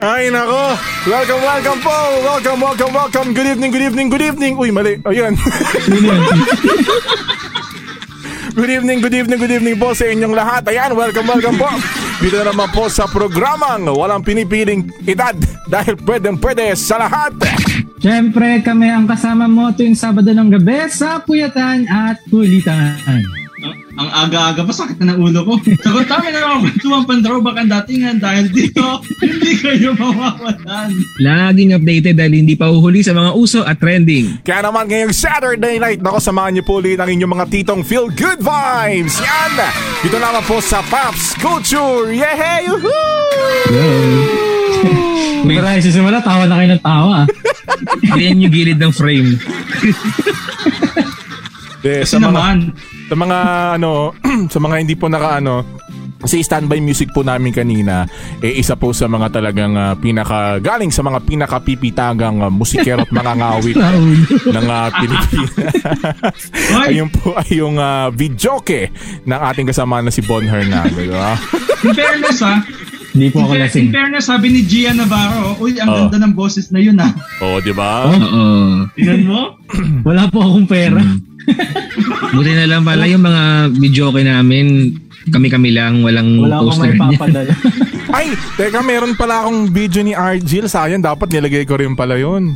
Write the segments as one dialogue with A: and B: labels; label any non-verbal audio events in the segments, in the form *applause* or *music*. A: Ay, nako. Welcome, welcome po. Welcome, welcome, welcome. Good evening, good evening, good evening. Uy, mali. Ayun. *laughs* Good evening, good evening, good evening po sa inyong lahat. Ayan, welcome, welcome po. Dito na naman po sa programang walang pinipiling edad dahil pwedeng pwede sa lahat.
B: Siyempre, kami ang kasama mo tuwing Sabado ng gabi sa Puyatan at Kulitan.
C: Ang, ang aga-aga pa, sakit na ng ulo ko. Sagot namin ang mga kwentuhan pandrobak ang datingan dahil dito, hindi kayo mawawalan.
D: Laging updated dahil hindi pa uhuli sa mga uso at trending.
A: Kaya naman ngayong Saturday night, nako samahan niyo po ulit ang inyong mga titong feel good vibes. Yan! Dito naman po sa Pops Culture. Yehey! Woohoo!
B: May tayo sisimula, tawa na kayo ng tawa. ah.
D: Ayan yung gilid ng frame.
A: Eh,
C: Kasi naman,
A: sa mga ano *clears throat* sa mga hindi po nakaano kasi standby music po namin kanina eh isa po sa mga talagang ah, pinaka galing sa mga pinaka pipitagang ah, musikero at
D: *laughs*
A: mangangawit ng ah, Pilipinas.
C: Hoy!
A: Ayun po ay yung ah, videoke ng ating kasama na si Bon Hernando, di ba?
C: in fairness
B: *laughs*
C: ha,
B: Hindi
C: in,
B: po ako
C: fair- in
B: lasing.
C: fairness sabi ni Gia Navarro, uy, ang
A: Oh.
C: ganda ng boses na yun ha.
A: Oo, di ba?
D: Oo. Hmm.
C: Tingnan mo.
B: Wala po akong pera.
D: Buti na lang pala yung mga video namin, kami-kami lang, walang
B: Wala akong
D: poster
B: may
D: niya.
C: *laughs*
B: papadala.
A: Ay, teka, meron pala akong video ni Argil. Sayang, dapat nilagay ko rin pala yun.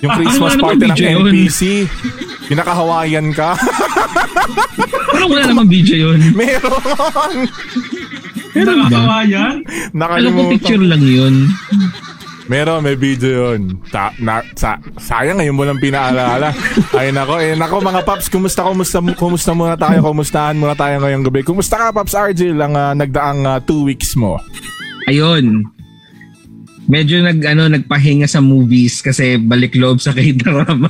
A: Yung
D: Ah,
A: Christmas
D: ano naman
A: party ng
D: video yun?
A: NPC. Yung naka-Hawaiian ka.
D: *laughs*
A: *laughs*
D: Parang wala namang video yun.
A: meron!
C: Nakakawa yan.
D: Alam ko
A: Nakalimutan.
D: picture lang yun.
A: Meron, may video yun. Ta, na, sa, sayang ngayon mo lang
B: *laughs*
A: pinaalala. Ay nako, eh nako mga paps, kumusta, kumusta, kumusta muna tayo, kumustahan muna tayo ngayong gabi. Kumusta ka paps Argil, ang ah, nagdaang ah, two weeks mo?
D: Ayun. Medyo nag ano nagpahinga sa movies kasi balik loob sa *laughs* K-drama.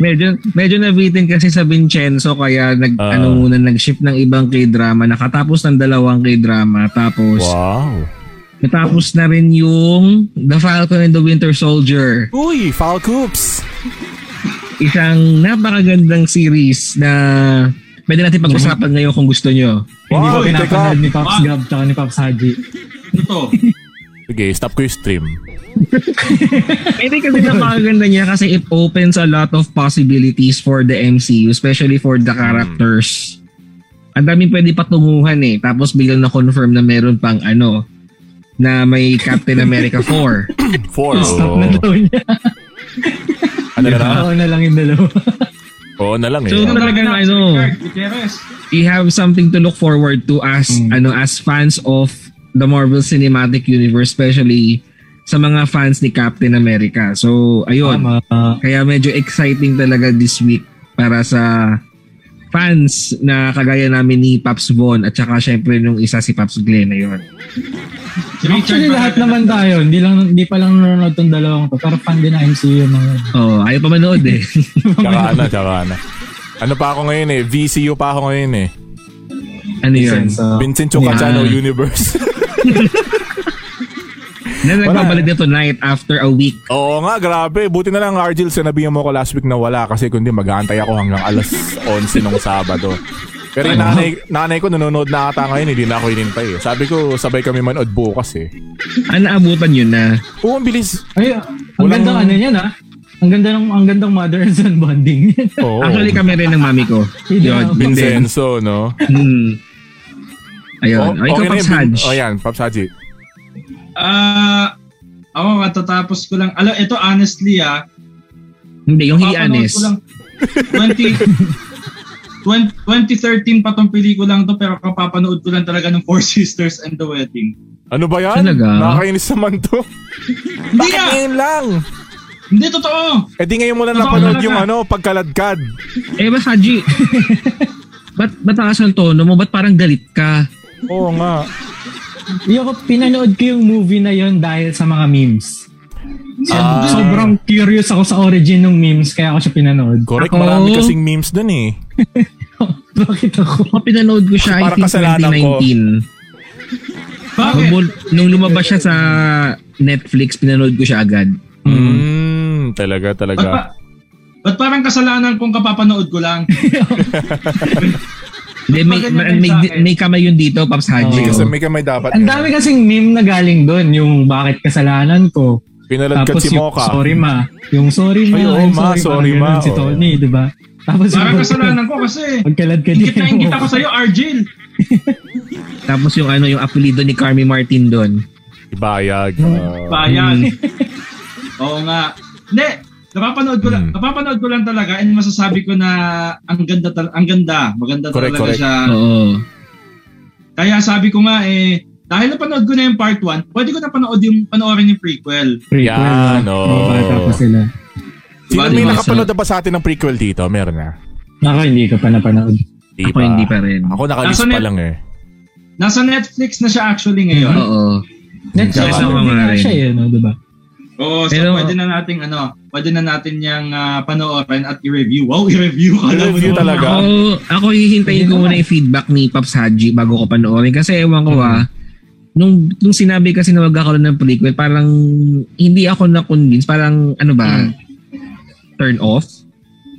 D: medyo medyo nabitin kasi sa Vincenzo kaya nag
A: Ah.
D: ano muna nag-ship ng ibang K-drama nakatapos ng dalawang K-drama tapos
A: Wow.
D: natapos na rin yung The Falcon and the Winter Soldier
A: Uy, Falcoops.
D: isang napakagandang series na pwede natin
A: Mm-hmm.
D: pag-usapan ngayon kung gusto nyo.
B: Hindi ko
A: Wow, teka.
B: pinapanood ni Pops Gab tsaka ni Pops Haji. *laughs*
C: Totoo.
A: Sige, stop ko yung stream.
D: Hindi kasi napakaganda niya kasi it opens a lot of possibilities for the MCU, especially for the characters. Ang daming pwede patunguhan eh. Tapos biglang na-confirm na meron pang ano, na may Captain America 4.
A: Four. Oh.
B: Stop na daw niya.
A: Ano na lang?
B: Tawa na lang yung dalawa.
A: Oo na lang eh.
D: So,
A: Ano?
D: Talagang ano.
C: Richard Gutierrez.
D: We have something to look forward to as ano as fans of the Marvel Cinematic Universe, especially sa mga fans ni Captain America. So, ayun.
B: Tama.
D: Kaya medyo exciting talaga this week para sa fans na kagaya namin ni Paps Von at saka syempre nung isa si Paps Glenn na yun.
C: Si Richard
B: Actually, lahat
C: Barrera.
B: naman tayo. Hindi lang hindi pa lang nanonood tong dalawang to. Pero fan din ng MCU mga.
D: Oh, ayaw pa manood eh. *laughs*
A: Tsaka ano, tsaka ano. Ano pa ako ngayon eh? VCU pa ako ngayon eh.
D: ano yun?
A: ah.
B: Ah.
A: Vincenzo Cachano Universe. *laughs*
D: Na nagpabalik na tonight after a week.
A: Oo nga, grabe. Buti na lang, Argil, sinabihan mo ko last week na wala kasi kundi mag-aantay ako hanggang alas 11 ng Sabado. Pero yung
D: Ano?
A: nanay, nanay ko nanonood na ata ngayon, hindi na ako inintay. eh. Sabi ko, sabay kami manood bukas eh.
D: Ano naabutan yun na?
A: Oo, ang bilis.
B: Ay, ang
A: Walang-
B: gandang ano niyan ah. Ang ganda ng ang gandang mother and son bonding. *laughs*
A: Oo.
D: Actually kami rin ng mami ko. Yun, yun din.
A: Vincenzo, no?
D: Hmm. Ayun.
A: Oo,
D: Ay, ikaw,
A: Oh, na
D: Paps
A: yun.
D: Hodge.
A: Oh, yan, Paps Haji.
C: Ah, ako matatapos ko lang. Alam, ito honestly ah,
D: Hindi, yung hindi
C: Papanood
D: honest.
C: ko lang. 20, 20, 2013 pa tong pelikulang to pero kapapanood ko lang talaga ng Four *laughs* Sisters and the Wedding.
A: Ano ba yan?
D: Talaga?
A: Nakakainis naman to.
C: Hindi
A: Bakit
C: ah!
A: ngayon lang?
C: Hindi totoo!
A: E di ngayon mo na
C: Totoo
A: napanood
C: talaga.
A: yung ano, pagkaladkad.
D: Eh, ba,
B: *laughs*
D: Haji? ba't batakas ang tono mo? Ba't parang galit ka?
A: Oo nga.
B: Yung ako, pinanood ko yung movie na yon dahil sa mga memes.
A: Ah.
B: Sobrang curious ako sa origin ng memes kaya ako siya pinanood.
A: Correct,
D: Ako?
A: marami kasing memes dun eh.
B: *laughs* Bakit ako?
D: Ako Oh, pinanood ko siya, I
A: Para
D: think,
A: kasalanan ko.
D: 2019.
C: Bakit?
D: Nung, bul- nung lumabas siya sa Netflix, pinanood ko siya agad.
A: Mm, talaga,
C: Ba't,
A: talaga.
D: *laughs*
C: pa- ba't parang kasalanan kung kapapanood ko lang?
D: Hindi, may,
C: Pag
D: may,
C: ganyan
D: may,
C: sa akin.
D: may kamay yun dito, eh. Paps Haji.
A: Oh, Kasi may kamay dapat.
B: Ang dami kasing meme na galing doon, yung bakit kasalanan ko.
A: Pinalad ka
B: Tapos
A: si
B: yung
A: Mocha.
B: sorry ma. Yung sorry ma.
A: Ay, oo,
B: I'm
A: ma, sorry,
B: Parang
A: ma,
B: ganun Si
A: oo.
B: Tony, di ba? Tapos
C: Parang kasalanan ko kasi.
B: Pagkalad ka
C: Ingit na
B: din.
C: ingit ako sa'yo, Arjil.
D: Tapos yung ano, yung apelido ni Carmi Martin doon.
A: Ibayag. Ah.
C: Bayan. *laughs* Oo nga. Hindi, napapanood ko lang,
A: Hmm.
C: napapanood ko lang talaga and masasabi ko na ang ganda tal- ang ganda, maganda
A: Correct,
C: talaga
A: correct. Hmm.
C: siya.
D: Oo.
C: Kaya sabi ko nga eh dahil napanood ko na yung part 1, pwede ko na panood yung panoorin yung prequel.
B: Prequel,
A: Yan,
B: ah.
A: oo.
B: Mga bata pa sila.
A: Sino
C: Diba,
A: may
C: diba?
A: nakapanood na ba sa atin ng prequel dito? Meron na.
B: Ako hindi ko pa napanood.
A: Di
D: Ako hindi pa rin.
A: Ako nakalist
C: Nasa
A: pa
C: net-
A: lang eh.
C: Nasa Netflix na siya
A: Hmm.
C: actually ngayon.
D: Oo.
B: Netflix
A: Kaya
B: na
D: tama
B: din
D: nga
B: nga
D: rin.
B: siya yun, no, di ba?
C: Oo, so
D: Pero-
C: pwede na nating ano, pwede na natin yung ah, panoorin at i-review. Wow, *laughs* i-review ka na.
A: I-review talaga.
D: Ako, ako hihintayin ko muna yung feedback ni Paps Haji bago ko panoorin. Kasi ewan ko ah, nung, nung sinabi kasi na magkakaroon ng prequel, parang hindi ako na-convince. Parang ano ba,
C: Hmm.
D: turn off?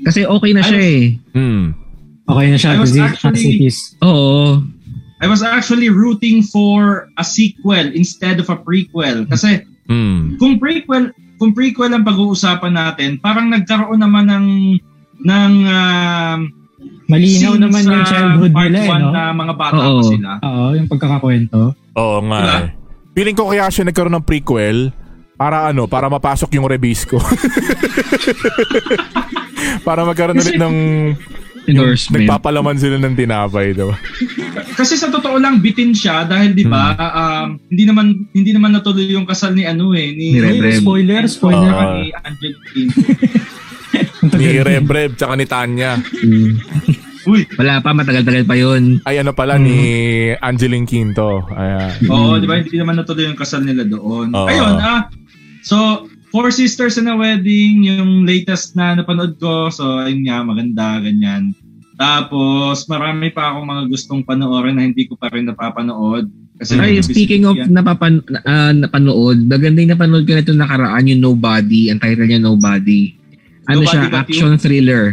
D: Kasi okay na
C: I
D: siya eh.
A: Hmm.
B: Okay na siya
C: I was
B: kasi
C: actually-
B: as it is.
D: Oo.
C: I was actually rooting for a sequel instead of a prequel kasi
A: Hmm.
C: kung prequel, kung prequel ang pag-uusapan natin, parang nagkaroon naman ng ng um,
B: Malinaw
C: scene
B: naman
C: sa
B: yung childhood
C: part
B: nila, eh,
C: one
B: no?
C: na mga bata
D: Oo.
C: pa sila.
B: Oo, yung pagkakakwento.
A: Oo nga
C: Diba?
A: eh. Feeling ko kaya siya nagkaroon ng prequel para ano, para mapasok yung rebase ko. *laughs* para magkaroon ulit ng
D: Endorsement.
A: nagpapalaman sila ng tinapay, diba?
C: Kasi sa totoo lang bitin siya dahil 'di
D: Hmm.
C: ba, um, hindi naman hindi naman natuloy yung kasal ni ano eh ni
D: Ni Rev.
B: Uy, spoiler, spoiler.
A: Oo.
C: ni Angeline.
B: Ang tagal
A: Ni
B: din.
A: Rev Rev tsaka ni Tanya.
D: Mm.
C: *laughs* Uy,
D: Wala pa, matagal-tagal pa yun.
A: Ay ano pala ni Angeline Quinto. Ayan.
C: oo, 'di ba? Hindi naman natuloy yung kasal nila doon.
A: Oo.
C: Ayun, ah. So, Four Sisters and a Wedding, yung latest na napanood ko. So, ayun nga, maganda, ganyan. Tapos, marami pa akong mga gustong panoorin na hindi ko pa rin napapanood. Kasi
D: Ay,
C: busy
D: speaking of
C: yan.
D: napapan ah, napanood, maganda yung napanood ko na itong nakaraan, yung Nobody, ang title niya Nobody. Ano
C: Nobody
D: siya,
C: But You?
D: action thriller.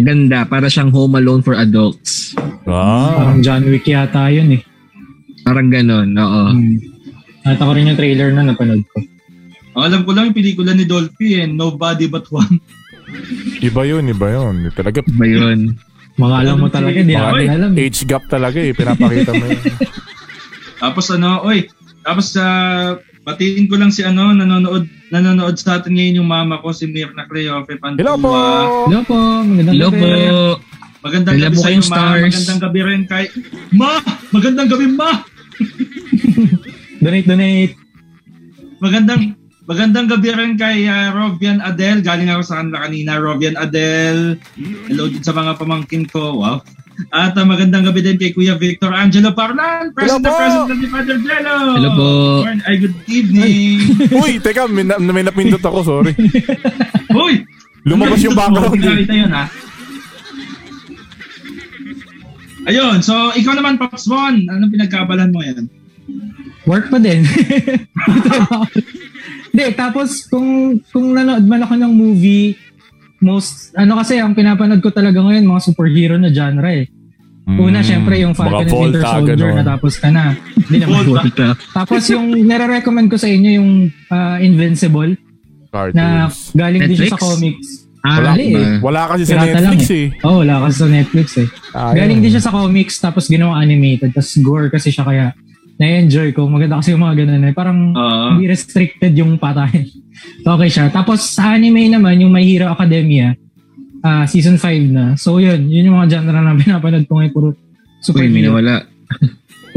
D: Ang ganda, para siyang Home Alone for adults.
A: Wow. Ah,
B: Parang John Wick yata yun eh.
D: Parang ganon, oo.
B: Hmm. Nakita ko rin yung trailer na napanood ko.
C: Ang Oh, alam ko lang yung pelikula ni Dolphy eh, Nobody But One. *laughs*
A: Iba yun, iba yun. Talaga
D: Ba yun?
B: Mga alam mo talaga, hindi
A: mga
B: ako
C: Oy,
B: alam. eh.
A: age gap talaga eh. Pinapakita *laughs* mo yun.
C: Tapos ano, oy, tapos sa batiin ko lang si ano, nanonood, nanonood sa atin ngayon yung mama ko, si Mirna Cleofe Pantua.
A: Hello po!
B: Hello po, magandang
D: Hello po.
B: gabi.
C: Magandang
D: Hello
C: gabi
D: po
C: sa
D: kayong
C: iyo, ma.
D: stars.
C: Magandang gabi rin kay... Ma! Magandang gabi, ma!
B: Donate, donate.
C: Magandang magandang gabi rin kay ah, Rovian Adel. Galing ako sa kanila kanina, Rovian Adel. Hello din sa mga pamangkin ko. Wow. At ah, magandang gabi din kay Kuya Victor Angelo Parlan, President
A: Hello po!
C: President ni Father Jello.
D: Hello po.
C: Morn- Ay, good evening.
D: *laughs*
A: Uy, teka, may, na- may napindot ako, sorry.
C: Hoy!
A: Lumabas yung background eh.
C: Nakita yun, ha? Ayun, so ikaw naman, Pops Von, anong pinagkabalan mo yan?
B: Work pa din. *laughs* Hindi, tapos kung kung nanood man ako ng movie, most, ano kasi, ang pinapanood ko talaga ngayon, mga superhero na genre eh.
A: Mm,
B: Una, syempre, yung
A: baka
B: Falcon and Winter
A: Volta,
B: Soldier,
A: ganun.
B: natapos ka na. Hindi naman.
C: Volta.
B: tapos yung nare-recommend ko sa inyo, yung ah, Invincible, na
A: Cartoons.
B: galing din siya sa
D: Netflix?
B: comics.
D: Ah,
A: Wala,
D: ano ba?
A: wala kasi sa
B: Pirata
A: Netflix
B: lang
A: eh.
B: Oo, oh, wala kasi sa Netflix eh.
A: Ah,
B: Galing
A: yun.
B: din siya sa comics, tapos ginawa animated, tapos gore kasi siya kaya na-enjoy ko. Maganda kasi yung mga ganun eh. Parang
D: Ah, Uh-huh.
C: Oo.
B: hindi restricted yung patahin. So, *laughs* okay siya. Tapos sa anime naman, yung My Hero Academia, ah, season 5 na. So yun, yun yung mga genre na pinapanood ko ngayon.
D: Uy,
B: Puro
D: may
B: superhero.
D: nawala.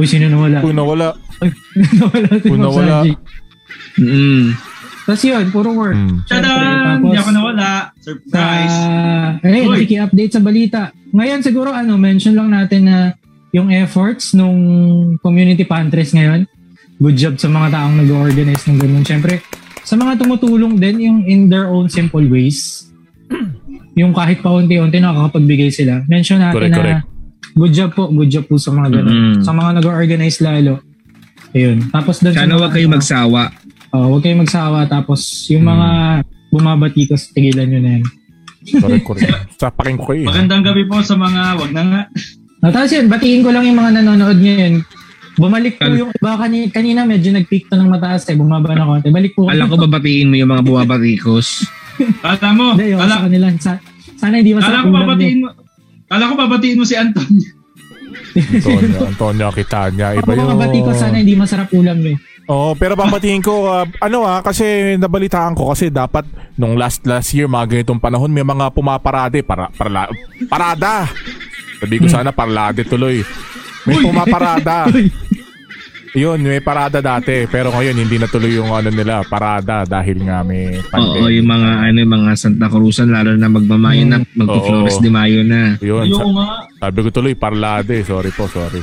B: Uy, sino nawala? *laughs*
A: Kung nawala.
B: Uy, nawala. si
A: Kung
B: Ma'am
A: nawala.
B: Sanji.
D: Mm-mm.
B: Tapos yun, puro work.
A: Hmm.
B: Syempre,
C: Tada! Hindi ako nawala. Surprise!
B: Ah, ayun,
C: Uy.
B: kiki-update sa balita. Ngayon siguro ano, mention lang natin na yung efforts nung community pantries ngayon. Good job sa mga taong nag-organize ng ganun. Siyempre, sa mga tumutulong din yung in their own simple ways. *clears throat* yung kahit paunti-unti nakakapagbigay sila. Mention natin
A: Correct,
B: na
A: correct.
B: good job po, good job po sa mga ganun.
D: Mm.
B: Sa mga nag-organize lalo. Ayun. Tapos doon
D: Sana huwag kayo magsawa.
B: Oh, huwag kayong magsawa tapos yung mga bumabatikos tigilan nyo na yan.
A: Correct, correct. Sa paking ko eh.
C: Magandang gabi po sa mga, wag na nga.
B: No, Oh, tapos yun, batiin ko lang yung mga nanonood ngayon.
D: Ano?
B: Bumalik po yung iba kanina, kanina medyo nag-peak to ng mataas eh. Bumaba na konti. Balik po.
D: Alam ko babatiin mo yung mga buwabatikos.
C: Kala mo,
B: Hindi, yun, sa
C: kala,
B: kanila. Sa, sana hindi
C: kala
B: masarap
C: ko
B: ulam eh.
C: babatiin
B: niya.
C: mo. Kala ko babatiin mo si Antonio.
A: Antonio, Antonio Kitanya. Iba
B: Ako
A: yun.
B: mga bati ko sana hindi masarap ulam eh.
A: Oo, Oh, pero babatiin ko, ah, ano ah, kasi nabalitaan ko kasi dapat nung last last year, mga ganitong panahon, may mga pumaparade, para, parla, parada. Sabi ko sana parlade tuloy. May pumaparada. Yun, may parada dati. Pero ngayon, hindi na tuloy yung ano nila, parada dahil nga may
D: Oo,
A: pandemic.
D: yung mga ano, yung mga Santa Cruzan lalo na magmamayo na,
A: Mm.
D: magpo-Flores
A: Oo.
D: de Mayo na.
A: Yun, sa-
C: Yung nga.
A: Sabi ko tuloy, parlade. Sorry po, sorry.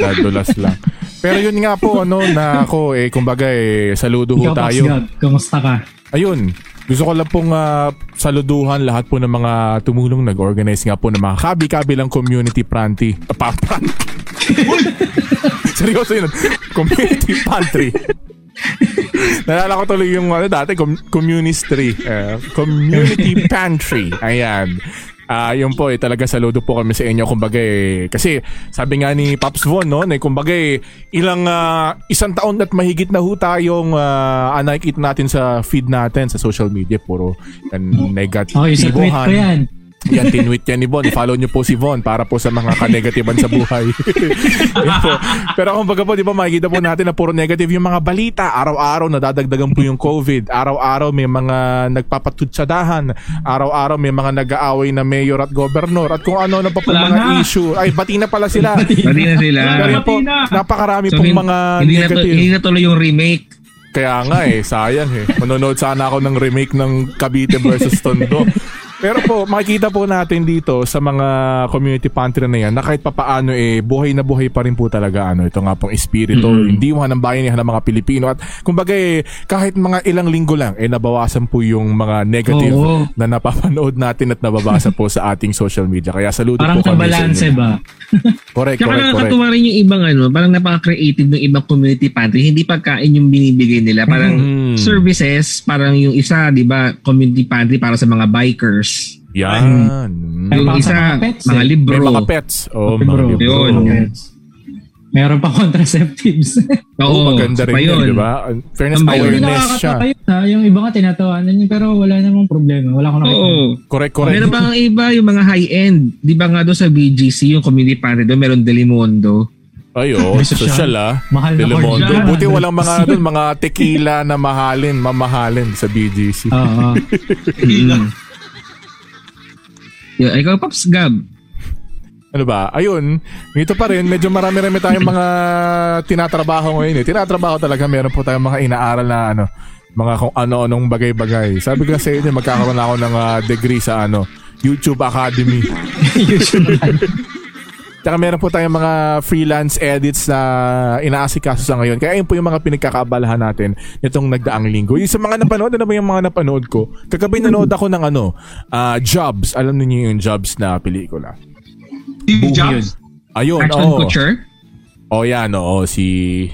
A: Dadulas lang. Pero yun nga po, ano, na ako, eh, kumbaga, eh, saludo ho
B: Ikaw, Pops
A: tayo.
B: Gab, kamusta ka?
A: Ayun, gusto ko lang pong ah, saluduhan lahat po ng mga tumulong nag-organize nga po ng mga kabi-kabilang community pantry. Ah, pa- pan- Uy! *laughs* Seryoso yun. Community
B: *laughs*
A: pantry. Nalala ko tuloy yung ano dati, com- communistry. eh, community pantry. Ayan. Ah, yun po, eh, talaga saludo po kami sa inyo. Kumbaga, eh, kasi sabi nga ni Pops Von, no, na kumbaga, eh, ilang ah, isang taon at mahigit na ho tayong uh, anakit natin sa feed natin, sa social media. Puro yan, negatibohan.
B: Okay, sa tweet ko yan.
A: Yan, tinweet yan ni Von. Follow niyo po si Von para po sa mga kanegatiban sa
C: *laughs*
A: buhay. Yan po. Pero kumbaga po, di ba, makikita po natin na puro negative yung mga balita. Araw-araw, nadadagdagan po yung COVID. Araw-araw, may mga nagpapatutsadahan. Araw-araw, may mga nag-aaway na mayor at governor. At kung ano na pa po
C: Wala
A: mga
C: na.
A: issue. Ay, bati na pala sila.
D: Pati na sila.
A: Pero po,
C: Bati na.
A: napakarami
D: So,
A: pong
D: hin-
A: mga
B: Ah,
D: hindi, na to,
A: negative.
D: hindi na tuloy yung remake.
A: Kaya nga eh, sayang eh. Manonood sana ako ng remake ng Cavite versus Tondo. Pero po, makikita po natin dito sa mga community pantry na yan na kahit papaano eh, buhay na buhay pa rin po talaga ano, ito nga pong espiritu,
D: Mm-hmm.
A: hindi mo ng bayanihan ng mga Pilipino. At kumbaga eh, kahit mga ilang linggo lang, eh nabawasan po yung mga negative
D: Oo.
A: na napapanood natin at nababasa po sa ating social media. Kaya saludo
B: Parang
A: po kami sa inyo.
B: kabalanse ba?
A: Correct, correct,
D: Tsaka
A: correct.
D: nakakatuwa rin yung ibang ano, parang napaka-creative ng ibang community pantry. Hindi pagkain yung binibigay nila. Parang
A: Mm.
D: services, parang yung isa, di ba, community pantry para sa mga bikers.
A: Yan. Mm.
B: Ay,
D: Yung
B: para sa
D: isa,
B: mga pets,
D: mga
B: eh.
A: May
D: libro.
A: mga pets. Oh, mga
B: Bro,
A: libro.
D: Yun.
B: Meron pa *laughs* contraceptives.
A: Oo,
D: Oo,
A: maganda
D: isa
A: rin
D: pa
A: yun,
D: yun.
A: di ba? Fairness,
D: Ang
B: Ayun,
A: awareness siya.
B: nakakatawa yun ha. Yung iba nga tinatawanan yun pero wala namang problema. Wala ko nakita.
D: Oo.
A: Correct, correct.
D: Meron pang iba yung mga high-end. Di ba nga doon sa BGC, yung community pantry doon, meron Delimondo.
A: Ay, oo,
B: May social.
A: social ah.
B: Mahal na
A: Telemundo.
B: cordial.
A: Buti walang
B: *laughs*
A: mga, dun, mga tequila na mahalin, mamahalin sa BGC.
B: Oo.
C: *laughs*
D: Mm. *laughs* Yun, ikaw, Pops Gab.
A: Ano ba? Ayun, dito pa rin, medyo marami-rami tayong mga tinatrabaho ngayon eh. Tinatrabaho talaga, meron po tayong mga inaaral na ano, mga kung ano-anong bagay-bagay. Sabi ko sa inyo, magkakaroon ako ng ah, degree sa ano, YouTube Academy.
B: Usually.
A: Tsaka meron po tayong mga freelance edits na inaasikaso sa ngayon. Kaya yun po yung mga pinagkakaabalahan natin nitong nagdaang linggo. Yung sa mga napanood, ano ba yung mga napanood ko? Kagabi nanood ako ng ano, ah, Jobs. Alam niyo yung Jobs na pelikula.
C: Steve Jobs.
A: Ayun,
D: Ashton
A: oo.
D: Kutcher.
A: Oh yan, oo. Si,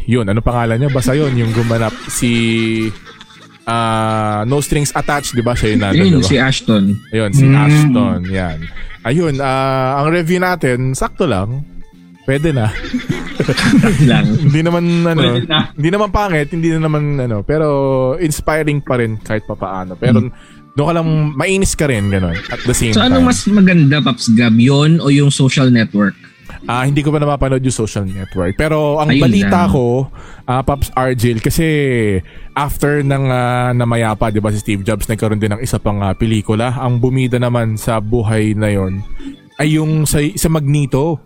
A: yun, ano pangalan niya? Basta yun, yung gumanap. Si, ah, No Strings Attached, di ba? Siya yung nandun,
D: Yun,
A: di ba?
D: si Ashton.
A: Ayun, si Ashton. Yan. Ayun, ah, ang review natin, sakto lang. Pwede na. *laughs*
D: lang.
A: hindi naman ano,
C: Pwede na.
A: hindi naman pangit, hindi na naman ano, pero inspiring pa rin kahit papaano. Pero doon ka lang mainis ka rin ganun at the same
D: So,
A: time.
D: anong mas maganda, Pops Gab? Yun o yung social network?
A: Ah, hindi ko pa napapanood yung social network. Pero ang
D: Ayun
A: balita
D: lang.
A: ko, ah, Pops Argel, kasi after ng ah, namayapa, di ba si Steve Jobs, nagkaroon din ng isa pang ah, pelikula. Ang bumida naman sa buhay na yon ay yung sa, sa Magneto.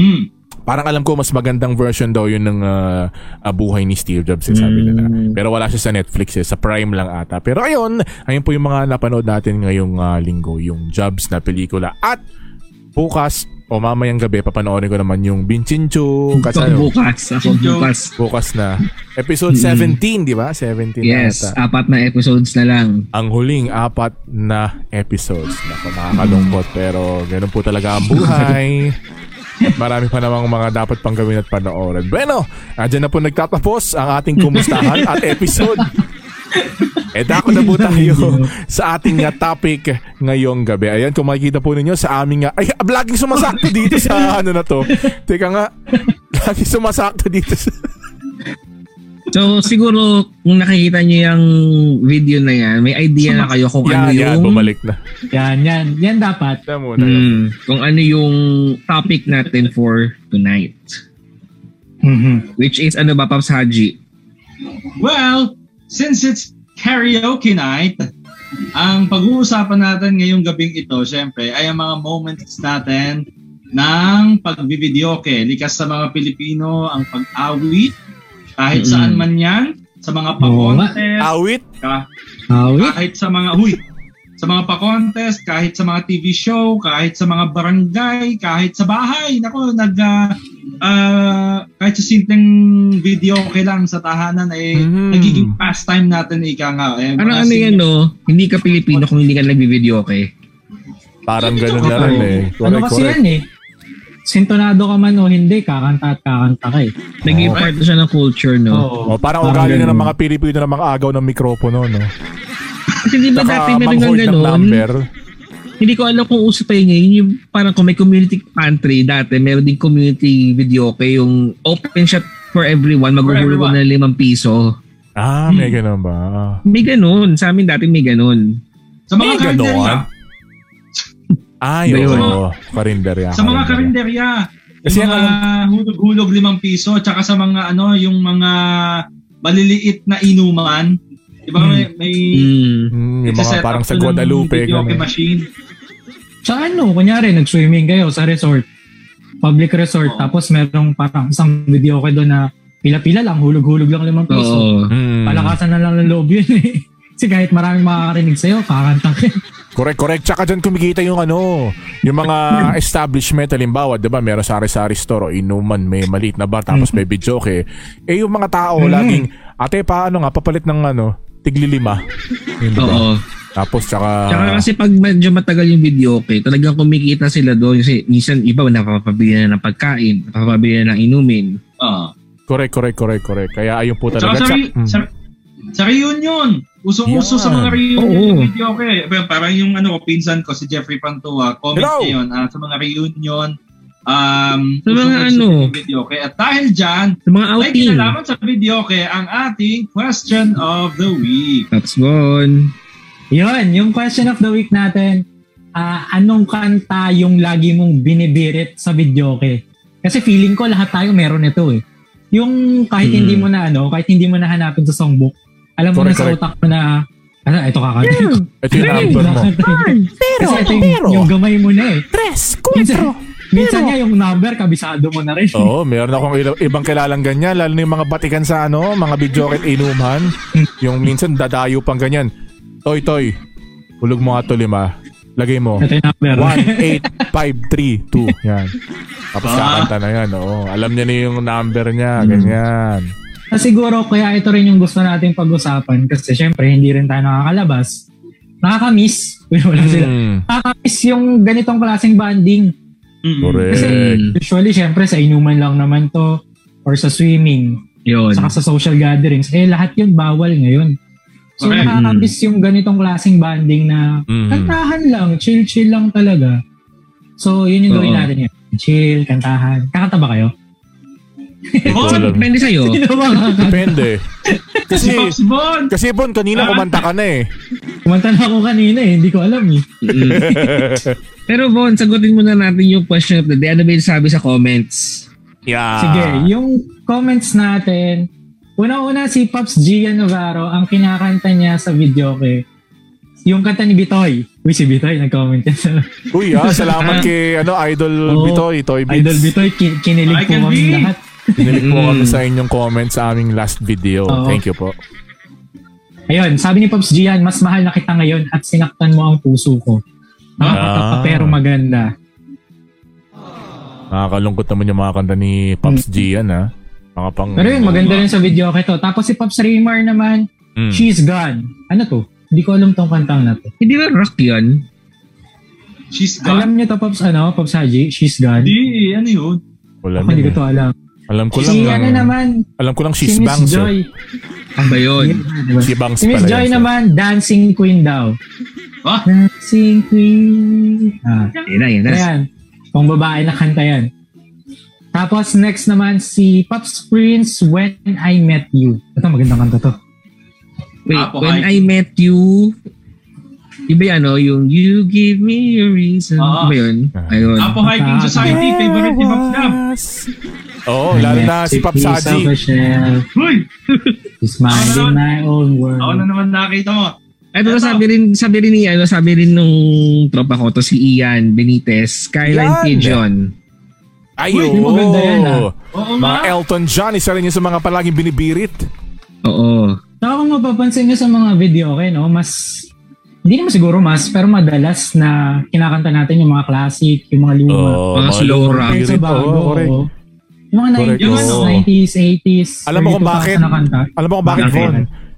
C: Hmm.
A: Parang alam ko mas magandang version daw yun ng ah, ah, buhay ni Steve Jobs eh, sabi nila. Pero wala siya sa Netflix eh, sa Prime lang ata. Pero ayun, ayun po yung mga napanood natin ngayong ah, linggo, yung Jobs na pelikula. At bukas o mamayang gabi papanoorin ko naman yung Bincincho
D: Ako *laughs*
A: kasano
D: bukas. ano? Ako
C: Joke.
D: bukas.
A: bukas na episode 17 di ba 17
D: Yes,
A: na ata
D: apat na episodes na lang.
A: ang huling apat na episodes Naku, nakakalungkot pero ganun po talaga ang buhay At marami pa namang mga dapat pang gawin at panoorin. Bueno, andyan na po nagtatapos ang ating kumustahan at episode Eh dako na po tayo sa ating nga topic ngayong gabi. Ayan, kung makikita po ninyo sa aming nga... Ay, laging sumasakto dito sa ano na to. Teka nga, laging sumasakto dito sa...
D: So siguro kung nakikita niyo yung video na yan, may idea na kayo kung
A: Yan,
D: ano
A: yan,
D: yung
A: bumalik na.
B: Yan, yan. Yan dapat.
A: Yan muna.
B: Mm.
A: yan.
D: Hmm, kung ano yung topic natin for tonight. Which is ano ba Paps Haji?
C: Well, since it's karaoke night, ang pag-uusapan natin ngayong gabing ito, syempre, ay ang mga moments natin ng pagbibideoke. Likas sa mga Pilipino ang pag-awit, kahit
D: Mm-mm.
C: saan man yan, sa mga
B: Oo nga.
C: pa-contest,
A: Awit?
C: ka-
B: Awit.
C: kahit sa mga, huy, sa mga pa-contest, kahit sa mga TV show, kahit sa mga barangay, kahit sa bahay. Nako, nag, ah, ah, kahit sa simpleng video okay lang sa tahanan, eh,
A: Mhm.
C: nagiging pastime natin, ika nga. Eh,
D: Ano
C: mga
D: ano
C: sing-
D: yan no? Hindi ka Pilipino kung hindi ka nagbibideo okay?
A: Parang ganun na rin eh.
B: Ano kasi yan eh? Sintonado ka man o hindi, kakanta at kakanta ka eh.
D: Naging part na siya ng culture no?
B: Oo.
A: Oh, parang
B: Parang
A: ugali na ng
B: ganun.
A: mga Pilipino ng mga agaw ng mikropono, no?
D: Kasi di ba dati
A: Saka
D: meron ng
A: mag-hold ng
D: ganun?
A: number.
D: Hindi ko alam kung uso pa yun ngayon. Yung parang kung may community pantry dati, meron din community video okay, yung open shot for everyone, magugulo ko
C: everyone.
D: na limang piso.
A: Ah, may ganun ba?
D: May ganun. Sa amin dati may ganun.
C: Sa
A: Eh,
C: mga karinderya.
A: ganon. Ay,
D: Ba yun?
A: oo. Karinderya.
C: Sa mga
A: karinderya.
C: karinderya.
A: Kasi ano,
C: yung mga hulog-hulog limang piso, tsaka sa mga ano, yung mga maliliit na inuman. Di ba may, may
D: Mm.
A: Mm, Hmm. yung mga
C: nagsiset up
A: parang sa
C: to ng
A: Guadalupe.
C: video okay
A: ganun.
C: machine.
B: Sa ano, kunyari, nag-swimming kayo sa resort. Public resort.
C: Oo.
B: Tapos merong parang isang video ko doon na pila-pila lang, hulog-hulog lang limang piso.
D: Oo.
A: Mm.
B: Palakasan na lang ng loob yun eh. *laughs* Kasi kahit maraming makakarinig sa'yo, kakanta ka.
A: Correct, correct. Tsaka dyan kumikita yung ano, yung mga establishment, halimbawa, di ba, meron sari-sari store o inuman, may maliit na bar, tapos may joke eh. Eh, yung mga tao, laging, ate, paano nga, papalit ng ano, tiglilima. Yun, di ba?
D: Oo.
A: Tapos, tsaka,
D: Tsaka kasi pag medyo matagal yung video okay, talagang kumikita sila doon. Kasi minsan iba napapabili na ng pagkain, napapabili na ng inumin.
C: Oo.
A: correct, correct, correct, correct. Kaya ayun po
C: Tsaka
A: talaga.
C: sa,
A: Tsak- mm.
C: sa, sa reunion, usong-uso sa mga reunion
D: Oo.
C: yung video ko eh. Pa- Parang yung ano ko, pinsan ko, si Jeffrey Pantua, comment
A: Hello.
C: niya yun ah, sa mga reunion. Um,
D: Sa mga
C: usong-uso
D: ano.
C: yung Video ko. At dahil dyan,
D: Sa mga
C: may
D: outing.
C: kinalaman sa video ko ang ating question of the week.
D: That's gone.
B: Yun, yung question of the week natin, ah, anong kanta yung lagi mong binibirit sa videoke? Kasi feeling ko lahat tayo meron nito eh. Yung kahit
D: Mm.
B: hindi mo na ano, kahit hindi mo na hanapin sa songbook, alam mo
A: Correct,
B: na sa
A: Hmm. correct.
B: utak mo na, ano, ito kakanta.
A: Ito yung
B: Ganun,
A: number mo.
B: kakanta.
E: Hmm. Pero,
B: *laughs* Kasi ito yung,
E: pero,
B: yung gamay mo na eh.
E: tres,
B: Minsan,
E: cuatro.
B: minsan nga yung number, kabisado mo na rin.
A: Oo, meron akong ila- ibang kilalang ganyan, lalo na yung mga batikan sa ano, mga bidyoket inuman. Yung minsan dadayo pang ganyan. Toy, toy, hulog mo nga to lima. Lagay mo.
B: Ito *laughs* yung number.
A: 18532. Yan. Tapos
C: Ah.
A: kakanta na yan. Oo. Alam niya na yung number niya. Ganyan.
B: Na Ah, siguro kaya ito rin yung gusto nating pag-usapan kasi syempre hindi rin tayo nakakalabas. Nakakamiss. *laughs* Wala Ano sila.
A: Mm.
B: Nakakamiss Ah, yung ganitong klaseng banding.
C: Mm-mm.
A: Correct.
D: Mm.
B: Usually syempre sa inuman lang naman to or sa swimming,
D: Yun.
B: saka sa social gatherings. Eh lahat yun bawal ngayon. So
C: Correct.
B: nakakamiss yung ganitong klaseng banding na
A: Mm.
B: kantahan lang, chill-chill lang talaga. So yun yung gawin
D: Oo.
B: natin yun. Chill, kantahan. Kakanta ba kayo? *laughs*
A: Ito
C: Bon,
A: lang.
D: Depende sa'yo.
B: Sino ba kakanta?
A: Depende.
C: si
A: Kasi,
C: Pops Bon!
A: kasi Bon, kanina kumanta ka na eh.
B: Kumanta na ako kanina eh, hindi ko alam eh.
D: Mm. Pero Von, sagutin muna natin yung question of the day. Ano ba yung sabi sa comments?
A: Yeah.
B: Sige, yung comments natin. Una-una si Pops Gia Navarro, ang kinakanta niya sa video ko eh, yung kanta ni Bitoy. Uy, si Bitoy, nag-comment yan sa
A: Uy, ah, salamat
B: *laughs*
A: kay ano, Idol
B: Oo.
A: Bitoy, Toy Beats.
B: Idol Bitoy. Ki- kinilig
C: I
B: po
C: can
B: kami
C: be.
B: lahat.
A: Pinilik po kami
D: Mm.
A: sa inyong comment sa aming last video.
B: Oo.
A: Thank you po.
B: Ayun, sabi ni Pops Gian, mas mahal na kita ngayon at sinaktan mo ang puso ko. Nakakatapa
A: Ah.
B: pero maganda.
A: Nakakalungkot naman yung mga kanta ni Pops G yan, ha? Mga pang...
B: Mm. Pero yun, maganda rin sa video ko ito. Tapos si Pops Raymar naman,
A: Mm.
B: She's Gone. Ano to? Hindi ko alam tong kantang na to.
D: Hindi ba rock yun?
C: She's gone.
B: Alam niyo to, Pops, ano? Pops Haji, She's Gone.
C: Hindi, ano yun?
A: Wala
B: Ako, Hindi
A: yun,
B: ko to alam.
A: eh. Alam ko lang.
B: Si ano
A: ang-
B: naman,
A: Alam ko lang
B: si
A: she's
B: Miss
A: bangs. eh.
B: Joy. diba?
D: ba yun?
A: Si Bangs
B: Si Miss
A: pala
B: Joy
A: yun, eh. sir.
B: naman, dancing queen daw.
C: Oh,
B: Dancing queen. Ah,
D: Yan na, yan na.
B: ayan. Pang babae na kanta yan. Tapos next naman si Pops Prince, When I Met You. Ito, magandang kanta to.
D: Wait,
C: Apo,
D: when
C: hi.
D: I met you, iba yan, no? Yung you give me a reason.
C: Ah.
D: Iba yun? Ayun.
C: Apo Hiking Society, favorite ni Pops Gab.
A: *laughs*
C: Oh,
A: Oo, lalo na si Pop Saji.
C: Uy,
B: He's minding my own world.
C: ako na naman nakita mo.
D: Ay, pero
C: Eto.
D: sabi rin, sabi rin ni, ano, sabi rin nung tropa ko, to si Ian Benitez,
A: Yan.
D: Skyline Pigeon.
A: Ay,
B: Uy,
A: oo.
B: maganda yan, ah.
C: Oo
A: Mga
C: nga.
A: Elton John, isa rin yun sa mga palaging binibirit.
D: Oo.
B: Saka kung mapapansin nyo sa mga video, okay, no? Mas, hindi naman siguro mas, pero madalas na kinakanta natin yung mga classic, yung mga luma.
A: Oo,
D: Mga slow
A: lumang
D: rock.
B: Kahit
A: birit.
B: sa bago,
A: Oo, correct.
B: oo. Yung mga
A: Correct,
B: 90s,
A: oo.
B: 90s, 80s,
A: Alam mo kung
B: 30s
A: bakit?
B: na kanta.
A: Alam mo kung bakit,
D: Bakit?
A: Von?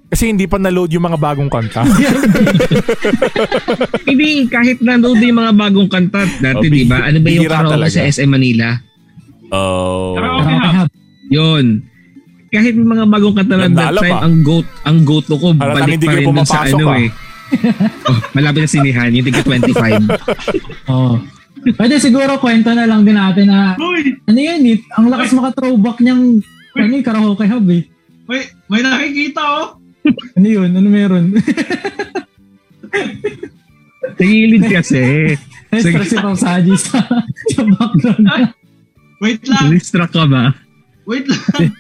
A: Kasi hindi pa na-load yung mga bagong
D: *laughs*
A: kanta.
D: Hindi, kahit nanood yung mga bagong kanta dati,
A: Oh,
D: di ba? Ano ba yung
A: bihira
D: karaoke
A: talaga.
D: sa SM Manila?
A: Oh.
C: Pero okay
B: Karaoke
C: ha.
B: hub.
D: Yun. Kahit yung mga bagong kanta lang that
A: Nandala
D: time,
A: pa.
D: ang goat, ang goat ko,
A: Parang
D: balik
A: hindi
D: pa
A: ka
D: rin dun sa
A: pumapasok,
D: ano
A: ah.
D: eh. oh, malapit na sinihan, yung tiga
A: *laughs*
D: 25.
B: Oo. Pwede siguro kwento na lang din natin na,
C: Uy,
B: ano yun, it, ang lakas maka-throwback niyang, ano yung karaoke hub eh.
C: may, may nakikita oh.
B: Ano yun? Ano meron? *laughs*
D: Tagilid kasi. Sige.
B: Extra si Pao Saji sa, *laughs* sa background. niya.
C: Wait lang.
D: Distract ka ba?
C: Wait lang. *laughs*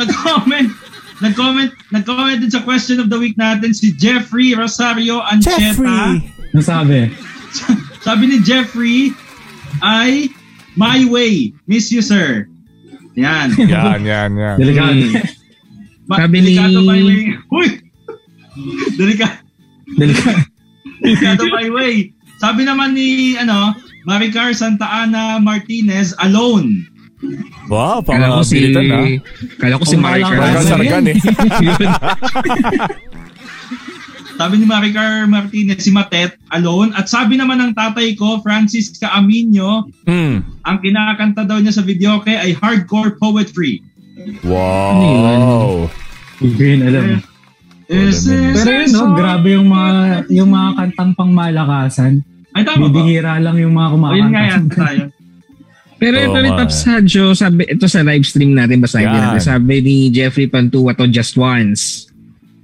C: nag-comment. Nag-comment, nag-comment din sa question of the week natin si Jeffrey Rosario Ancheta.
B: Ano sabi?
C: Sabi ni Jeffrey ay My Way, Miss You Sir.
D: *laughs*
C: Yan.
A: Yan, yan, yan.
B: Delikado.
D: Hmm.
C: Ma-
D: Sabi ni-
C: delikado My Way. Uy! *laughs* Delika,
B: Delikado.
C: *laughs* delikado My Way. Sabi naman ni ano, Maricar Santa Ana Martinez alone.
A: Wow,
D: Kala ko si...
A: pangapilitan ha.
D: Kala ko si
B: Oh,
D: Marika.
B: wala
A: Parang
B: Ano
A: ah. sargan eh. *laughs*
D: Yun.
C: Sabi ni Maricar Martinez si Matet alone at sabi naman ng tatay ko Francis Caaminio
D: Ano
A: Hmm.
C: ang kinakanta daw niya sa video kay ay hardcore poetry.
A: Wow.
B: Green, alam.
C: Is this
B: Pero yun, no,
C: song?
B: grabe yung mga, yung mga kantang pangmalakasan.
C: Ay tama ba?
B: Bibihira lang yung mga kumakanta.
C: Ayun nga yan tayo.
D: Pero
A: Oo
D: ito rin
A: nga
D: Pops
A: eh.
D: Hadjo, sabi, ito sa live stream natin, basahin din
A: Yan.
D: natin. Sabi ni Jeffrey Pantua to Just Once.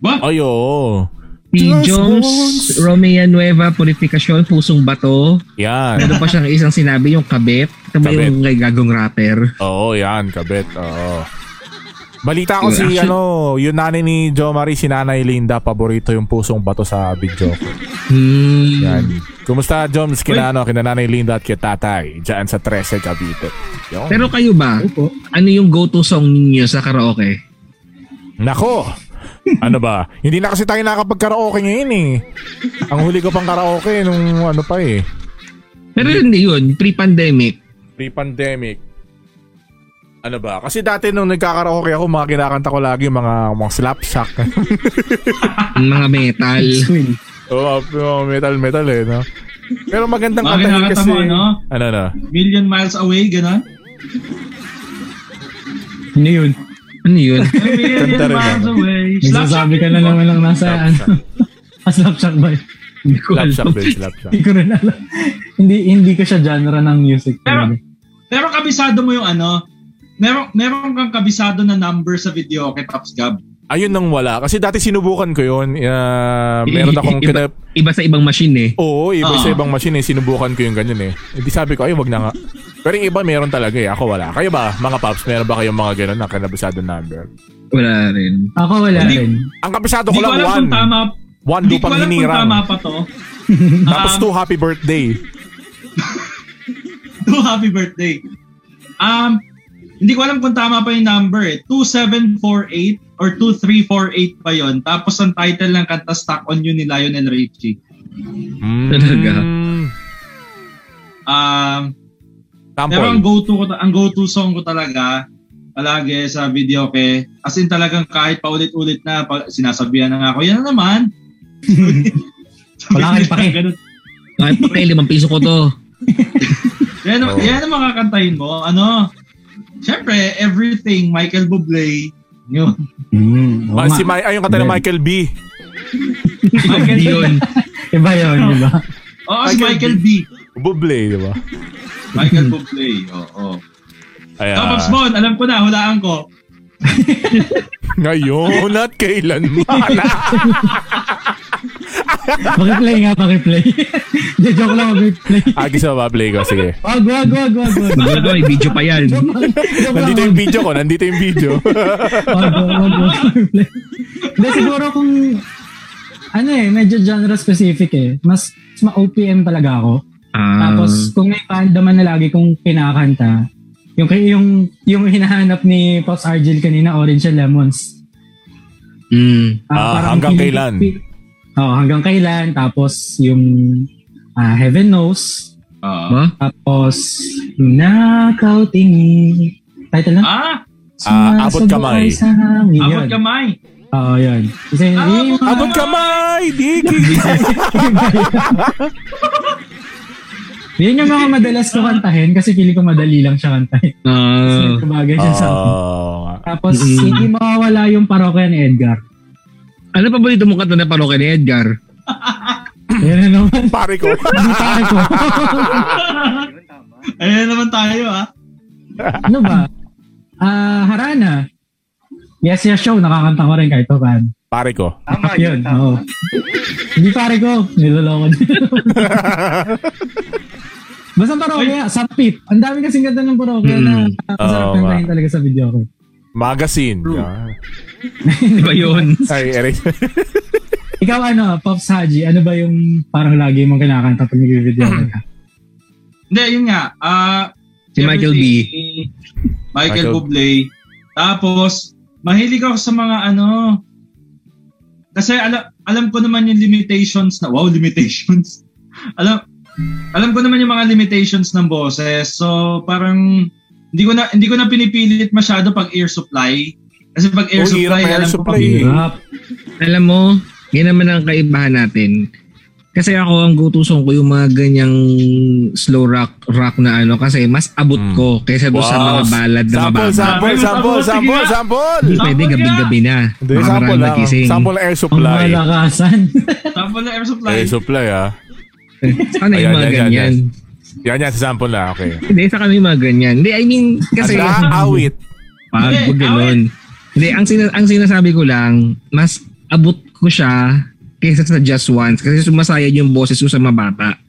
C: Ba?
A: Ay, oo.
D: P.
A: Just
D: Jones,
A: Once.
D: Romea Nueva, Purificacion, Pusong Bato.
A: Yan.
D: Meron Ano pa siyang isang sinabi, yung kabit. Ito ba
A: Kabit.
D: yung kay Gagong Rapper?
A: Oo, yan, kabit. Oo. Balita ko si
D: Actually-
A: ano, yung nanay ni Jo Marie, si Nanay Linda, paborito yung pusong bato sa video.
D: Hmm.
A: Yan. Kumusta, Joms, kina, ano, kina Nanay Linda at kay Tatay, dyan sa 13 Cavite. Yun.
D: Pero kayo ba,
B: Opo.
D: ano yung go-to song ninyo sa karaoke?
A: Nako! ano ba? Hindi na kasi tayo nakapag-karaoke ngayon eh. Ang huli ko pang karaoke nung ano pa eh.
D: Pero
A: Hmm.
D: hindi yun, pre-pandemic.
A: Pre-pandemic. Ano ba? Kasi dati nung nagkakaraoke ako, mga kinakanta ko lagi yung mga, mga slapsack.
D: yung mga
A: eh.
D: metal.
B: Swing.
A: *laughs* Oo, oh, metal-metal eh, no? Pero magandang
C: Mga
A: kantahin
C: kinakanta
A: kasi...
C: mo, ano?
A: Ano na?
C: Million miles away, gano'n?
B: Ano yun?
D: Ano yun?
C: A million
A: Kanta rin
C: miles
A: yan.
C: away.
B: Nagsasabi ka na naman lang nasa
A: Slapshot.
B: ano. Ah, Slapshot ba? yun? Hindi ko alam.
A: Slapsack din, slapsack.
B: Hindi ko rin alam. hindi, hindi ko siya genre ng music.
C: Pero-
B: talaga.
C: Pero kabisado mo yung ano, meron, meron kang kabisado na number sa video kay Pops Gab.
A: Ayun nang wala. Kasi dati sinubukan ko yun. Ah,
C: *laughs*
A: meron akong...
D: iba,
A: Kina-
D: iba sa ibang machine eh.
A: Oo, iba sa
C: Ah.
A: ibang machine eh. Sinubukan ko yung ganyan eh. Hindi sabi ko, ay wag na nga. Pero yung iba meron talaga eh. Ako wala. Kayo ba, mga paps, meron ba kayong mga ganun na kanabisado number?
D: Wala rin.
B: Ako wala
C: Hindi-
B: rin.
A: Ang kabisado ko
C: Hindi ko
A: lang,
C: alam
A: one.
C: kung tama.
A: One
C: Hindi ko
A: lupang
C: alam kung tama
A: hinirang.
C: pa to.
A: Tapos
C: Um,
A: two, happy birthday.
C: *laughs* two happy birthday. Um, hindi ko alam kung tama pa yung number eh. 2748 or 2348 pa yon. Tapos ang title ng kanta Stuck on You ni Lionel Richie.
A: Mm.
D: Talaga.
C: Um, pero
A: Sample.
C: ang go-to ko ta- ang go-to song ko talaga palagi sa video ke as in talagang kahit paulit-ulit na pag sinasabihan na nga ako yan na naman
B: Wala kang pake.
C: Ganun.
D: Kahit pa kayo, limang piso ko to.
C: *laughs*
B: *laughs*
C: yan,
A: Oo.
C: ang- yan ang makakantahin mo ano syempre everything Michael Bublé yun
B: Hmm,
E: Mm, oo
A: Ah,
E: nga.
A: si Mike, ay, yung kanta ni
E: Very-
A: Michael B.
C: *laughs*
D: Michael yun.
B: Iba yun, di ba?
C: Oo, si Michael B.
A: Buble, di ba?
C: Michael Bublé. Oo.
A: Ayan.
C: Tapos Bon, alam ko na, hulaan ko.
A: Ngayon at
C: *laughs*
A: kailanman.
B: Pakiplay nga, pakiplay. *laughs* Hindi, joke lang, pakiplay.
A: Agi sa play ko, sige.
B: Wag, wag, wag, wag, wag.
D: Mga doy, eh, video pa yan.
B: Joke lang,
A: Nandito yung video ko, nandito yung
C: *laughs*
A: video.
B: wag, wag, wag, wag, pakiplay. Hindi, siguro kung, ano eh, medyo genre specific eh. Mas, mas ma-OPM talaga ako.
D: Ah,
A: Mm.
B: Tapos, kung may fandom na lagi kong kinakanta, yung, yung, yung hinahanap ni Pops Argel kanina, Orange and Lemons.
D: mm,
B: Ah,
A: Ah,
B: parang
A: hanggang
B: feeling-
A: kailan?
B: Oo, hanggang kailan. Tapos yung ah, Heaven Knows.
C: Oo.
D: ba?
B: Tapos Nakaw Tingi. Title na?
C: Ah,
A: Ah, Abot Kamay.
C: abot
B: Abot Kamay.
C: kamay.
B: Oo, yun.
C: Ah,
B: Kasi yun yung mga-
A: Abot kamay, Diki!
B: yun yung mga madalas ko kantahin kasi feeling ko madali lang siya kantahin. Kasi
A: Mm.
B: *laughs*
D: Ah,
B: Kumagay siya sa akin.
A: Oh,
B: Tapos
D: Mm.
B: hindi mawawala yung parokya ni Edgar.
D: ano pa ba dito mong kanta na parokya ni Edgar?
B: Yan na naman.
A: pare ko.
C: *laughs*
B: Tayo ko.
C: Ayan naman tayo ah.
B: *laughs* ano ba? Ah, Harana. Yes, yes, show. Nakakanta ko rin kahit pa paano.
A: pare ko.
F: Tama Ah,
B: Yun,
F: yun,
B: oo.
F: tama.
B: Hindi pare ko. Niloloko na.
F: *laughs*
B: Basta parokya, sapit. Ang dami kasing ganda ng parokya na
D: Mm.
B: masarap
A: Oo,
B: kantahin talaga sa video ko.
A: Magazine. Ah.
D: Di ba yun?
A: Ay, Eric.
B: Ikaw ano, Pops Haji, ano ba yung parang lagi mong kinakanta pag nag-video ka?
F: Hmm.
C: Hindi, yun nga. Ah,
D: Si Michael B.
C: Michael, Michael
A: Michael-
C: Bublé. Tapos, mahilig ako sa mga ano, kasi alam, alam ko naman yung limitations na, wow, limitations. *laughs* alam, alam ko naman yung mga limitations ng boses. So, parang, hindi ko na hindi ko na pinipilit masyado pag air supply. Kasi pag air
A: Oh, hirap
C: supply,
A: air
C: alam ko
A: supply.
C: pag-
B: Hirap.
D: Alam mo, yun naman ang kaibahan natin. Kasi ako, ang go-to song ko yung mga ganyang slow rock, rock na ano. Kasi mas abot
A: Mm.
D: ko kaysa doon sa
A: Wow.
D: mga ballad na
A: Sample,
D: mababa.
A: sample, sample, sample, sample.
D: Hindi pwede gabi-gabi na.
A: Hindi,
D: Baka
A: sample
D: marami
A: lang.
D: magising.
A: Sample air
B: Ang
A: supply.
B: malakasan.
C: Tapos wala air supply.
A: Air supply, ah.
D: Sana yung
A: Ayan, ayan,
D: mga
A: ayan,
D: ganyan.
A: Yan yan, sa sample na. Okay.
D: Hindi, sa kami mga ganyan. Hindi, I mean, kasi...
A: Kasi, awit.
D: Pag
C: Hindi,
D: wag ganun. Hindi, ang, sina- ang sinasabi ko lang, mas abot ko siya kaysa sa just once kasi sumasayad yung boses ko sa mabata.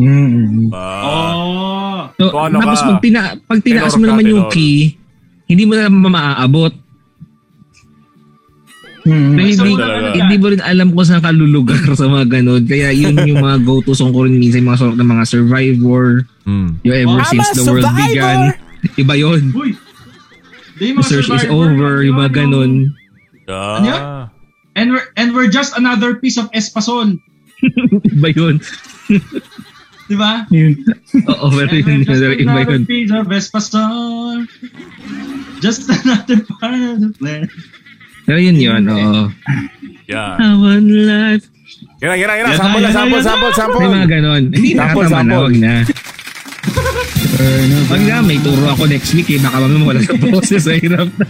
A: Ah,
C: Oh.
D: So,
A: So, ano
D: tapos
A: ka?
D: pag, tina- pag tinaas
A: Tenor
D: mo
A: ka,
D: naman yung
A: tenor.
D: key, hindi mo na maaabot.
B: Mm.
D: Kaya
C: Gusto
D: hindi,
C: mo talaga.
D: hindi mo rin alam kung saan ka lulugar *laughs* sa mga ganun. Kaya yun yung
A: *laughs*
D: mga go-to song ko rin minsan, yung mga song ng mga Survivor,
A: mm.
D: yung Ever
A: Oh,
D: Since
A: I'm a
D: the World
A: survivor!
D: Began. Iba yun.
C: Uy. Hindi, yung
D: The
C: mga
D: search is
C: survivor,
D: over, yung mga ganun. *laughs*
A: Ah.
C: Ano yan? And we're, and we're just another piece of espasol.
D: Iba yun.
C: Di ba?
B: *laughs* Yun.
D: Oo, pero
C: And
D: yun.
C: we're just
D: Iba
C: another
D: yun.
C: piece of espasol. Just *laughs* another part of the plan.
D: Pero yun yun, oo.
A: Yan.
D: I want life.
A: Yan na, yan na, yan na.
C: Yan na,
A: Sample na, sample,
C: yan na, yan na.
A: sample, sample.
D: May mga ganon. Hindi na,
A: Sample,
D: tama na,
A: sample.
D: wag
A: *laughs*
D: na. Wag na, may turo ako next week eh. Baka mamaya wala sa *laughs* boses. Ay, hirap na.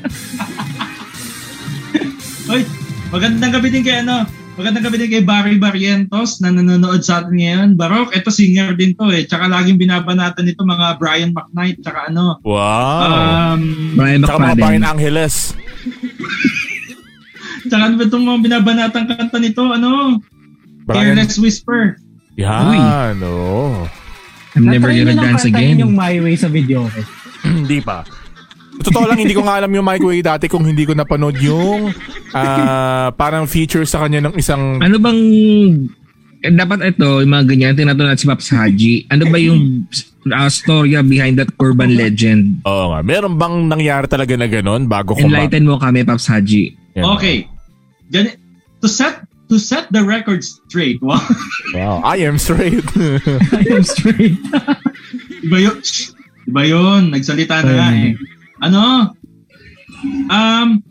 C: Uy, magandang gabi din kay ano. Magandang gabi din kay Barry Barrientos na nanonood sa atin ngayon. Barok, eto singer din to eh. Tsaka laging binabanatan nito mga Brian McKnight. Tsaka ano.
B: Ah,
A: Wow.
C: Um,
D: Brian
A: Tsaka mga Brian
D: McFadden.
A: Angeles.
C: tsaka ano ba itong mga binabanatang kanta nito? Ano?
A: Brian.
C: Careless Whisper.
A: Yan, oo.
D: I'm never
B: Tatry
D: gonna
B: nyo nang
D: dance
B: kantahin
D: again.
B: yung My Way sa video ko.
A: *clears throat* Hindi pa. Totoo lang, hindi ko nga alam yung Mike Way dati kung hindi ko napanood *laughs* yung ah, parang feature sa kanya ng isang...
D: Ano bang... eh, Dapat ito, yung mga ganyan, tinatanong natin si Paps Haji. Ano ba yung uh, storya behind that urban legend?
A: Oo nga. Meron bang nangyari talaga na ganun bago ko
D: Enlighten mo kami, Paps Haji.
A: Yan.
C: Okay. Gani- to set to set the record straight. Wow. *laughs*
A: Wow. I am *laughs* straight.
B: I am *laughs* straight.
C: Iba yun. Shh. Iba yun. Nagsalita na nga eh. Ano? Um,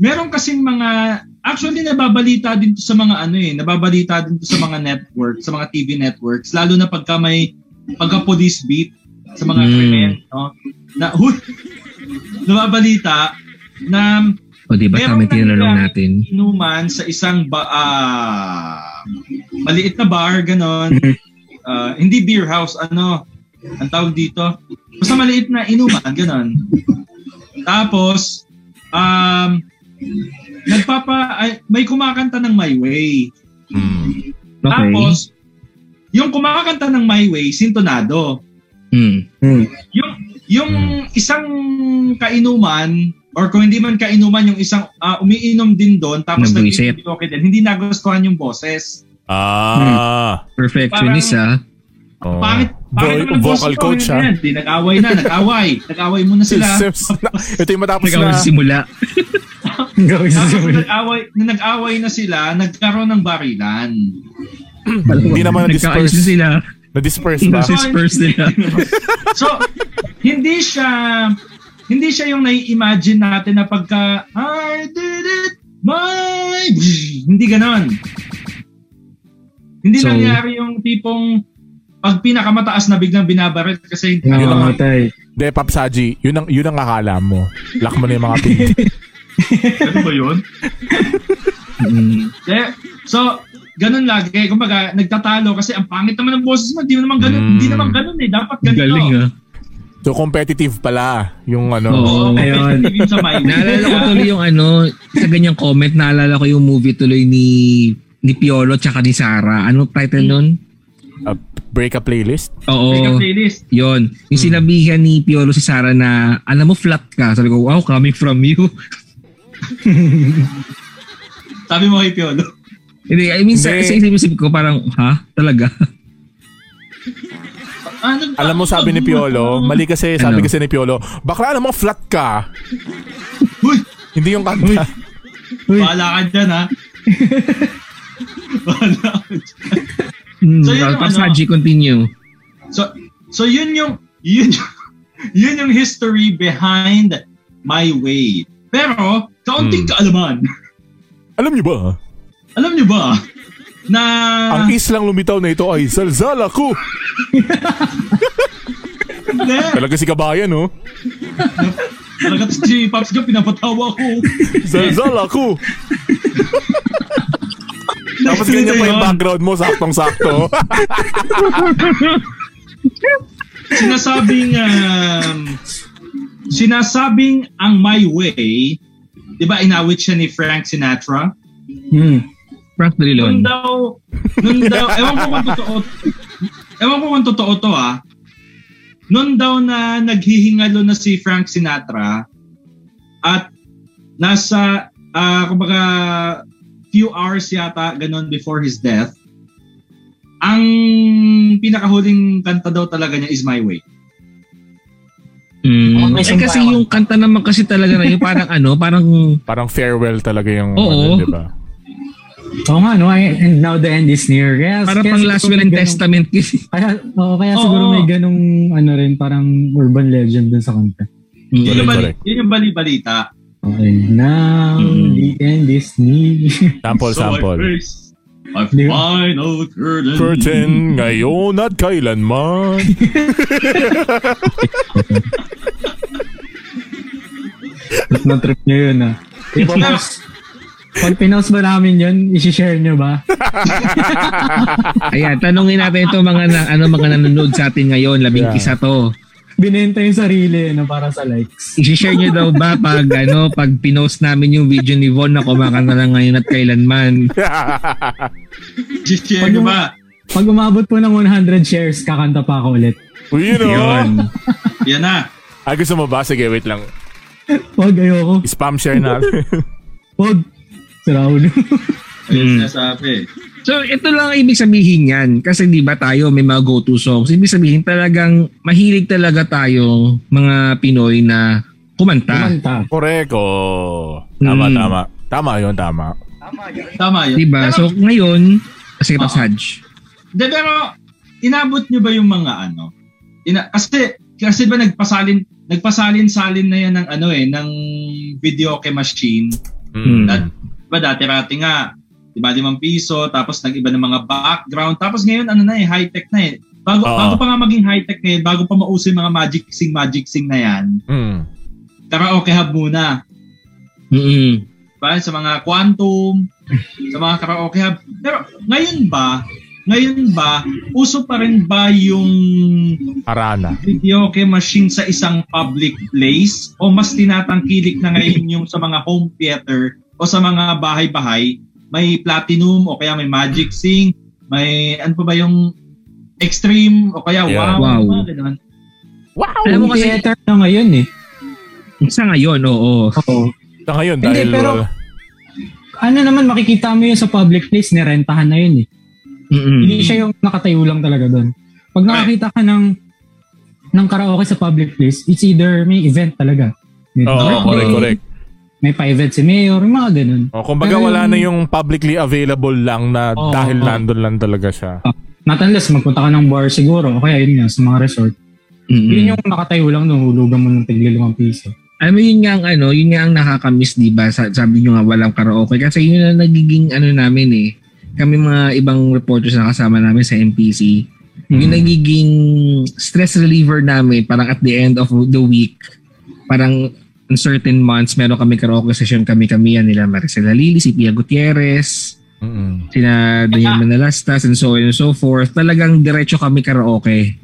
C: meron kasing mga, actually nababalita din to sa mga ano eh, nababalita din to sa mga network, sa mga TV networks, lalo na pagka may, pagka police beat sa mga
D: Mm.
C: *laughs* krimen, no? Na, huy, nababalita na
D: O di ba
C: Meron
D: tama yung tinanong
C: nangyari.
D: natin?
C: inuman sa isang ba ah, maliit na bar ganon Ah, hindi beer house ano ang tawag dito basta maliit na inuman ganon tapos um nagpapa ay, may kumakanta ng my way
A: Mm.
D: Okay.
C: tapos yung kumakanta ng my way sintonado
D: Hmm.
C: yung yung isang kainuman or kung hindi man kainuman yung isang ah, umiinom din doon tapos
D: Nabwisit.
C: okay din hindi nagustuhan yung boses.
A: Ah.
D: Perfectionist ah.
A: Oh.
C: Pangit, pangit
A: Vo-
C: naman ang
A: vocal
C: boses ko,
A: coach, ha?
C: yun na yan. Di, nag-away na, nag-away. nag-away muna
A: *laughs*
C: sila.
A: Ito yung matapos
D: Ikaw
A: na.
D: sa simula.
B: Gawin sa
C: Tapos
B: sulit.
C: nung nag-away, nung nag-away na sila, nagkaroon ng barilan.
A: Hindi naman na-disperse.
D: Nagkaayos na sila.
A: Na-disperse ba?
D: Disperse nila.
C: So, hindi siya hindi siya yung nai-imagine natin na pagka I did it my hindi ganon. Hindi
D: So-
C: nangyari yung tipong pag pinakamataas na biglang binabaril kasi hindi
A: Yun ang-
B: Nakamatay.
A: De, Papsaji, yun ang, yun ang akala mo. Lock mo na yung mga pin.
C: ano ba yun?
D: Mm.
C: Eh, so, ganun lagi. Kumbaga, nagtatalo kasi ang pangit naman ng boses mo. Hindi naman ganun,
A: Mm.
C: hindi naman ganun eh. Dapat ganito.
D: Galing ah.
A: So, competitive pala yung ano.
D: Oo.
C: Oo,
B: Ayun.
C: yun sa mind.
D: Naalala ko tuloy yung ano, sa ganyang comment, naalala ko yung movie tuloy ni ni Piolo tsaka ni Sara. Anong title nun?
A: uh, break a playlist.
C: Make a
D: Oo.
C: playlist.
D: Yon. Yung
C: Hmm.
D: sinabihan ni Piolo si Sara na, alam mo, flat ka. Sabi ko, wow, coming from you. *laughs*
C: Sabi mo kay Piolo.
D: Hindi, I mean, sa,
A: Hindi.
D: sa isip ko parang, ha? Talaga? *laughs*
C: Ano,
A: Alam mo sabi ni Piolo, mali kasi sabi
D: Ano?
A: kasi ni Piolo, bakla naman flat ka.
C: Uy,
A: Hindi yung kanta.
B: Uy.
C: bahala ka dyan ha. bahala ka dyan.
D: Hmm,
C: So, yun yung
D: tapos
C: ano.
D: Haji, continue.
C: So, so yun yung, yun yung, *laughs* yun yung history behind my way. Pero, kaunting
A: Hmm.
C: kaalaman.
A: Alam niyo ba?
C: Alam niyo ba na Ah.
A: Ang islang lumitaw na ito ay salsala ko.
C: hindi,
A: Talaga si kabayan, oh. no?
C: talaga si Pops Gap pinapatawa ko.
A: Salsala ko. Tapos ganyan pa yung background mo, saktong-sakto. *laughs*
C: sinasabing um, sinasabing ang my way 'di ba inawit siya ni Frank Sinatra
B: Hmm.
D: Frank
C: nun
D: Delilon.
C: daw nun
A: *laughs*
C: daw ewan ko kung totoo ewan ko kung totoo to ah nun daw na naghihingalo na si Frank Sinatra at nasa ah, kumbaga few hours yata ganun before his death ang pinakahuling kanta daw talaga niya is My Way.
D: Mm.
B: May
D: Eh, kasi
B: sumpa-
D: yung kanta naman kasi talaga na yun, parang ano,
C: *laughs*
D: parang
A: Parang farewell talaga yung,
D: Oo.
A: ano, di ba?
B: Oo nga, no? I- And now the end is near. Kaya,
D: Para
B: kaya
D: pang
B: siguro
D: last
B: may
D: will and
B: ganong-
D: testament kasi. *laughs*
B: Kaya, oo, kaya
C: Oo.
B: siguro may ganong, ano rin, parang urban legend dun sa kanta.
A: Correct,
D: Hmm.
C: Yun yung, bali,
A: correct.
C: yun yung bali-balita.
B: Okay, now
D: Mm.
B: the end is near. *laughs*
A: Sample, sample.
C: I face my
B: Di ba?
C: final curtain.
A: Curtain ngayon at kailanman.
B: Mas na-trip nyo yun, ah. Ipapost. Pag pinost ba namin yun, isi-share nyo ba? *laughs*
D: Ayan, tanungin natin ito mga na, ano mga nanonood sa atin ngayon, labing
A: Yeah.
D: isa to.
B: Binenta yung sarili, ano, para sa likes.
D: I-share niyo daw ba pag ano pag pinost namin yung video ni Von na kumakanta lang ngayon at kailanman.
C: Share nyo ba?
B: Pag umabot po ng 100 shares, kakanta pa ako ulit.
A: you know?
D: Yun.
C: Yan na.
A: Ay, gusto mo ba? Sige, wait lang.
B: Huwag, ayoko.
A: Spam share natin.
B: Huwag. Sira ulo.
C: Ayun
A: Hmm.
D: Mm.
C: sinasabi.
D: So ito lang ang ibig sabihin niyan kasi 'di ba tayo may mga go-to songs. Ibig sabihin talagang mahilig talaga tayo mga Pinoy na kumanta.
B: *laughs* Kumanta.
A: Correct, oh. Tama,
D: Mm.
A: tama. Tama yun, tama.
C: Tama yun.
D: 'Di ba? Diba?
C: Pero,
D: So ngayon kasi
C: Oo.
D: passage.
C: de, pero, inabot nyo ba yung mga ano? Ina, kasi, kasi ba nagpasalin, nagpasalin-salin na yan ng ano eh, ng video kay machine.
A: Mm.
C: That- Diba dati-rati nga, diba limang piso, tapos nag-iba ng mga background. Tapos ngayon, ano na eh, high-tech na eh. Bago,
A: Oo.
C: bago pa nga maging high-tech na eh, bago pa
A: Hmm,
C: mauso yung mga magic sing, magic sing na yan,
A: Mm.
C: karaoke hub muna.
D: Mm-mm.
C: ba? sa mga quantum, sa mga karaoke hub. Pero ngayon ba, ngayon ba, uso pa rin ba yung
A: Arana.
C: karaoke machine sa isang public place? O mas tinatangkilik na ngayon yung sa mga home theater o sa mga bahay-bahay? May platinum o kaya may magic sing, may ano pa ba yung extreme o kaya
A: Yeah.
D: Wow.
C: wow. mga ganun.
B: Alam mo kasi theater na ngayon eh.
D: Sa ngayon, oo.
B: Oo.
A: Sa ngayon,
B: Hindi,
A: dahil...
B: pero-
A: uh,
B: Ano naman makikita mo yun sa public place, nirentahan na yun eh.
D: Mm-mm.
B: Hindi siya yung nakatayo lang talaga doon. Pag nakakita ka ng ng karaoke sa public place, it's either may event talaga. May,
A: Oo,
C: Oo.
A: correct, correct.
B: may pa-event si Mayor, yung mga ganun.
A: Oh, kumbaga
B: Pero
A: wala
B: yung-
A: na yung publicly available lang na
B: Oo,
A: dahil
B: oo.
A: nandun lang talaga siya.
B: Not unless magpunta ka ng bar siguro, o kaya yun nga, sa mga resort.
D: Hmm.
B: Yun yung nakatayo lang doon, hulugan mo ng tiglilimang piso.
D: Ano yun nga ang ano, yun nga ang nakakamiss, di ba? Sa- Sabi nyo nga walang karaoke. Kasi yun ang nagiging ano namin eh. Kami mga ibang reporters na kasama namin sa MPC. Yung nagiging stress reliever namin, parang at the end of the week, parang in certain months, meron kami karaoke session kami-kami yan nila Maricela Lili, si Pia Gutierrez,
A: Mm-mm.
D: sina Daniel Manalastas, and so on and so forth. Talagang diretso kami karaoke.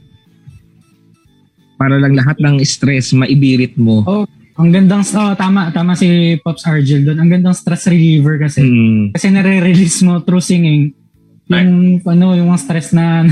D: Para lang lahat ng stress, maibirit mo.
B: Oh, ang gandang, oh, tama, tama si Pops Argel doon. Ang gandang stress reliever kasi.
D: Mm.
B: Kasi nare-release mo through singing yung ano yung mga stress na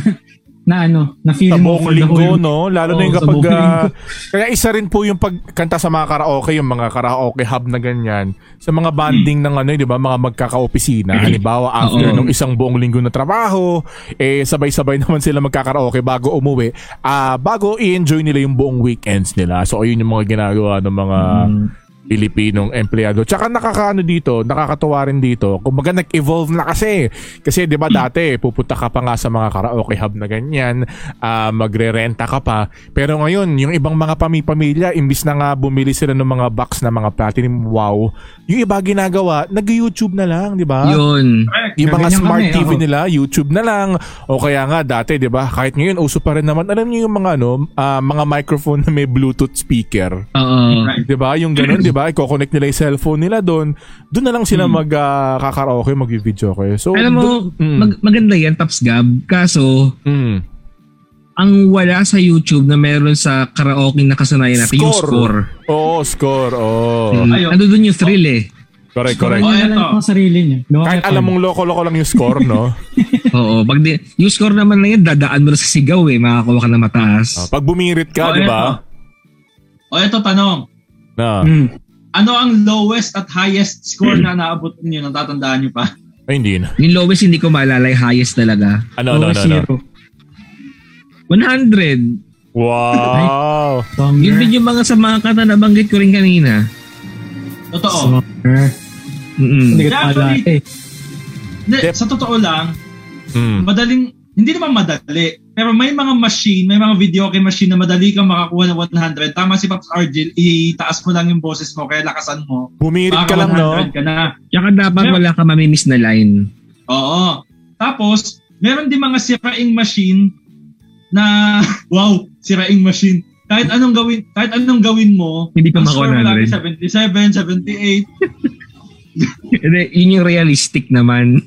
B: na ano na feel
A: Sa
B: mo
A: buong
B: for the
A: linggo,
B: whole-
A: no? Lalo na
B: Oo,
A: yung
B: sa
A: kapag...
B: buong
A: ah,
B: linggo.
A: kaya isa rin po yung pagkanta sa mga karaoke, yung mga karaoke hub na ganyan. Sa mga banding ng ano, di ba, mga magkakaopisina.
B: Mm-hmm.
A: Halimbawa, after
D: Oo.
A: nung isang buong linggo na trabaho, eh, sabay-sabay *laughs* naman sila magkakaraoke bago umuwi. ah bago i-enjoy nila yung buong weekends nila. So, ayun yung mga ginagawa ng mga...
B: Mm-hmm.
A: Pilipinong empleyado. Tsaka nakakaano dito, nakakatuwa rin dito. Kumbaga nag-evolve na kasi. Kasi 'di ba dati pupunta ka pa nga sa mga karaoke hub na ganyan, ah, magrerenta ka pa. Pero ngayon, yung ibang mga pami-pamilya imbis na nga bumili sila ng mga box na mga platinum wow, yung iba ginagawa, nag-YouTube na lang, 'di ba?
D: Yun.
C: Correct.
A: Yung mga
B: Ganyan
A: smart
B: kami,
A: TV
B: oo.
A: nila, YouTube na lang. O kaya nga dati, 'di ba? Kahit ngayon uso pa rin naman. Alam niyo yung mga ano, ah, mga microphone na may Bluetooth speaker.
D: Oo.
C: Right.
A: 'Di ba? Yung ganun, 'di ba? Iko-connect nila 'yung cellphone nila doon. Doon na lang sila mag ah, kakaraoke, mag-video kayo. So,
D: Alam mo,
A: dun- Mm.
D: mag- maganda yan, Taps Gab. Kaso,
A: mm.
D: ang wala sa YouTube na meron sa karaoke na kasanayan natin, yung
A: Score. Oh.
D: score.
A: Oo, score. Oo.
D: Mm.
C: Ayun.
D: Ano dun yung thrill eh.
A: Correct,
B: Kaya
A: correct.
C: Oh,
B: na lang
C: eto.
B: ako sa sarili niya. Gawa
A: Kahit
B: kayo
A: alam
B: pa.
A: mong loko-loko lang yung score, no?
D: Oo. Pag di, yung score naman na yan, dadaan mo na sa sigaw eh. Makakuha ka na mataas.
A: Ah, Pag bumirit ka,
C: Oh,
A: 'di ba?
C: eto. O eto tanong.
A: Na.
B: Mm.
C: Ano ang lowest at highest score na naabot niyo? Natatandaan niyo pa?
A: Ay, hindi na.
D: Yung lowest hindi ko maalala, yung highest talaga.
A: Ano, ano,
B: Gawa
A: ano, ano.
B: zero.
D: 100.
A: Wow.
B: Bummer.
D: Yun din yung mga sa mga kata na banggit ko rin kanina.
C: Totoo.
B: Bummer.
A: Hmm.
D: Mm-mm.
B: Hindi ko pala
C: Actually,
B: eh.
C: Hindi,
A: Dep-
C: sa totoo lang,
A: Mm.
C: Hmm. madaling, hindi naman madali, pero may mga machine, may mga video game machine na madali kang makakuha ng 100. Tama si Pops Argel, itaas mo lang yung boses mo, kaya lakasan mo.
A: Bumirit ka
C: Baka
A: lang, no?
C: 100 ka na.
D: Tsaka dapat wala ka mamimiss na line.
C: Oo. Tapos, meron din mga siraing machine na, *laughs* wow, siraing machine. Kahit anong gawin, kahit anong gawin mo,
D: Hindi pa
C: ang score mo lang ay
D: maka 100.
C: 77, 78,
D: Yun yung realistic naman.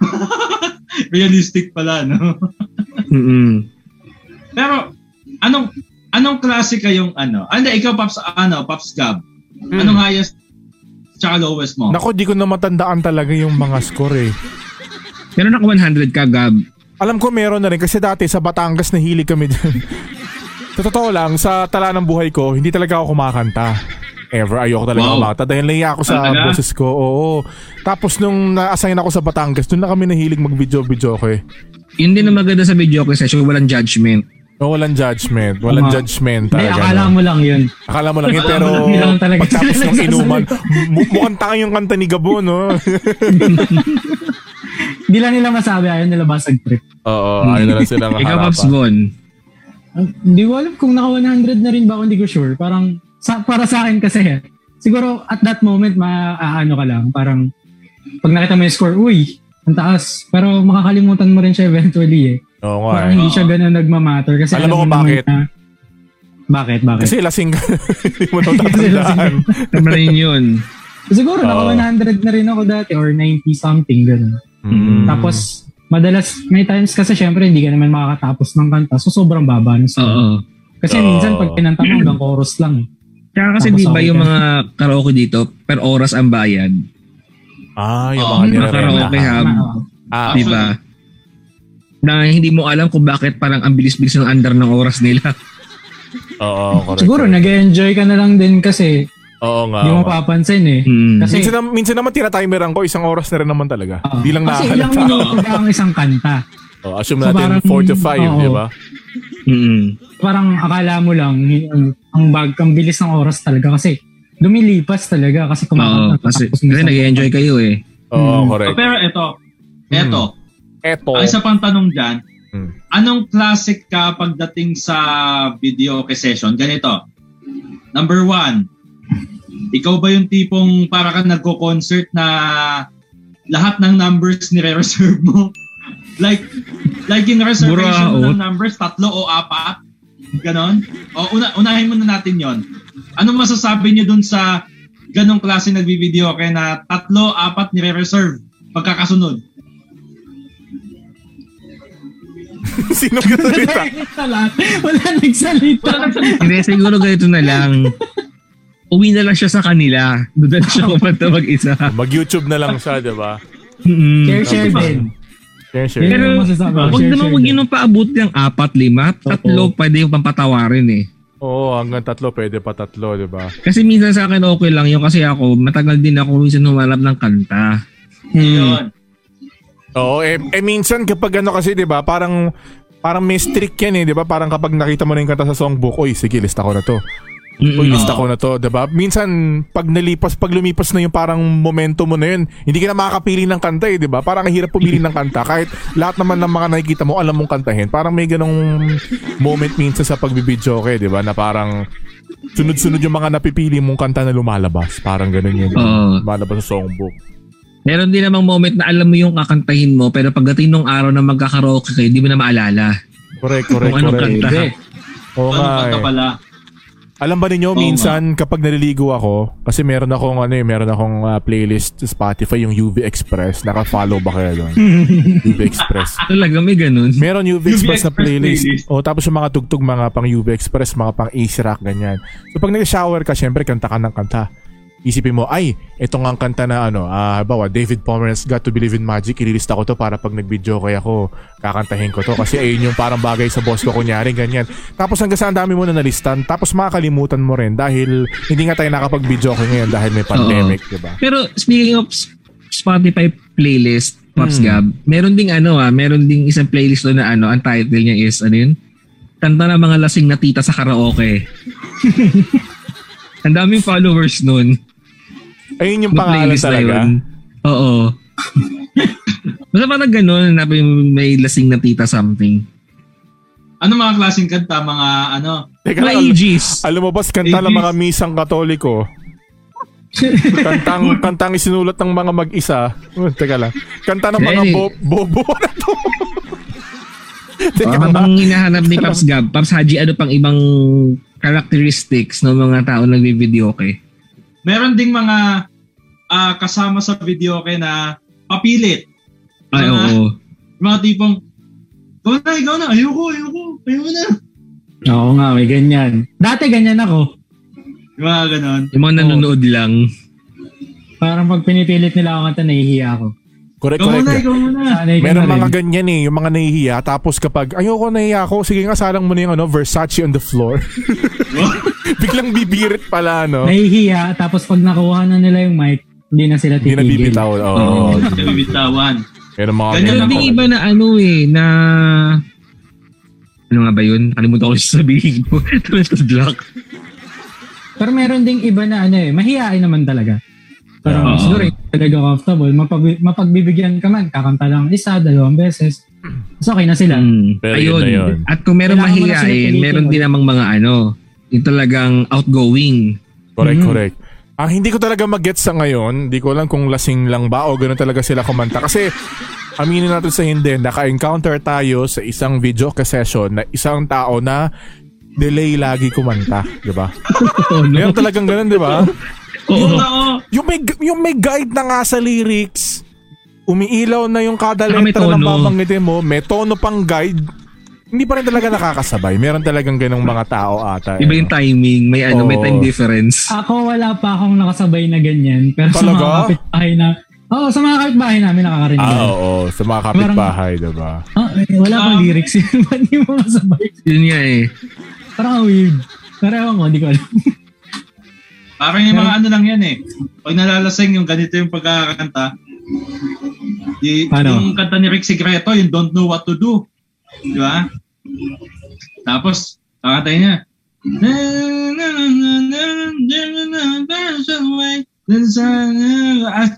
D: *laughs*
C: realistic pala, no? *laughs*
D: Mm-mm.
C: Pero anong anong klase kayong ano? Ano ikaw Pops ano, Pops Gab? Anong highest tsaka lowest mo?
A: Nako, di ko na matandaan talaga yung mga score eh.
D: Meron ako 100 ka, Gab.
A: Alam ko meron na rin kasi dati sa Batangas nahilig kami dyan. *laughs* sa totoo lang, sa tala ng buhay ko, hindi talaga ako kumakanta. Ever, ayoko talaga
C: Wow.
A: kumakanta dahil nahiya ako sa
C: Talaga?
A: boses ko. Oo. Tapos nung na-assign ako sa Batangas, doon na kami nahilig mag-video-video ko eh.
D: Yun din ang maganda sa video ko session, walang judgment.
A: No, walang judgment. Walang
B: Tama.
A: judgment
B: Hindi,
A: talaga.
B: akala
A: no?
B: mo lang yun.
A: Akala mo lang *laughs* yun, pero
B: Akala mo lang talaga.
A: pagtapos *laughs* ng inuman, mu- mukhang tanga yung kanta ni Gabo, no?
B: Hindi lang nila masabi, ayaw nila basag trip.
A: *laughs* Oo, ayun na lang *laughs* silang
D: *laughs* Ikaw, Pops
A: harapan.
D: Bon.
B: Ah, Hindi ko alam kung naka 100 na rin ba ako, hindi ko sure. Parang, sa, para sa akin kasi eh, siguro at that moment, maaano ka lang. Parang, pag nakita mo yung score, uy, ang taas. Pero makakalimutan mo rin siya eventually eh.
A: Oo nga
B: Parang
A: eh.
B: hindi siya ganun nagmamatter. Kasi
A: Alam mo kung
B: naman
A: bakit?
B: na- bakit, bakit?
A: Kasi lasing ka. *laughs* Hindi mo na
B: Kasi lasing ka.
A: tatandaan.
D: Tama na yun yun.
B: Siguro,
A: Oo.
B: naka 100 na rin ako dati or 90 something, gano'n.
A: Mm.
B: Tapos, madalas, may times kasi syempre hindi ka naman makakatapos ng kanta. So, sobrang baba na sa-
D: Oo.
B: Kasi
A: Oo.
B: minsan, pag pinanta mo, hanggang chorus lang. eh.
D: Kaya kasi
B: Tapos
D: di ba
B: ako
D: yung
B: din.
D: mga karaoke dito, per oras ang bayad.
A: Ah, yung mga
D: Yung
C: Oo,
D: mga
A: nirerenta.
D: karaoke hub,
B: Na-
A: Ah,
D: di ba? Na hindi mo alam kung bakit parang ang bilis-bilis ng under ng oras nila. *laughs*
A: oo, correct.
B: siguro, nag-enjoy ka na lang din kasi
A: Oo nga.
B: hindi mo
A: oo nga.
B: papansin eh.
D: Hmm.
B: Kasi,
A: Minsan, nam- minsan naman tinatimeran ko, oh, isang oras na rin naman talaga.
B: Oo.
A: Hindi lang
B: kasi
A: nakakalata.
B: ilang minuto ka ang isang kanta.
A: Oh, assume
B: So,
A: natin
B: parang-
A: 4 to 5,
B: oo.
A: di ba?
D: Mm-mm.
B: Parang akala mo lang, y- ang, ang bag, ang bilis ng oras talaga kasi lumilipas talaga kasi
D: Oo,
B: kumakanta.
D: kasi,
B: tapos
D: kasi
B: minsan-
D: nag-enjoy kayo eh.
A: Oo,
B: Mm.
A: correct.
C: pero ito, ito,
A: Eto.
C: ang isa pang tanong dyan,
A: Mm.
C: anong classic ka pagdating sa video session? Ganito, number one, ikaw ba yung tipong para ka nagko-concert na lahat ng numbers nire-reserve mo? *laughs* like, like yung reservation mo
D: Buraot.
C: ng numbers, tatlo o apat? Ganon? O una, unahin muna natin yon. Anong masasabi niyo dun sa ganong klase nagbibideo kaya na tatlo, apat nire-reserve pagkakasunod?
A: *laughs* Sino ka
B: Wala
A: salita?
B: nagsalita. *laughs* Wala nagsalita.
C: Wala nagsalita.
D: Hindi, siguro ganito na
B: *laughs*
D: lang. Uwi na lang siya sa kanila. Doon na lang
B: *laughs*
D: siya kumanta mag-isa. Hmm.
A: Mag-YouTube na lang siya, di ba?
D: Mm-mm.
B: Share, share din.
A: Sure, sure.
B: Yun
D: Mm. Pero,
B: yung masasabi
A: Diba?
B: ko,
D: Huwag
B: share,
D: naman
B: share
D: huwag
B: din.
D: yun ang paabot ng apat, lima, tatlo, pwede yung pampatawarin eh.
A: Oo, hanggang tatlo, pwede pa tatlo, di ba?
D: Kasi minsan sa akin okay lang yun kasi ako, matagal din ako minsan humalap ng kanta.
C: Yun.
A: Oo, eh, eh, minsan kapag ano kasi, di ba, parang parang may streak yan eh, di ba? Parang kapag nakita mo na yung kanta sa songbook, oy, sige, lista ko na to. Uy,
D: Mm-mm.
A: lista ko na to, di ba? Minsan, pag nalipas, pag lumipas na yung parang momento mo na yun, hindi ka na makakapili ng kanta eh, di ba? Parang ang hirap pumili ng kanta. Kahit lahat naman ng mga nakikita mo, alam mong kantahin. Parang may ganong moment minsan sa pagbibidyo ka eh, di ba? Na parang sunod-sunod yung mga napipili mong kanta na lumalabas. Parang ganun yun. diba?
D: Oo.
A: Lumalabas sa songbook.
D: Meron din namang moment na alam mo yung kakantahin mo pero pagdating nung araw na magkakaraoke kayo, di mo na maalala.
A: Correct, correct,
D: Kung anong
A: correct.
D: kanta.
B: Hindi.
A: *laughs* Oo
C: Ano
A: nga
C: kanta
A: eh.
C: pala?
A: Alam ba ninyo,
C: Oo
A: minsan kapag naliligo ako, kasi meron akong ano eh, meron akong ah, playlist sa Spotify, yung UV Express. Naka-follow ba kayo doon? UV Express.
D: Talaga may ganun.
A: Meron UV,
C: UV
A: Express, na
C: Express
A: playlist.
C: playlist.
A: O tapos yung mga tugtog mga pang UV Express, mga pang AC Rock, ganyan. So pag nag-shower ka, syempre kanta ka ng kanta. Isipin mo, ay, ito nga ang kanta na ano, ah, bawa, David Pomeranz, Got to Believe in Magic, ililista ko to para pag nag-video kaya ako, kakantahin ko to. Kasi ayun yung parang bagay sa boss ko, kunyari, ganyan. Tapos hanggang sa ang dami mo na nalistan, tapos makakalimutan mo rin dahil hindi nga tayo nakapag-video ko ngayon dahil may pandemic, di ba?
D: Pero speaking of s- Spotify playlist,
A: Hmm.
D: Pops Gab, meron ding ano ah, meron ding isang playlist doon na ano, ang title niya is, ano yun? Kanta ng mga lasing na tita sa karaoke. *laughs* ang daming followers nun.
A: Ayun yung
D: Yung
A: pangalan
D: playlist na
A: talaga.
D: yun. Oo. *laughs* Basta parang ganun, hanapin mo yung may lasing na tita something.
C: Ano mga klaseng kanta? Mga ano?
A: Teka,
D: Mga
A: al-
D: Aegis.
A: Alam mo ba, kanta ng mga misang katoliko. kantang kantang isinulat ng mga mag-isa. *laughs* Uh, teka lang. Kanta ng mga
D: Eh.
A: bo- bobo *laughs* na to. teka
D: Parang
A: lang.
D: ang hinahanap ni Pops Gab, Pops Haji, ano pang ibang characteristics ng mga tao nagbibideo kay?
C: Meron ding mga ah, kasama sa video kay na papilit.
D: Ay,
C: Ah.
D: oo.
C: Mga tipong, ikaw na, ikaw na, ayoko, ayoko, ayoko na.
B: Oo nga, may ganyan. Dati ganyan ako.
C: Yung mga ganon.
D: Yung mga nanonood lang.
B: Parang pag pinipilit nila ako kanta, nahihiya ako.
A: Correct,
C: Ikaw
A: correct.
C: muna, ikaw muna.
B: Sanay ka
A: Meron
B: na rin.
A: mga ganyan eh, yung mga nahihiya. Tapos kapag, ayoko nahihiya ako, sige nga, sarang mo na yung ano, Versace on the floor. Biglang bibirit pala, ano? no?
B: Nahihiya, tapos pag nakuha na nila yung mic, hindi na sila
A: Hindi na
B: titigil.
A: bibitaw. Oo.
D: Oo.
C: Hindi bibitawan.
A: Meron mga
C: Ganyan
D: Meron
A: ganyan.
C: lang
D: ding
C: ako.
D: iba na ano eh, na... Ano nga ba yun? Kalimutan ko yung sabihin ko. *laughs* Tulad block.
B: Pero meron ding iba na ano eh, mahihain naman talaga. Pero
A: Yeah.
B: siguro hindi talaga comfortable. Mapag- mapagbibigyan ka man, kakanta lang isa, dalawang beses. So okay na sila.
D: Mm.
A: Pero yun na yun.
D: At kung meron
B: Kailangan mo na
D: mahihain,
B: sila
D: meron din
B: pilitin
D: namang mga ano, yung talagang outgoing.
A: Correct,
D: Mm-hmm.
A: correct. Ang hindi ko talaga mag-gets sa ngayon, hindi ko alam kung lasing lang ba o gano'n talaga sila kumanta. Kasi, aminin natin sa hindi, naka-encounter tayo sa isang video session na isang tao na delay lagi kumanta, di ba?
D: *laughs* Oo, Oh, no?
A: Meron talagang gano'n, di ba?
C: Yun
D: Oo.
C: ako.
A: Yung may, yung may guide na nga sa lyrics, umiilaw na yung kada
D: Saka Ah, may
A: letra ng
D: tono.
A: babanggitin mo, may tono pang guide. Hindi pa rin talaga nakakasabay. Meron talagang ganong mga tao ata. eh,
D: Iba yung
A: no?
D: timing, may ano, may
A: Oo.
D: time difference.
B: Ako wala pa akong nakasabay na ganyan. Pero sa
A: Talaga?
B: mga kapitbahay na... Oo, sa mga kapitbahay namin nakakarinig.
A: Ah, oo. Sa mga kapitbahay, diba?
B: Ah, eh, wala pang
C: Um,
B: lyrics yun. *laughs* Ba't di mo masabay?
D: Yun nga eh.
B: Parang ang weird. Pero ewan ko, hindi ko alam.
C: Parang yung mga ano lang yan eh. Pag nalalasing yung ganito yung pagkakanta. Di,
B: Paano?
C: Yung kanta ni Rick Secreto, yung Don't Know What To Do. Di ba? Tapos, kakantay niya.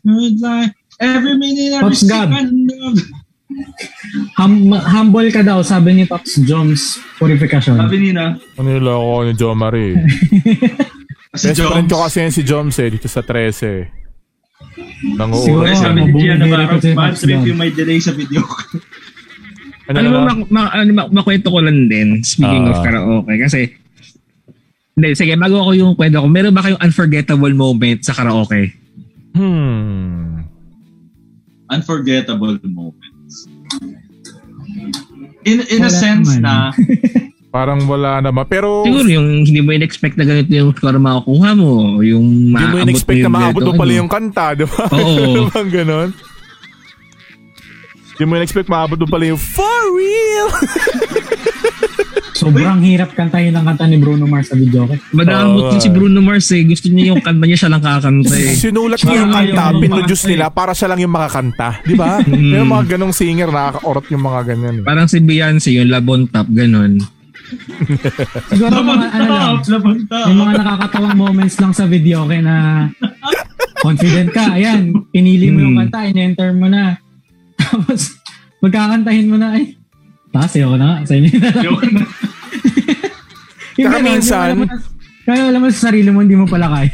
C: Every minute, every
B: Pops Gab.
C: second of...
B: Hum- humble ka daw, sabi ni Pops Joms Purification.
C: Sabi nila,
A: Ano yung loko ko ni Jo Marie?
C: si
A: Best friend
C: Jones.
A: ko kasi yan si Joms eh, dito sa 13.
B: Siguro,
A: Nanguulit.
C: Kasi sabi ni
B: mabuhay
C: Gian
B: na
C: na
B: rin
C: parang
B: kasi yung
C: bad
B: Pops
C: trip
B: Gab.
C: yung may delay sa video ko.
A: Ano
D: Ano
A: na
D: mo,
A: lang?
D: mak- ma- ano, mak- makwento ko lang din, speaking of
A: Ah.
D: karaoke, kasi, hindi, sige, bago ako yung kwento ko, meron ba kayong unforgettable moment sa karaoke?
A: Hmm.
C: Unforgettable moments. In, in a
B: Wala
C: sense na,
B: naman.
A: Parang wala naman. Pero
D: Siguro yung hindi mo in-expect na ganito yung score makukuha mo, yung
A: hindi mo
D: maaabot
A: in-expect na maabot mo
D: ganitong
A: pala
D: ano.
A: yung kanta, di ba? *laughs*
D: Oo.
A: Parang ganon. Hindi mo in-expect maabot mo pala yung For real!
B: Sobrang hirap kantahin ang kanta ni Bruno Mars sa video. ko.
A: Oo,
D: Madamot din si
A: ah.
D: Bruno Mars eh. Gusto niya yung kanta niya siya lang kakanta eh.
A: Sinulat niya yung
B: Tsaka
A: kanta,
B: yung-
A: pinroduce nila para siya lang yung makakanta. Di ba? May mga ganong singer, nakaka-orot yung mga ganyan. eh.
D: Parang si Beyonce, yung Labon Top, ganun.
B: Siguro mga ano lang,
C: Labantap! Labantap!
B: yung mga nakakatawang moments lang sa video okay, na confident ka. Ayan, pinili mo yung
D: Hmm.
B: kanta, in-enter mo na. *laughs* Tapos, magkakantahin mo na, ay, taas, ayoko na. Sa inyo na lang.
C: Yun.
B: Yung
A: Saka
B: ganun,
A: minsan- Ano
B: yung alam mo na- Kaya alam mo sa sarili mo, hindi mo pala kaya.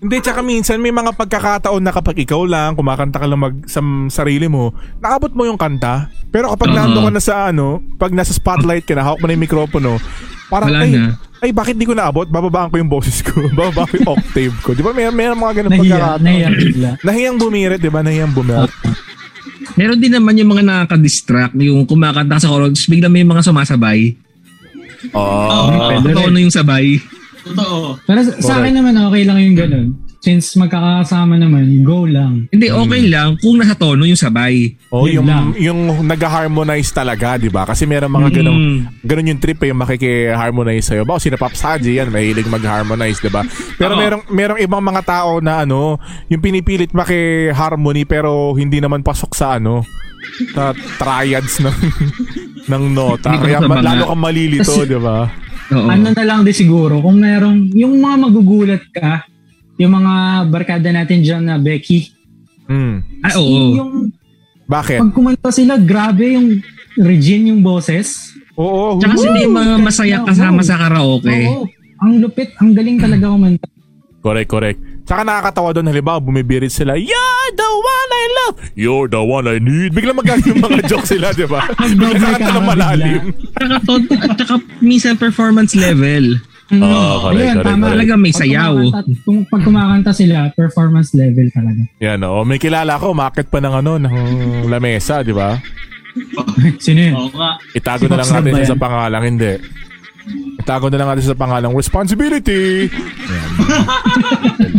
A: Hindi, tsaka minsan may mga pagkakataon na kapag ikaw lang, kumakanta ka lang mag, sa sarili mo, naabot mo yung kanta. Pero kapag
D: Oo.
A: nando ka na sa ano, pag nasa spotlight ka na, hawak mo na yung mikropono, parang,
D: Wala
A: ay,
D: na.
A: ay, bakit di ko naabot? Bababaan ko yung boses ko. *laughs* Bababaan ko yung octave ko. Di ba? May, may mga ganun
B: *laughs* Nahiya,
A: pagkakataon.
B: nahiya bigla.
A: Nahiyang bumirit, di ba? Nahiyang bumirit.
D: Meron din naman yung mga nakaka-distract, yung kumakanta sa chorus, bigla may mga sumasabay.
C: Oo.
D: Pwede Ah, Totoo na yung sabay.
C: Totoo.
B: Pero sa, sa akin naman, okay lang yung ganun. Since magkakasama naman, go lang.
A: Mm.
D: Hindi, okay lang kung nasa tono yung sabay.
A: Oh,
B: Yun
A: yung
B: lang.
A: yung nag-harmonize talaga, 'di ba? Kasi meron mga ganong
B: Mm.
A: ganun yung trip eh, yung makiki-harmonize sa'yo. Ba, sina Pops Haji yan, mahilig mag-harmonize, 'di ba? Pero
C: Oo.
A: merong merong ibang mga tao na ano, yung pinipilit maki-harmony pero hindi naman pasok sa ano sa triads ng ng nota.
D: Hindi
A: Kaya
D: pasok sa
A: ma-
D: mga-
A: lalo kang malilito,
B: Kasi-
A: 'di ba?
D: Oo.
B: Ano na lang din siguro, kung merong, yung mga magugulat ka, yung mga barkada natin dyan na Becky,
A: Hmm.
D: Ah, oo.
B: yung
A: Bakit?
B: pag kumanta sila, grabe yung Regine yung boses.
A: Oo.
D: Tsaka sila yung mga masaya kasama sa karaoke.
B: Oo, ang lupit, ang galing talaga kumanta.
A: Correct, correct. Tsaka nakakatawa doon, halimbawa, bumibirit sila, You're the one I love! You're the one I need! Biglang magagaling yung mga *laughs* joke sila, di ba?
B: double
A: Nakakanta ng
B: kaka
A: malalim.
D: Tsaka, to- at tsaka minsan performance level.
A: Oo, correct,
B: Ayun,
A: correct,
B: tama.
A: correct.
D: Talaga may
B: Pag
D: sayaw.
B: kumakanta- kung- pag kumakanta sila, performance level talaga.
A: Yan, oo. May kilala ko, umakit pa ng ano, ng lamesa, di ba?
B: *laughs* Sino yun?
C: Oo nga.
A: Itago
B: Si
A: na lang
B: Pops
A: natin
B: Rob ba
A: siya sa
B: yan?
A: pangalang, hindi. Itago na lang natin siya sa pangalang responsibility. Yan.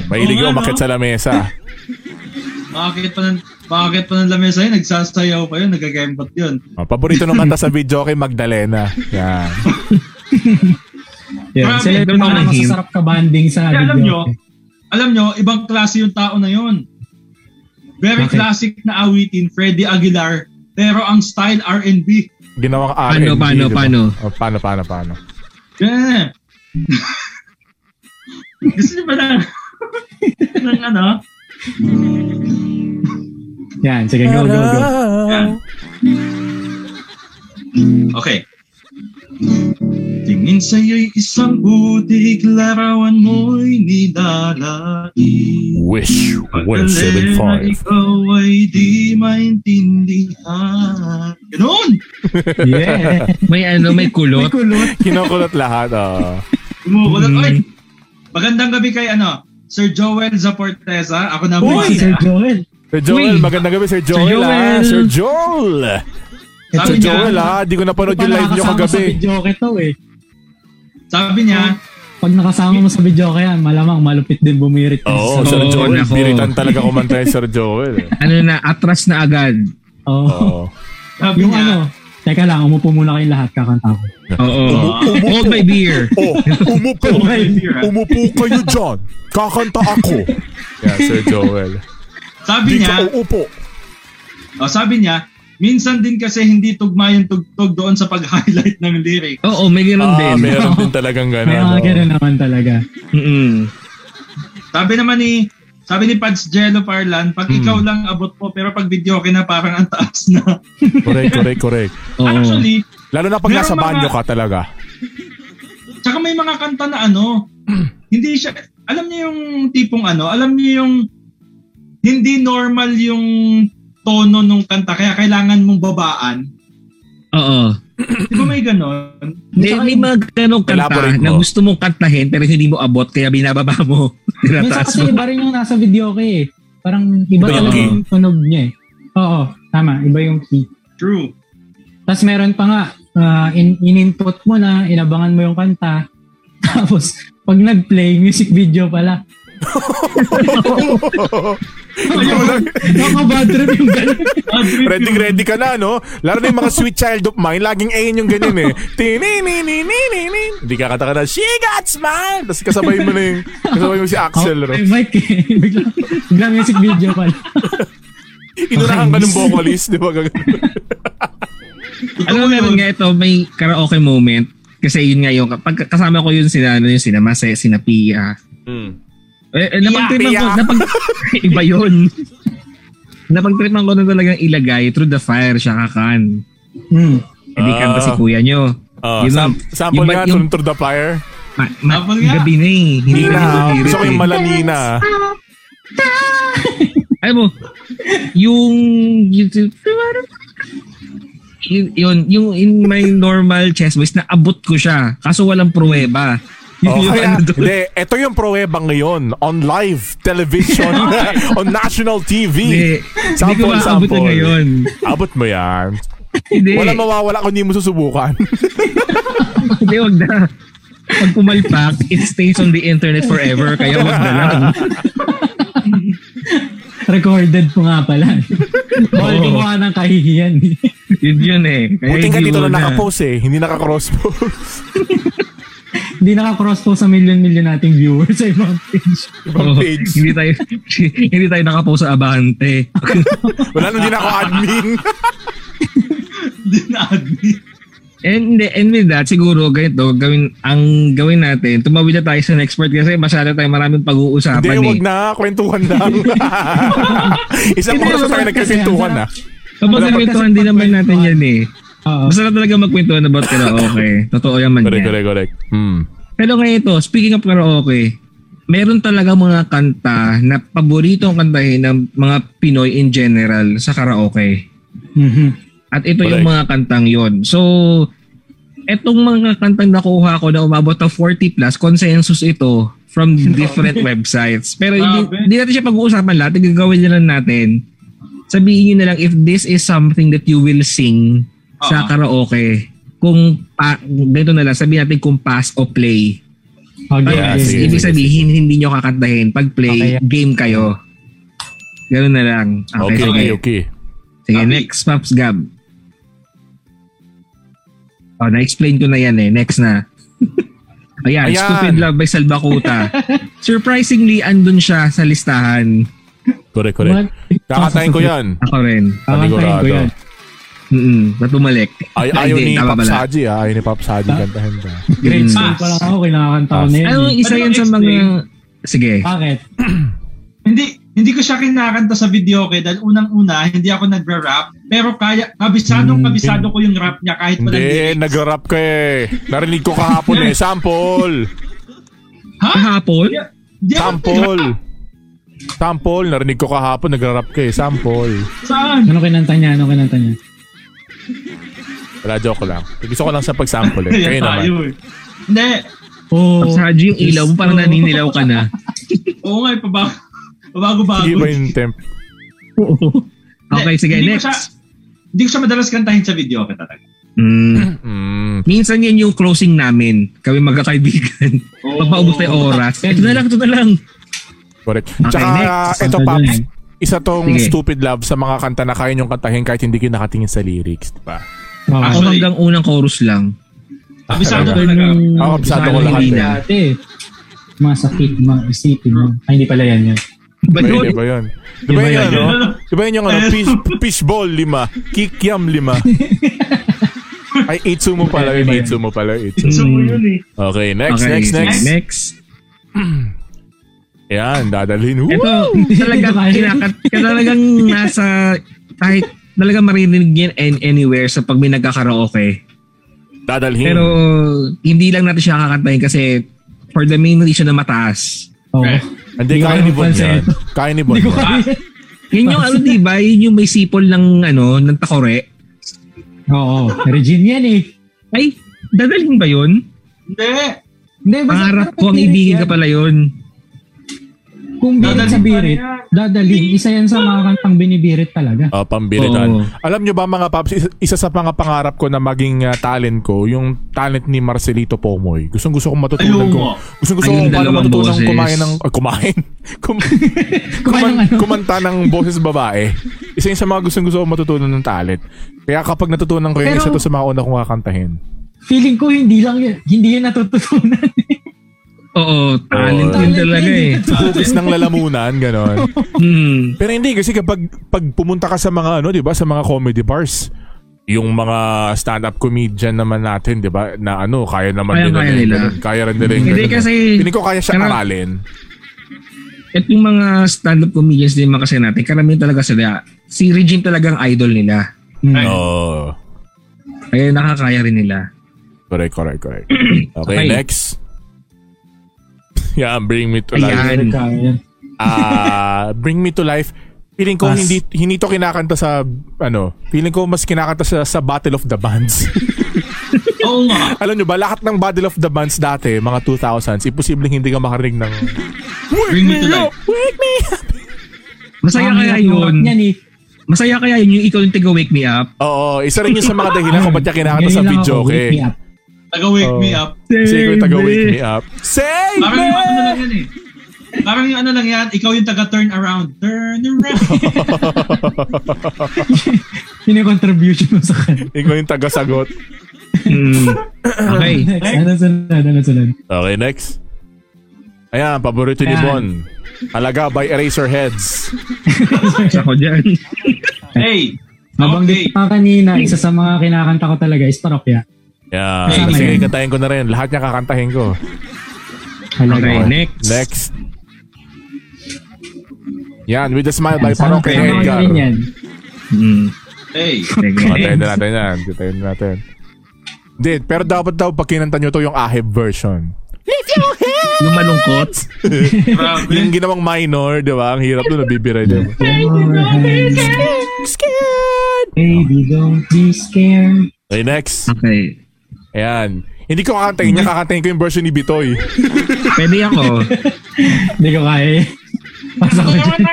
A: Mahilig
C: Oo nga,
A: yung umakit
C: no?
A: sa lamesa.
C: Bakit pa ng, bakit pa ng lamesa yun? Nagsasayaw pa yun. Nagagembot yun.
A: Oh, paborito ng kanta sa video kay Magdalena. Yan.
B: Yeah.
C: Grabe,
B: Sila
D: ganun
B: yung mga
D: ang hint.
B: masasarap ka banding sa
C: Kaya alam nyo,
B: video.
C: alam nyo, ibang klase yung tao na yun. Very
B: Bakit?
C: classic na awitin, Freddie Aguilar. Pero ang style R&B.
A: Ginawang
D: Paano,
A: R&B.
D: paano,
A: di ba?
D: paano?
A: Oh, paano, paano, paano?
C: Yeah. *laughs* Gusto nyo ba na? *laughs* ng ano?
B: Yan, sige, go, go, go.
C: Yan. Okay. Tingin sa'yo'y isang butik, larawan mo'y nidalain.
A: Wish
C: Pagdalena, ikaw ay di maintindihan. Ganun!
B: *laughs* Yeah.
D: May ano, may
B: May
D: kulot.
B: kulot.
A: Kinukulot lahat, oh.
C: Kumukulot. Oy! Magandang gabi kay ano, Sir Joel Zaportesa. Ako na
B: Uy, si Sir Joel.
A: Sir Joel,
B: Uy.
A: magandang gabi Sir Joel.
D: Joel.
A: ah. Sir Joel. Sir
C: Sabi niya,
A: Joel, ah, Di ko napanood
B: Pag
A: yung live nyo
B: nakakasama
A: kagabi.
B: Sa video ko to eh.
C: sabi niya,
B: Pag nakasama mo sa video ko yan, malamang malupit din bumirit. ka
A: Oo, oh,
B: sa
A: Sir
D: Oo,
A: Joel.
D: nako.
A: Biritan talaga kumanta yung Sir Joel.
D: Ano na, atras na agad.
A: Oo.
B: Oo.
C: sabi
B: Yung
C: niya,
B: ano, teka lang, umupo muna kayong lahat, kakanta ko.
D: Oo. Hold my beer.
A: Oh, umupo.
C: Sir-
A: umupo kayo dyan. Kakanta ako. Yeah, Sir Joel.
C: sabi niya,
A: uupo.
C: oh, sabi niya, minsan din kasi hindi tugma yung tugtog doon sa pag-highlight ng lyric.
D: Oo, may
A: Ah,
D: ganun din.
A: meron din talagang
B: May
A: gano'n.
B: mga
A: oh.
B: ganun naman talaga.
D: Mm-mm.
C: Sabi naman ni sabi ni Pads Jello Parlan,
D: Hmm.
C: pag ikaw lang abot po, pero pag video okay na parang ang taas na.
A: Correct, correct, correct.
D: Oo.
C: Actually,
A: Lalo na pag
C: Meron
A: nasa
C: mga-
A: banyo ka talaga.
C: Tsaka may mga kanta na
D: *clears throat*
C: ano, hindi siya, alam niyo yung tipong ano, alam niyo yung hindi normal yung tono nung kanta, kaya kailangan mong babaan.
D: Oo.
C: Di ba may ganon?
D: May, may mga ganong
A: Elaborate
D: kanta
A: mo.
D: na gusto mong kantahin pero hindi mo abot kaya binababa mo.
B: Minsan
D: Tinataas
B: kasi
D: mo.
B: iba rin yung nasa video ko eh. Parang iba
A: Iba yung
B: talaga
A: key.
B: yung tunog niya eh. Oo, tama. Iba yung key.
C: True.
B: Tapos meron pa nga, ah, in, in-input mo na, inabangan mo yung kanta. *laughs* Tapos, pag nag-play, music video pala. Nakabad trip yung ganun.
C: Ah, di
D: *laughs*
C: ba-
A: ready ready ka na, no? Lalo na yung mga sweet child of mine, laging ayan yung ganyan eh. Tinininininin. Hindi ka kata ka na, she got smile! Tapos kasabay mo na yung, kasabay mo si Axel, no?
B: May mic eh. *laughs* Bigla, bigla music video pala.
A: Inurahan ka ng vocalist, di ba? Ganun.
D: Alam mo, meron nga ito, may karaoke moment. Kasi yun nga yung, pag kasama ko yun sina, ano yun, sina Mase, sina Pia.
A: Mm.
D: Eh, eh napag-tripan
A: Pia.
D: ko, napag, *laughs* iba yun. napag-tripan ko na talagang ilagay through the fire Eh, siya kakan.
B: Hmm.
D: Hindi
A: Ah.
D: kanta si kuya nyo.
A: Ah,
D: Yun
A: sam-
D: lang.
A: sample
D: Yung-
A: nga,
D: yung-
A: Turn to the Fire.
D: Ma- ma-
C: Sample nga.
D: gabi na eh. Hindi na
A: Nina, gusto ko yung
D: eh.
A: malamina.
D: Alam mo, yung, yung, yun, yun, yung in my normal chest voice, naabot ko siya. Kaso walang pruweba. Yun
A: Oh,
D: *laughs* yung
A: kaya,
D: ano doon.
A: hindi, ito yung pruweba ngayon on live television, on national TV.
D: Hindi. Hindi ko maabot na ngayon.
A: Abot mo yan.
D: Hindi.
A: Wala mawawala kung hindi mo susubukan.
D: Hindi, wag na. Pag pumalpak, it stays on the internet forever. Kaya wag na lang.
B: Recorded po nga
D: *laughs*
B: pala. Bawal
D: Oo.
B: gumawa ng kahihiyan. eh. *laughs*
D: Yun yun eh. Kaya
A: Buti nga
D: hindi
A: dito
D: wag
A: na nakapost eh. Hindi naka-cross post.
B: Hindi naka-cross po sa million-million nating viewers sa ibang page.
A: Ibang
D: Oo.
A: page.
D: Hindi tayo, *laughs* hindi tayo nakapost sa Abante.
A: *laughs*
D: *laughs*
A: Wala nang din ako admin.
C: Hindi na admit.
D: And, and with that, siguro ganito, gawin, ang gawin natin, tumawid na tayo sa next part kasi masyado tayo maraming pag-uusapan
A: Hindi,
D: eh.
A: wag na. Kwentuhan lang. Isang
B: Hindi,
A: oras na ah. tayo
B: masarap
A: nagkasintuhan
B: kasi,
A: na.
D: Kapag
A: Wala pa-
D: nagkwentuhan din naman natin yan eh.
B: Oo.
D: Basta na talaga magkwentuhan about karaoke. Totoo yan man
A: Correct,
D: yan.
A: correct, correct. Hmm.
D: Pero ngayon ito, speaking of karaoke, meron talaga mga kanta na paboritong kantahin ng mga Pinoy in general sa karaoke.
B: Mhm.
D: At ito yung mga kantang yon. So, etong mga kantang nakuha ko na umabot ng 40 plus, consensus ito from different websites. Pero hindi,
C: Grabe.
D: hindi natin siya pag-uusapan lahat. Ang Gagawin na lang natin. Sabihin nyo na lang if this is something that you will sing sa
C: Oo.
D: karaoke. Kung pa, ganito na lang, sabihin natin kung pass o play.
B: Okay.
A: Yeah,
B: okay.
A: sige.
D: Ibig sabihin, hindi nyo kakantahin. Pag play,
B: Okay.
D: game kayo. Ganun na lang. Ah, Okay,
A: Okay,
D: sige.
A: okay, okay.
D: Sige,
C: Okay.
D: next, Pops Gab. Oh, na-explain ko na yan eh. Next na. *laughs* Ayan,
A: Ayan.
D: Stupid Love by
A: *laughs*
D: Salbakuta. Surprisingly, andun siya sa listahan.
A: Correct, correct.
B: What?
A: Kakatayin ko yan.
D: Ako rin.
B: Kakantahin ko yan.
D: Mm-mm, ba't bumalik?
A: Ay, ayaw
D: hindi,
A: ni
D: tama
A: Pop
D: pala.
A: Saji ah. Ayaw ni Pop Saji kantahin ba?
B: Grade
D: Mm.
B: school pa lang ako, kinakanta ko na yun.
D: Ano, isa
C: Ano
D: yan sa
C: explain?
D: mga... Sige.
B: Bakit?
C: Hindi, hindi ko siya kinakanta sa video okay dahil unang-una, hindi ako nagra-rap. Pero kaya,
D: Hmm,
C: kabisadong kabisado ko yung rap niya kahit walang
A: Hindi,
C: lyrics.
A: nag-rap ka eh. Narinig ko kahapon eh. Sample!
C: Ha?
D: Kahapon?
C: Hindi ako
A: Sample! Sample! Narinig ko kahapon, nag-rap ka eh. Sample!
C: nag- Saan?
B: Ano kinanta niya? Ano kinanta niya?
A: Wala, joke lang. Gusto ko lang sa pagsample eh.
C: *laughs* Kaya
A: Kayo naman.
C: tayo eh. Hindi.
B: Oo.
D: Tapos hadyo yung ilaw mo, parang
B: Oo.
D: naninilaw ka na.
C: Oo nga, pabago. Pabago-bago.
A: Hindi ba yung temp?
D: Oo. *laughs* Okay, sige,
C: hindi Ko siya,
D: next.
C: hindi ko siya madalas kantahin sa video ko talaga.
D: Mm.
A: Mm.
D: *clears throat* Minsan yan yung closing namin. Kami
C: *laughs*
D: magkakaibigan.
C: Oo.
D: Papaubos tayo
A: *laughs*
D: oras. Ito na lang, ito na lang.
A: Correct.
D: Okay,
A: Tsaka,
D: next.
A: ito,
B: Saan ka
A: Paps,
B: dyan?
A: isa tong
D: Sige.
A: stupid love sa mga kanta na kaya niyong kantahin kahit hindi kayo nakatingin sa lyrics, di ba?
B: Oo.
D: Ako
C: Actually,
D: hanggang unang chorus lang.
C: Abisado
B: After
C: talaga.
D: Hmm.
B: nung
A: Ako, absado ko lahat
B: hindi
A: eh.
B: dati, masakit, maisipin mo. Ay, hindi pala yan yun.
D: Ba
A: Ay,
D: yun?
A: di ba yun? Di ba
D: Di ba
A: yun,
D: yun?
A: ano? Di ba yun yung ano?
C: Ayun.
A: Fish, fishball lima. Kikiam
D: *laughs*
A: lima. Ay, itsu mo pala yun. Itsu mo pala yun. Itsu.
C: Gusto mo yun eh.
A: Okay, next,
D: Okay,
A: next,
D: sige,
A: next.
D: next.
A: Yan, dadalhin. Woo!
D: Ito, *laughs* talagang kinakat, talagang nasa, kahit talagang marinig yan an- anywhere sa pag may nagkakaraoke.
A: Dadalhin.
D: Pero hindi lang natin siya kakantahin kasi for the main reason na mataas.
B: Oo.
C: Right.
A: Hindi,
B: Hindi ko
A: kaya
B: alam
A: ni Bon
B: pansin
A: yan.
B: ito.
A: Kaya ni Bon
B: Hindi ko
A: yan.
B: kaya.
D: Yun
A: *laughs*
D: yung ano, di ba? Yun yung may sipol ng, ano, ng takore.
B: *laughs* Oo. Regine yan eh.
D: Ay, dadaling ba yun?
C: Hindi.
B: Hindi, basta
D: Pangarap
B: dapat
D: ko ang
B: lyrics
D: ibigin
B: yan.
D: ka pala yun.
B: Kung birit
C: Dadalhin
B: sa
C: pa
B: birit,
C: niya.
B: dadalhin. Isa yan sa mga kantang binibirit talaga.
A: Ah, pambiritan.
D: Oo.
A: Alam nyo ba mga paps, isa, isa sa mga pangarap ko na maging ah, talent ko, yung talent ni Marcelito Pomoy. Gustong gusto kong matutunan
C: Ayun
A: ko.
C: mo.
A: Gustong gusto
D: Ayun,
A: kong paano
D: dalawang
A: matutunan
D: boses.
A: kumain ng... ah, kumain? *laughs* Kum-
B: Kumain ng
A: kuman-
B: ano?
A: kumanta ng boses babae. Isa yun sa mga gustong gusto kong matutunan ng talent. Kaya kapag natutunan ko yun,
B: Pero-
A: isa to sa mga una kong kakantahin.
B: Feeling ko hindi lang yun, hindi yun natututunan.
D: Oo, talent yun
B: Talent
D: talaga
B: yun.
D: eh.
A: Hugis ng lalamunan, ganon.
D: Hmm.
A: Pero hindi kasi kapag pag pumunta ka sa mga ano, 'di ba, sa mga comedy bars, yung mga stand-up comedian naman natin, 'di ba, na ano, kaya naman
D: Kaya-
A: nila.
D: kaya
A: yung
D: nila.
A: ganun. Kaya rin nila. yung
D: Hindi
A: ganun.
D: kasi...
A: Hindi ko kaya siya
D: Kaya-
A: aralin.
D: At yung mga stand-up comedians din mga kasi natin, karamihan talaga sila. Si Regine talagang idol nila.
C: Ay,
A: Oo.
D: Kaya nakakaya rin nila.
A: correct, correct,
D: *clears throat*
A: correct. Okay,
D: Okay.
A: next. *laughs* Yeah, bring me to life.
D: Ayan.
A: Ah, bring me to life. Feeling ko
B: Pass.
A: hindi hindi to kinakanta sa ano, feeling ko mas kinakanta sa sa Battle of the Bands. *laughs*
C: Oo nga.
A: Alam nyo ba, lahat ng Battle of the Bands dati, mga 2000s, imposibleng hindi ka makarinig ng Wake
C: Bring
A: me
C: me to
A: up! Wake me up!
D: Masaya kaya yun.
B: Yan eh.
D: Masaya kaya yun yung ikaw yung tiga-wake me up.
A: Oo, isa rin yun sa mga dahilan kung ba't niya kinakanta sa
B: Ngayon lang
A: video,
B: ako, wake me
A: okay?
B: up.
C: Taga-wake
A: Oh.
C: me up.
A: Kasi ko yung taga-wake me up. Save me!
C: Parang yung ano lang yan eh. Parang yung ano lang yan, ikaw yung taga-turn around. Turn
A: *laughs*
C: around.
B: Yun yung contribution mo sa kanya.
A: Ikaw yung taga-sagot.
B: *laughs*
D: Hmm. Okay.
B: Next, ano sunod, ano sunod?
A: Okay, next. Ayan, paborito ni
B: Ayan.
A: Bon. Alaga by Eraserheads.
D: Ako dyan.
C: hey!
B: Nabanggit
C: Okay.
B: pa kanina, isa sa mga kinakanta ko talaga is parokya.
A: Yeah,
B: Tama
A: sige,
B: yun.
A: kantahin ko na rin. Lahat niya kakantahin ko.
D: Okay,
B: Halaga.
D: next.
A: Next. Yan, With a Smile by
B: Sama-
A: Parokya
B: sama ko na
A: Edgar.
B: rin yan.
D: Hmm.
C: Hey!
D: Sige,
A: Patayin na
D: next.
A: natin yan. Patayin na natin. Hindi, pero dapat daw pag kinanta nyo to yung aheb version.
D: Yung malungkot.
A: Yung
D: *laughs*
C: Grabe.
A: ginawang minor, di ba? Ang hirap doon, nabibira din. Scared!
B: Baby, don't be scared.
A: Okay, next.
D: Okay.
A: Ayan. Hindi ko kakantayin niya, kakantayin ko yung version ni Bitoy.
D: Pwede ako.
B: Hindi ko kaya eh. Pasok ko dyan.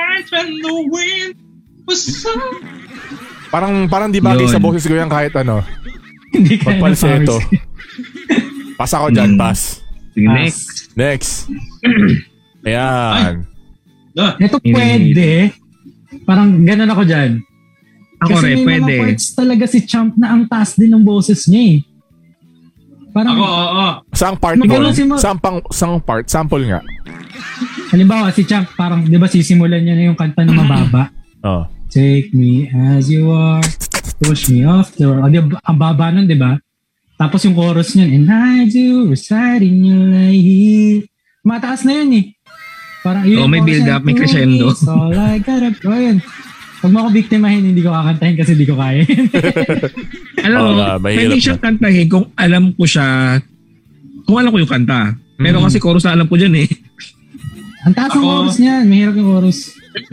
A: Parang, parang di ba
D: Yun.
A: sa boses ko yan kahit ano.
B: *laughs* Hindi
A: Pag
B: kaya ng
A: palseto.
B: powers.
A: Pas ako dyan,
D: Hmm.
A: pas.
D: Sige,
B: Pass.
D: next.
A: Next. Ayan.
B: Ito pwede. Parang ganun ako dyan.
D: Ako
B: Kasi
D: rin,
B: may
D: pwede.
B: mga parts talaga si Champ na ang taas din ng boses niya eh. Parang,
C: Ako, oo. oo.
A: Saang part mo?
B: Magano si Ma-
A: Saang, pang, saang part? Sample nga.
B: halimbawa si Champ, parang di ba sisimulan niya na yung
D: *clears throat*
B: kanta na mababa.
A: Oh.
B: Take me as you are. Push me off the world. O, di ba, ang baba nun, di ba? Tapos yung chorus niyan, and I do reside in your life. Mataas na yun eh. Parang
D: Oo,
B: yun. yung
D: Oh, may
B: chorus
D: build
B: niya,
D: up, may
B: "To me,
D: crescendo."
B: it's all I gotta go. Yun. Huwag mo ako biktimahin, hindi ko kakantahin kasi hindi ko kaya. *laughs*
D: Alam mo,
A: Oo nga, Oh, mahirap
D: pwede siyang kantahin kung alam ko siya, kung alam ko yung kanta.
A: Mm.
D: Pero kasi chorus na alam ko dyan eh.
B: ang taas ng
C: Ako-
B: chorus niyan, mahirap yung chorus.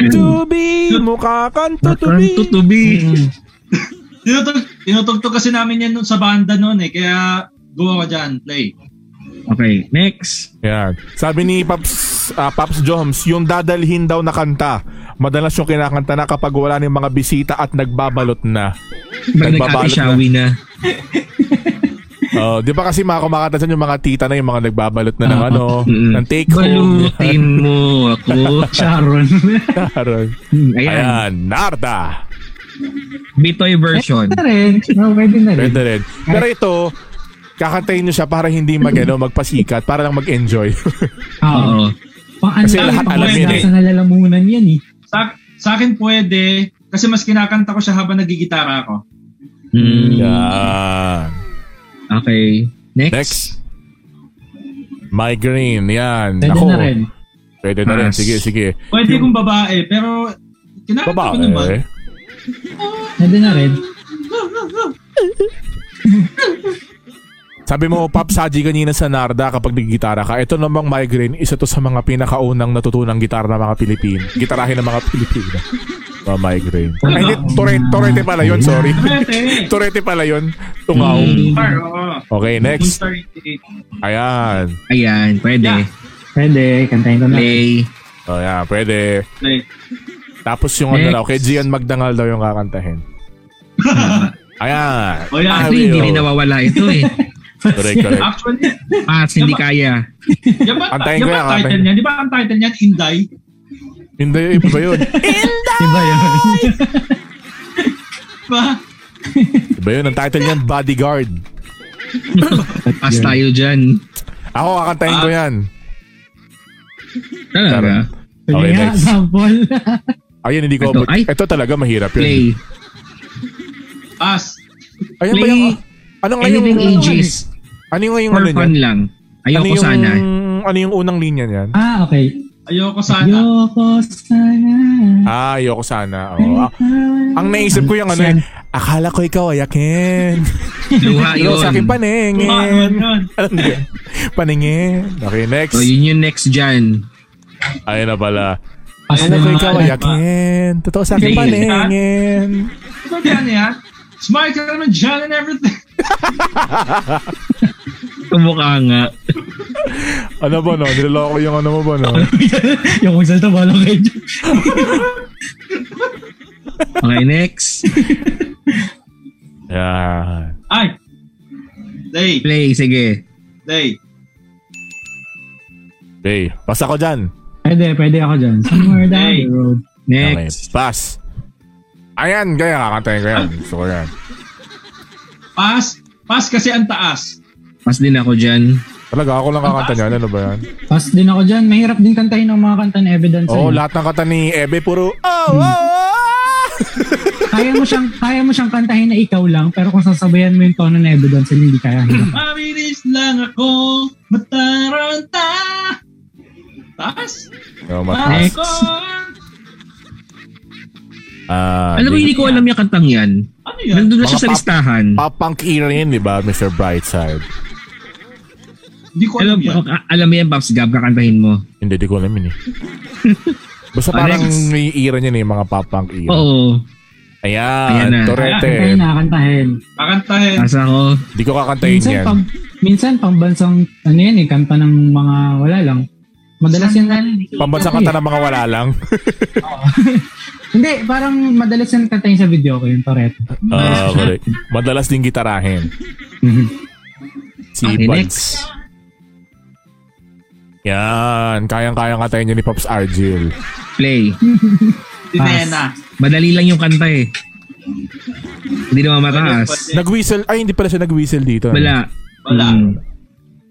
A: To be, mukha kang to to be.
D: Kanto to be.
B: Mm.
C: Tinutug, tinutugtog kasi namin yan nun sa banda noon eh. Kaya go ako dyan, play.
D: Okay, next.
A: Yan. Sabi ni Paps, ah, Paps Joms, yung dadalhin daw na kanta, madalas yung kinakanta na kapag wala ng mga bisita at nagbabalot na.
D: Pag
A: Nagbabalot
D: nag-atishawi na.
A: Oh, di ba kasi mga kumakanta dyan yung mga tita na yung mga nagbabalot na ng
B: Ah,
D: Oo.
A: ano,
D: Mm-mm.
A: ng take home.
D: Balutin mo
A: *laughs*
D: ako.
B: *laughs* Sharon.
A: Ayan.
D: Hmm, Ayan.
A: Ayan, Narda.
D: Bitoy version.
B: na rin. No, pwede na rin.
A: Pwede rin. Pero ito, kakantayin nyo siya para hindi mag, ano, magpasikat, para lang mag-enjoy.
B: Oo.
D: Oo.
B: Paan
A: Kasi
B: lang,
A: lahat
B: pang-
C: alam yun
B: nasa
A: eh.
B: nalalamunan yan eh.
C: Sa, sa akin pwede, kasi mas kinakanta ko siya habang nagigitara ako.
B: Mm.
D: Hmm.
A: *laughs* Yan.
D: Okay. Next.
A: Next. Migraine. Yan.
B: Pwede
A: Ako.
B: na rin.
A: Pwede na rin.
D: Yes.
A: Sige, sige.
C: Pwede kung babae, pero kinakanta ko
A: Babae.
C: naman.
B: Pwede na rin.
A: Sabi mo, Pop Saji kanina sa Narda kapag nagigitara ka, ito namang migraine, isa to sa mga pinakaunang natutunang gitara ng mga Pilipino. Gitarahin ng mga Pilipino. Mga migraine.
D: Ano?
A: Ay, hindi, Torete, Torete pala yun,
D: *laughs*
A: sorry.
C: Pwede.
A: Torete pala yun. Tungaw.
D: Hmm.
C: Par, oo.
A: Okay, next.
C: Monster 88.
A: Ayan.
D: Ayan, pwede.
C: Yeah.
B: Pwede, kantahin ko na.
D: Play.
A: O yan, pwede.
C: Like,
A: Tapos yung ano
D: Next.
A: daw, kay Gian Magdangal daw yung
D: *laughs*
A: kakantahin. Ayan.
C: O
A: I
D: Actually,
C: yan.
D: Oh, hindi
A: will.
D: rin nawawala ito
A: *laughs*
D: eh.
A: Correct, correct.
D: *laughs*
C: Actually,
D: Pat, hindi kaya.
C: yan ba,
A: Antayin
C: yan
A: ko
C: ba
A: yan,
C: ang title
A: antayin.
C: niya? Di ba ang title niya, Inday?
A: Hindi, iba ba yun?
B: Diba yun?
C: Ba?
A: Iba yun, ang title niyan, Bodyguard.
D: Pass tayo dyan.
A: Ako, kakantahin
D: Ah.
A: ko yan.
D: Talaga.
B: Pwede
A: Okay,
B: nga,
A: next.
B: sample.
A: Ayun, hindi ko
D: Ito,
A: abot.
D: ay.
A: Ito talaga mahirap yun.
D: Play.
C: As.
A: Ayun ba
D: Play.
A: yung... Ano nga yung...
D: Anything ages.
A: Ano nga yung
D: For
A: ano niyan?
D: fun lang.
A: Ano
D: Ayoko
A: yung,
D: sana.
A: ano yung unang linya niyan?
B: ah, okay.
C: Ayoko sana.
B: Yoko sana.
A: Ah, ayoko sana. Oo. Ah, Ang naisip ko yung ano eh, akala ko ikaw ayakin. *laughs*
D: Luha
A: Pero
D: yun.
A: sa akin
D: ano
C: Ah, yun,
A: *laughs* paningin.
C: yun.
A: Alam niyo yun? Paningin. Okay, next.
D: So, Oh, yun yung next dyan.
A: Ayun na pala.
B: As
A: Akala ko
B: na-
A: ikaw ayakin. Totoo sa akin
D: Hindi.
A: paningin.
C: Ano ba yan yan? Smile ka naman dyan and everything.
D: Kumukha nga.
A: Ano ba no? Niloloko yung ano mo ba
D: *laughs*
A: no?
B: yung magsalta ba lang kayo?
D: Okay, next.
A: Yan.
C: Ay. Day.
D: Play, sige.
C: Day.
A: Okay, pass ako dyan.
B: Pwede, pwede ako dyan. Somewhere down
C: Hey.
B: the road.
A: Okay,
D: Next.
A: pass. Ayan, kaya kakantayin ko yan. Gusto ko yan.
C: Pass. Pass kasi ang taas.
D: Pass din ako dyan.
A: Talaga, ako lang kakanta niyan. Ano ba
D: *laughs*
A: yan?
B: Tapos din ako dyan. Mahirap din kantahin ang mga kanta na evidence.
A: Oo, oh,
B: eh.
A: lahat ng kanta ni Ebe, puro, oh, oh, oh.
B: kaya mo siyang kaya mo siyang kantahin na ikaw lang pero kung sasabayan mo yung tono ng evidence hindi kaya.
C: Mabilis lang ako. Mataranta. Taas.
A: Oh,
C: Taas
A: mataas.
D: Next.
C: ko.
A: Ah,
D: Alam mo,
A: di-
D: hindi ko alam yung kantang yan.
C: Ano yan?
D: Nandun na siya
A: Mga
D: sa
A: pop-
D: listahan.
A: Papunk era yun, di ba, Mr. Brightside?
C: Hindi ko
D: Alam,
C: alam yan.
D: a- alam mo yan, Pops Gab, kakantahin mo.
A: Hindi, di ko alam
D: *laughs*
A: yun eh. Basta
D: Ah,
A: parang
D: next.
A: may era niya na yung mga papunk era.
D: Oo. Ayan na.
A: Ayan,
B: Kantahin
A: Torete.
B: na kantahin.
C: Kakantahin.
D: Pass ako.
A: Di ko kakantayin
B: Minsan
A: yan.
B: pam, minsan pambansang ano yan eh kanta ng mga wala lang. Madalas yan
A: Pambansang kanta ng mga wala
D: *laughs*
A: lang.
B: Hindi, parang madalas yan kantahin sa video ko yung Toret.
A: Ah, correct. Madalas din gitarahin. Si
D: Mm-hmm. Okay,
A: Buds.
D: next.
A: Yan. Kayang-kayang katayin niya ni Pops Argil.
D: Play.
C: Tinena.
D: Madali lang yung kanta eh. Hindi naman mataas.
A: Nag-whistle. Ay, hindi pala siya nag-whistle dito. ano?
D: Wala.
C: Wala.
D: Hmm.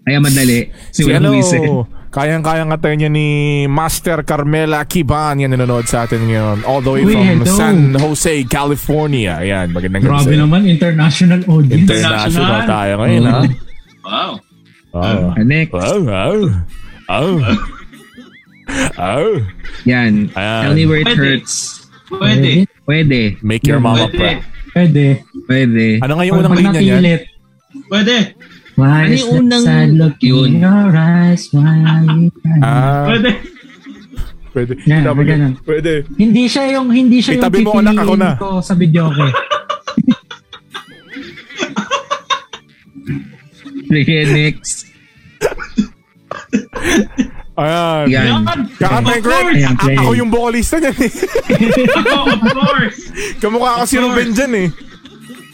D: Kaya madali.
A: Si
D: Walang
A: ano,
D: Luis eh.
A: kayang-kayang katayin niya ni Master Carmela Kiban. Yan, nanonood sa atin ngayon. All the way
B: Uy,
A: from
B: hello.
A: San Jose, California. Yan, magandang gabi
B: Grabe
A: sa'yo.
B: naman international audience.
A: International
C: International.
A: tayo ngayon,
B: *laughs*
D: Oo.
A: ha?
C: Wow.
A: Wow.
D: Ah, Next.
A: Wow, wow. Oh. Oh.
D: Yan.
A: Ayan.
D: Tell me where it
C: Pwede.
D: hurts.
C: Pwede.
D: Pwede.
A: Make your mama
C: Pwede.
A: proud.
B: Pwede.
D: Pwede.
A: Ano nga yung unang
B: Pag
A: linya niyan?
B: napilit,
C: Pwede.
B: Why
D: Ano
B: is
D: yung
B: that
D: unang-
B: sad look
D: Yun.
B: in your eyes? Why you crying?
A: Ah,
C: Pwede.
A: pwede.
B: Yan,
A: Dapat
B: ganun.
A: yun. Pwede.
B: Hindi siya yung hindi siya yung
A: Itabi mo, anak, ako na.
B: pipiliin ko sa video ko.
D: Sige, next.
A: Ayan.
D: Yan.
A: Kakanta yung Greg.
C: Ayan,
B: Greg.
A: Ako yung vocalista niyan
B: *laughs*
A: eh.
C: Ako, of course.
A: Kamukha ko si Ruben dyan eh.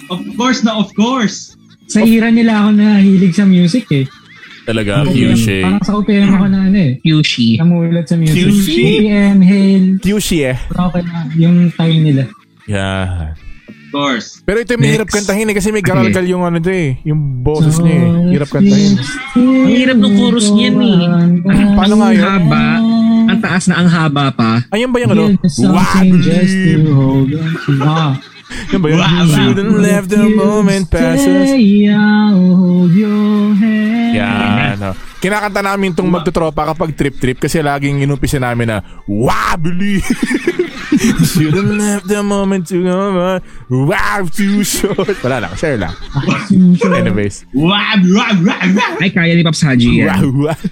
C: Of course na of course.
B: Sa era nila ako nahilig sa music eh.
A: Talaga,
B: Parang sa OPM ako na ano eh.
D: Yushi.
B: Namulat sa music.
A: QC?
B: OPM, Hale,
A: QC eh.
B: okay na. Yung time nila.
A: Yeah.
C: Of course.
A: Pero ito yung
D: Next.
A: mahirap kantahin eh kasi may garalgal yung ano to eh. Yung boses niya eh.
B: Oh,
A: Hirap kantahin.
B: Ang
D: hirap ng chorus niyan, eh.
A: Paano nga
D: Ang
A: yun?
D: haba. Ang taas na ang haba pa.
A: Ayun ba yung ano?
B: Something just to hold on to. Ah.
A: Yan ba yun? Shouldn't let the moment passes.
B: Say I'll hold your hand.
A: Yan. oh. Kinakanta namin itong magtutropa kapag trip-trip kasi laging inumpisa namin na
D: *laughs*
A: Wobbly! Shouldn't let the moment to come Wow, too short! Wala lang, share lang. Anyways.
C: Wab, wab, wab, wab.
D: Ay, kaya ni Pops Haji yan.
A: Wow, wow.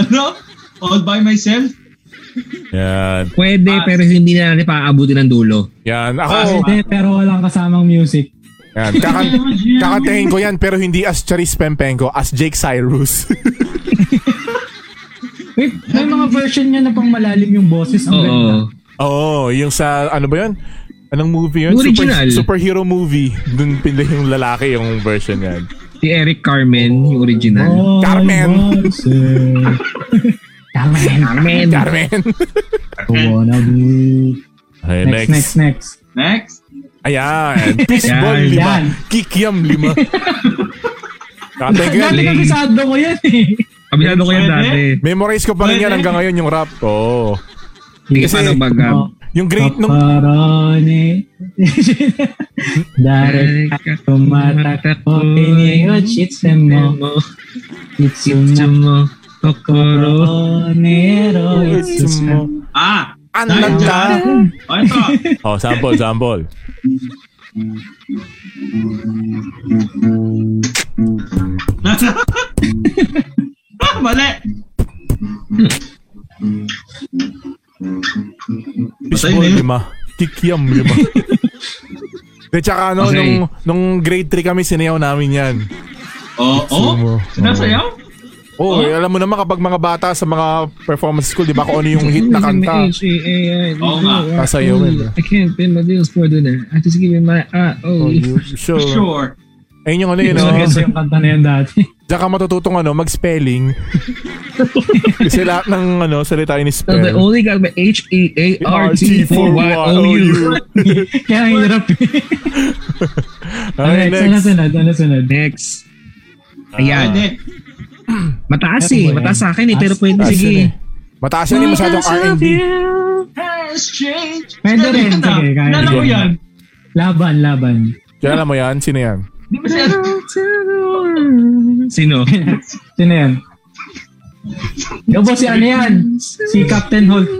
C: Ano? All by myself?
A: Yan.
D: Pwede, pero hindi na natin paaabutin ang dulo.
A: Yan.
C: Ah,
A: Ako,
B: Pwede, pero walang kasamang music.
A: Yan. Kakan kakantahin ko yan pero hindi as Charis Pempenko, as Jake Cyrus. *laughs*
B: Wait, may mga version niya na pang malalim yung boses. Ang ganda.
D: Oo.
A: Oo, oh, yung sa, ano ba yun? Anong movie yun?
D: Yung original.
A: Super, superhero movie. Doon pila yung lalaki yung version yan.
D: Si Eric Carmen, yung original.
B: All
A: Carmen.
B: I want to say-
A: *laughs*
B: Carmen.
D: Carmen.
A: Carmen.
B: I wanna be.
A: Okay,
B: Next, next, next.
C: Next?
A: *laughs* Ayan. Fishball
D: Yan,
A: lima.
B: yan.
A: Kikiam lima. *laughs* Kakantahin ko yan.
B: Dati kasi sa adlo ko yan eh.
D: Kabisado ko yan dati.
A: Memorize ko pa rin yan
C: Pwede.
A: hanggang ngayon yung rap. Oo.
D: Hindi
A: Kasi-
D: pa nang baga.
B: Oh.
A: Yung great nung...
B: *laughs* Paparone. Direct ka tumatak ko. Pinihod, shitsen mo. Itsumo.
D: Sumo. Kokoro.
B: Koronero. Itsumo.
C: Ah!
A: Ang nagta.
C: O, ito.
A: Oh, sample, sample.
C: *laughs* ah, mali!
A: Fishball
C: na yun.
A: lima. Kikiam *laughs* lima. De, tsaka ano,
D: Okay.
A: nung, nung grade 3 kami, sinayaw namin yan.
C: Oo?
A: Sumo.
C: Oh, sinasayaw?
A: Oh, eh, alam mo naman kapag mga bata sa mga performance school, di ba kung ano yung hit na kanta? eh.
C: Oo nga.
A: Sasayawin.
D: I can't pay my bills for dinner. I just give me my ah, oh.
A: Sure.
C: Sure.
A: Ayun yung ano yun, oh.
B: Gusto ko yung kanta na yan dati.
A: Diyan ka matututong ano,
D: *laughs*
A: mag-spelling. Kasi lahat ng ano, salita in
D: So they
A: spell.
D: only got my H E A "Oh, R T for Y O U.
B: Kaya ang hirap eh.
A: Okay,
B: Next, ano
A: next.
B: sunod? Ano sunod?
D: Next. Ayan.
C: Pwede.
D: Mataas eh. Mataas sa akin eh. Pero pwede
A: Mataas
D: sige.
A: yun eh. Mataas yun eh, masyadong R&B.
C: Has changed.
B: Pwede
C: Nalika
B: rin,
C: na.
B: sige, kaya
C: Nalala ko
A: rin.
C: yan.
B: Laban, laban.
A: Kaya alam mo yan? Sino yan?
C: Di ba siya?
D: *laughs* Sino?
B: Sino yan? Yo, boss, Ya, si ano yan? Si Captain
D: *laughs*
B: Holt.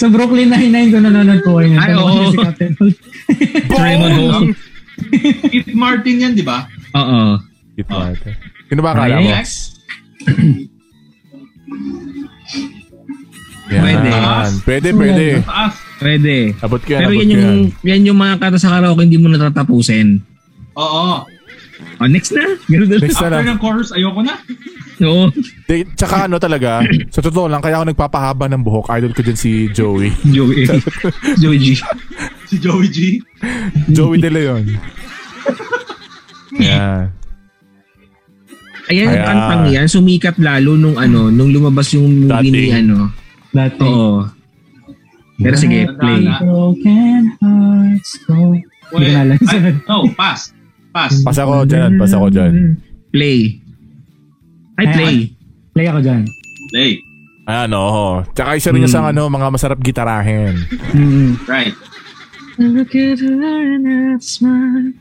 B: Sa Brooklyn Nine-Nine ko nanonood po kayo.
D: Ay, oo.
B: Si Captain Holt.
D: Raymond Ho.
C: Keith Martin yan, di ba?
D: Oo.
A: Hit mo ate. Sino ba akala mo?
D: Next.
A: Yan.
D: Pwede.
A: Pwede, pwede.
C: Taas.
D: Pwede.
A: Abot ko yan,
D: Pero
A: abot
D: yan
A: ko
D: yung,
A: yan.
D: yan yung mga kata sa karaoke hindi mo natatapusin.
C: Oo.
D: Oh, next na. Ganun na.
A: Next na
C: After
A: lang.
C: ng chorus, ayoko na.
D: *laughs* Oo.
A: Di, tsaka ano talaga, sa totoo lang, kaya ako nagpapahaba ng buhok. Idol ko dyan si Joey. *laughs*
D: Joey. Joey G.
C: Si Joey G.
A: Joey De
D: *laughs*
A: Leon. Yan.
D: Ayan,
A: Ayan.
D: Ayan. kantang yan. Sumikat lalo nung ano, nung lumabas yung movie
A: Dati.
D: ni ano.
B: Dati.
D: Oo. Pero sige, play.
B: Broken hearts go. Hindi ko na alam. *laughs*
C: Ay, no, pass. Pass.
A: Pas ako dyan, pas ako dyan.
D: Play. Ay,
B: Ayan.
D: play.
B: Play ako dyan.
C: Play.
A: Ayan, oo. Tsaka isa rin niya sa ano, mga masarap gitarahin.
B: Mm-hmm.
C: Right.
D: Look at her and that smile.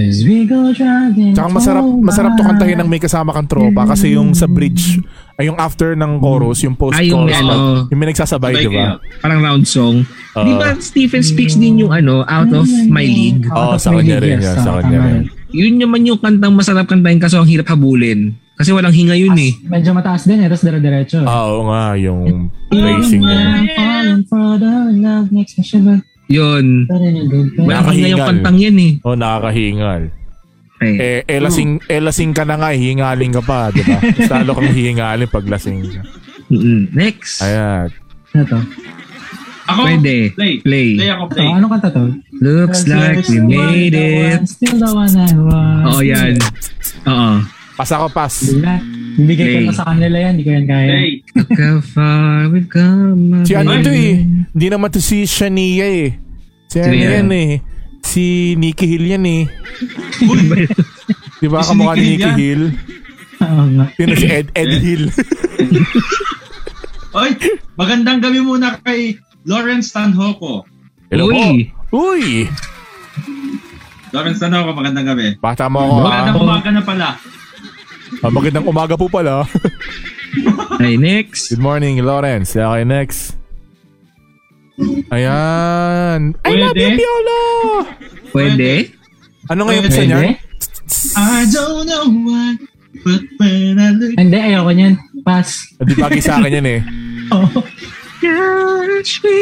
B: As we go driving
A: Tsaka masarap,
B: home,
A: masarap to kantahin ng
B: I-
A: may kasama kang tropa
D: Mm-hmm.
A: kasi yung sa bridge, ay yung after ng chorus, yung post-chorus.
D: Ay, yung may ano.
A: pa- Yung may nagsasabay,
C: Sabay
A: di ba?
C: kayo.
D: Parang round song.
A: Oo.
D: Di ba Stephen Speaks din yung ano, Out of My League?
A: Oo,
B: Out of
A: sa
B: my
A: kanya rin
B: league, yes.
A: yan,
B: Oo,
A: sa kanya
B: tama
A: rin.
B: yan.
D: Yun naman yung kantang masarap kantahin kaso ang hirap habulin. Kasi walang hinga yun eh.
B: Medyo mataas din eh, tapos dire-diretso.
A: Ah, Oo nga, yung pacing niya.
B: I'm falling for the love makes me shiver.
D: Yun.
B: But in a good way.
D: Walang hinga yung
A: Nakahingal.
D: kantang yan eh.
A: Oh, nakakahingal.
D: Eh,
A: Eh, eh, lasing, eh, lasing ka na nga, hihingaling ka pa, di ba? Mas lalo kang hihingaling pag lasing ka.
D: mm-mm. Next.
A: Ayan.
B: Ano to?
C: Ako,
D: Pwede.
C: play.
D: Play.
C: Play ako,
B: Ito,
C: play.
B: ano kanta to?
D: Looks like we made it. Oh, iya.
B: Still the one I was.
D: Oo, yan. Oo.
A: Pas ako, pas.
B: Hindi na. Bibigay ko
D: Play.
B: na sa kanila yan. Hindi ko yan kaya.
C: Play.
D: Look how far we've come. my
A: Si ano
D: baby.
A: to eh. Hindi naman to si Shania eh. Si ano
D: Sino yan?
A: yan eh. Si Nicky Hill yan eh. Di ba
C: Si
A: kamukha ni
C: Nicky
A: Nicky Hill?
B: Oo nga.
A: Sino si Ed, Ed
D: *laughs*
A: Hill?
C: Oy, magandang gabi muna kay Lawrence Tanhoco.
A: Hello po.
D: Uy.
A: Uy!
C: Lawrence Tanhoco, magandang gabi.
A: Bata mo ako
C: Magandang
A: ah.
C: umaga na pala.
A: Ah, Magandang umaga po pala. *laughs*
D: Ay, next.
A: Good morning, Lawrence. Okay, next. Ayan. I love you,
C: Pwede?
A: Piolo!
D: Pwede?
A: Ano ngayon
C: Pwede?
A: sa niya?
B: Pwede?
C: I don't know why, but when I look...
B: Hindi, ayoko niyan. Pass.
A: Hindi Ah, bagay sa akin yan
D: *laughs*
A: eh.
B: Oo.
D: Catch me.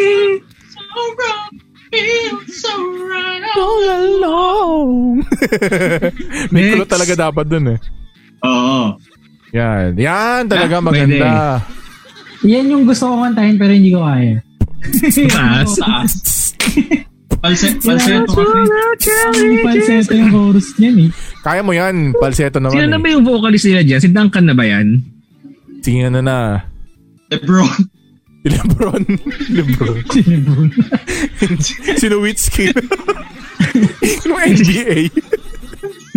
A: All alone. May
D: Next.
A: kulo talaga dapat dun eh.
C: Oo.
A: Yan. Yan talaga
D: Ah,
A: maganda.
B: Yan yung gusto ko kantahin pero hindi ko kaya.
D: Pass.
C: Taas. Palse,
B: Wala
C: palseto kasi.
B: Ang falsetto yung chorus niyan eh.
A: Kaya mo yan. Palseto naman
D: Sino na ano ba
A: eh.
D: yung vocalist nila dyan? Si Duncan na ba yan?
A: Sige na na.
C: Lebron.
A: Si Lebron. Lebron. *laughs*
B: Sinubun.
A: Sino
C: *laughs*
A: Witski? Nung NBA.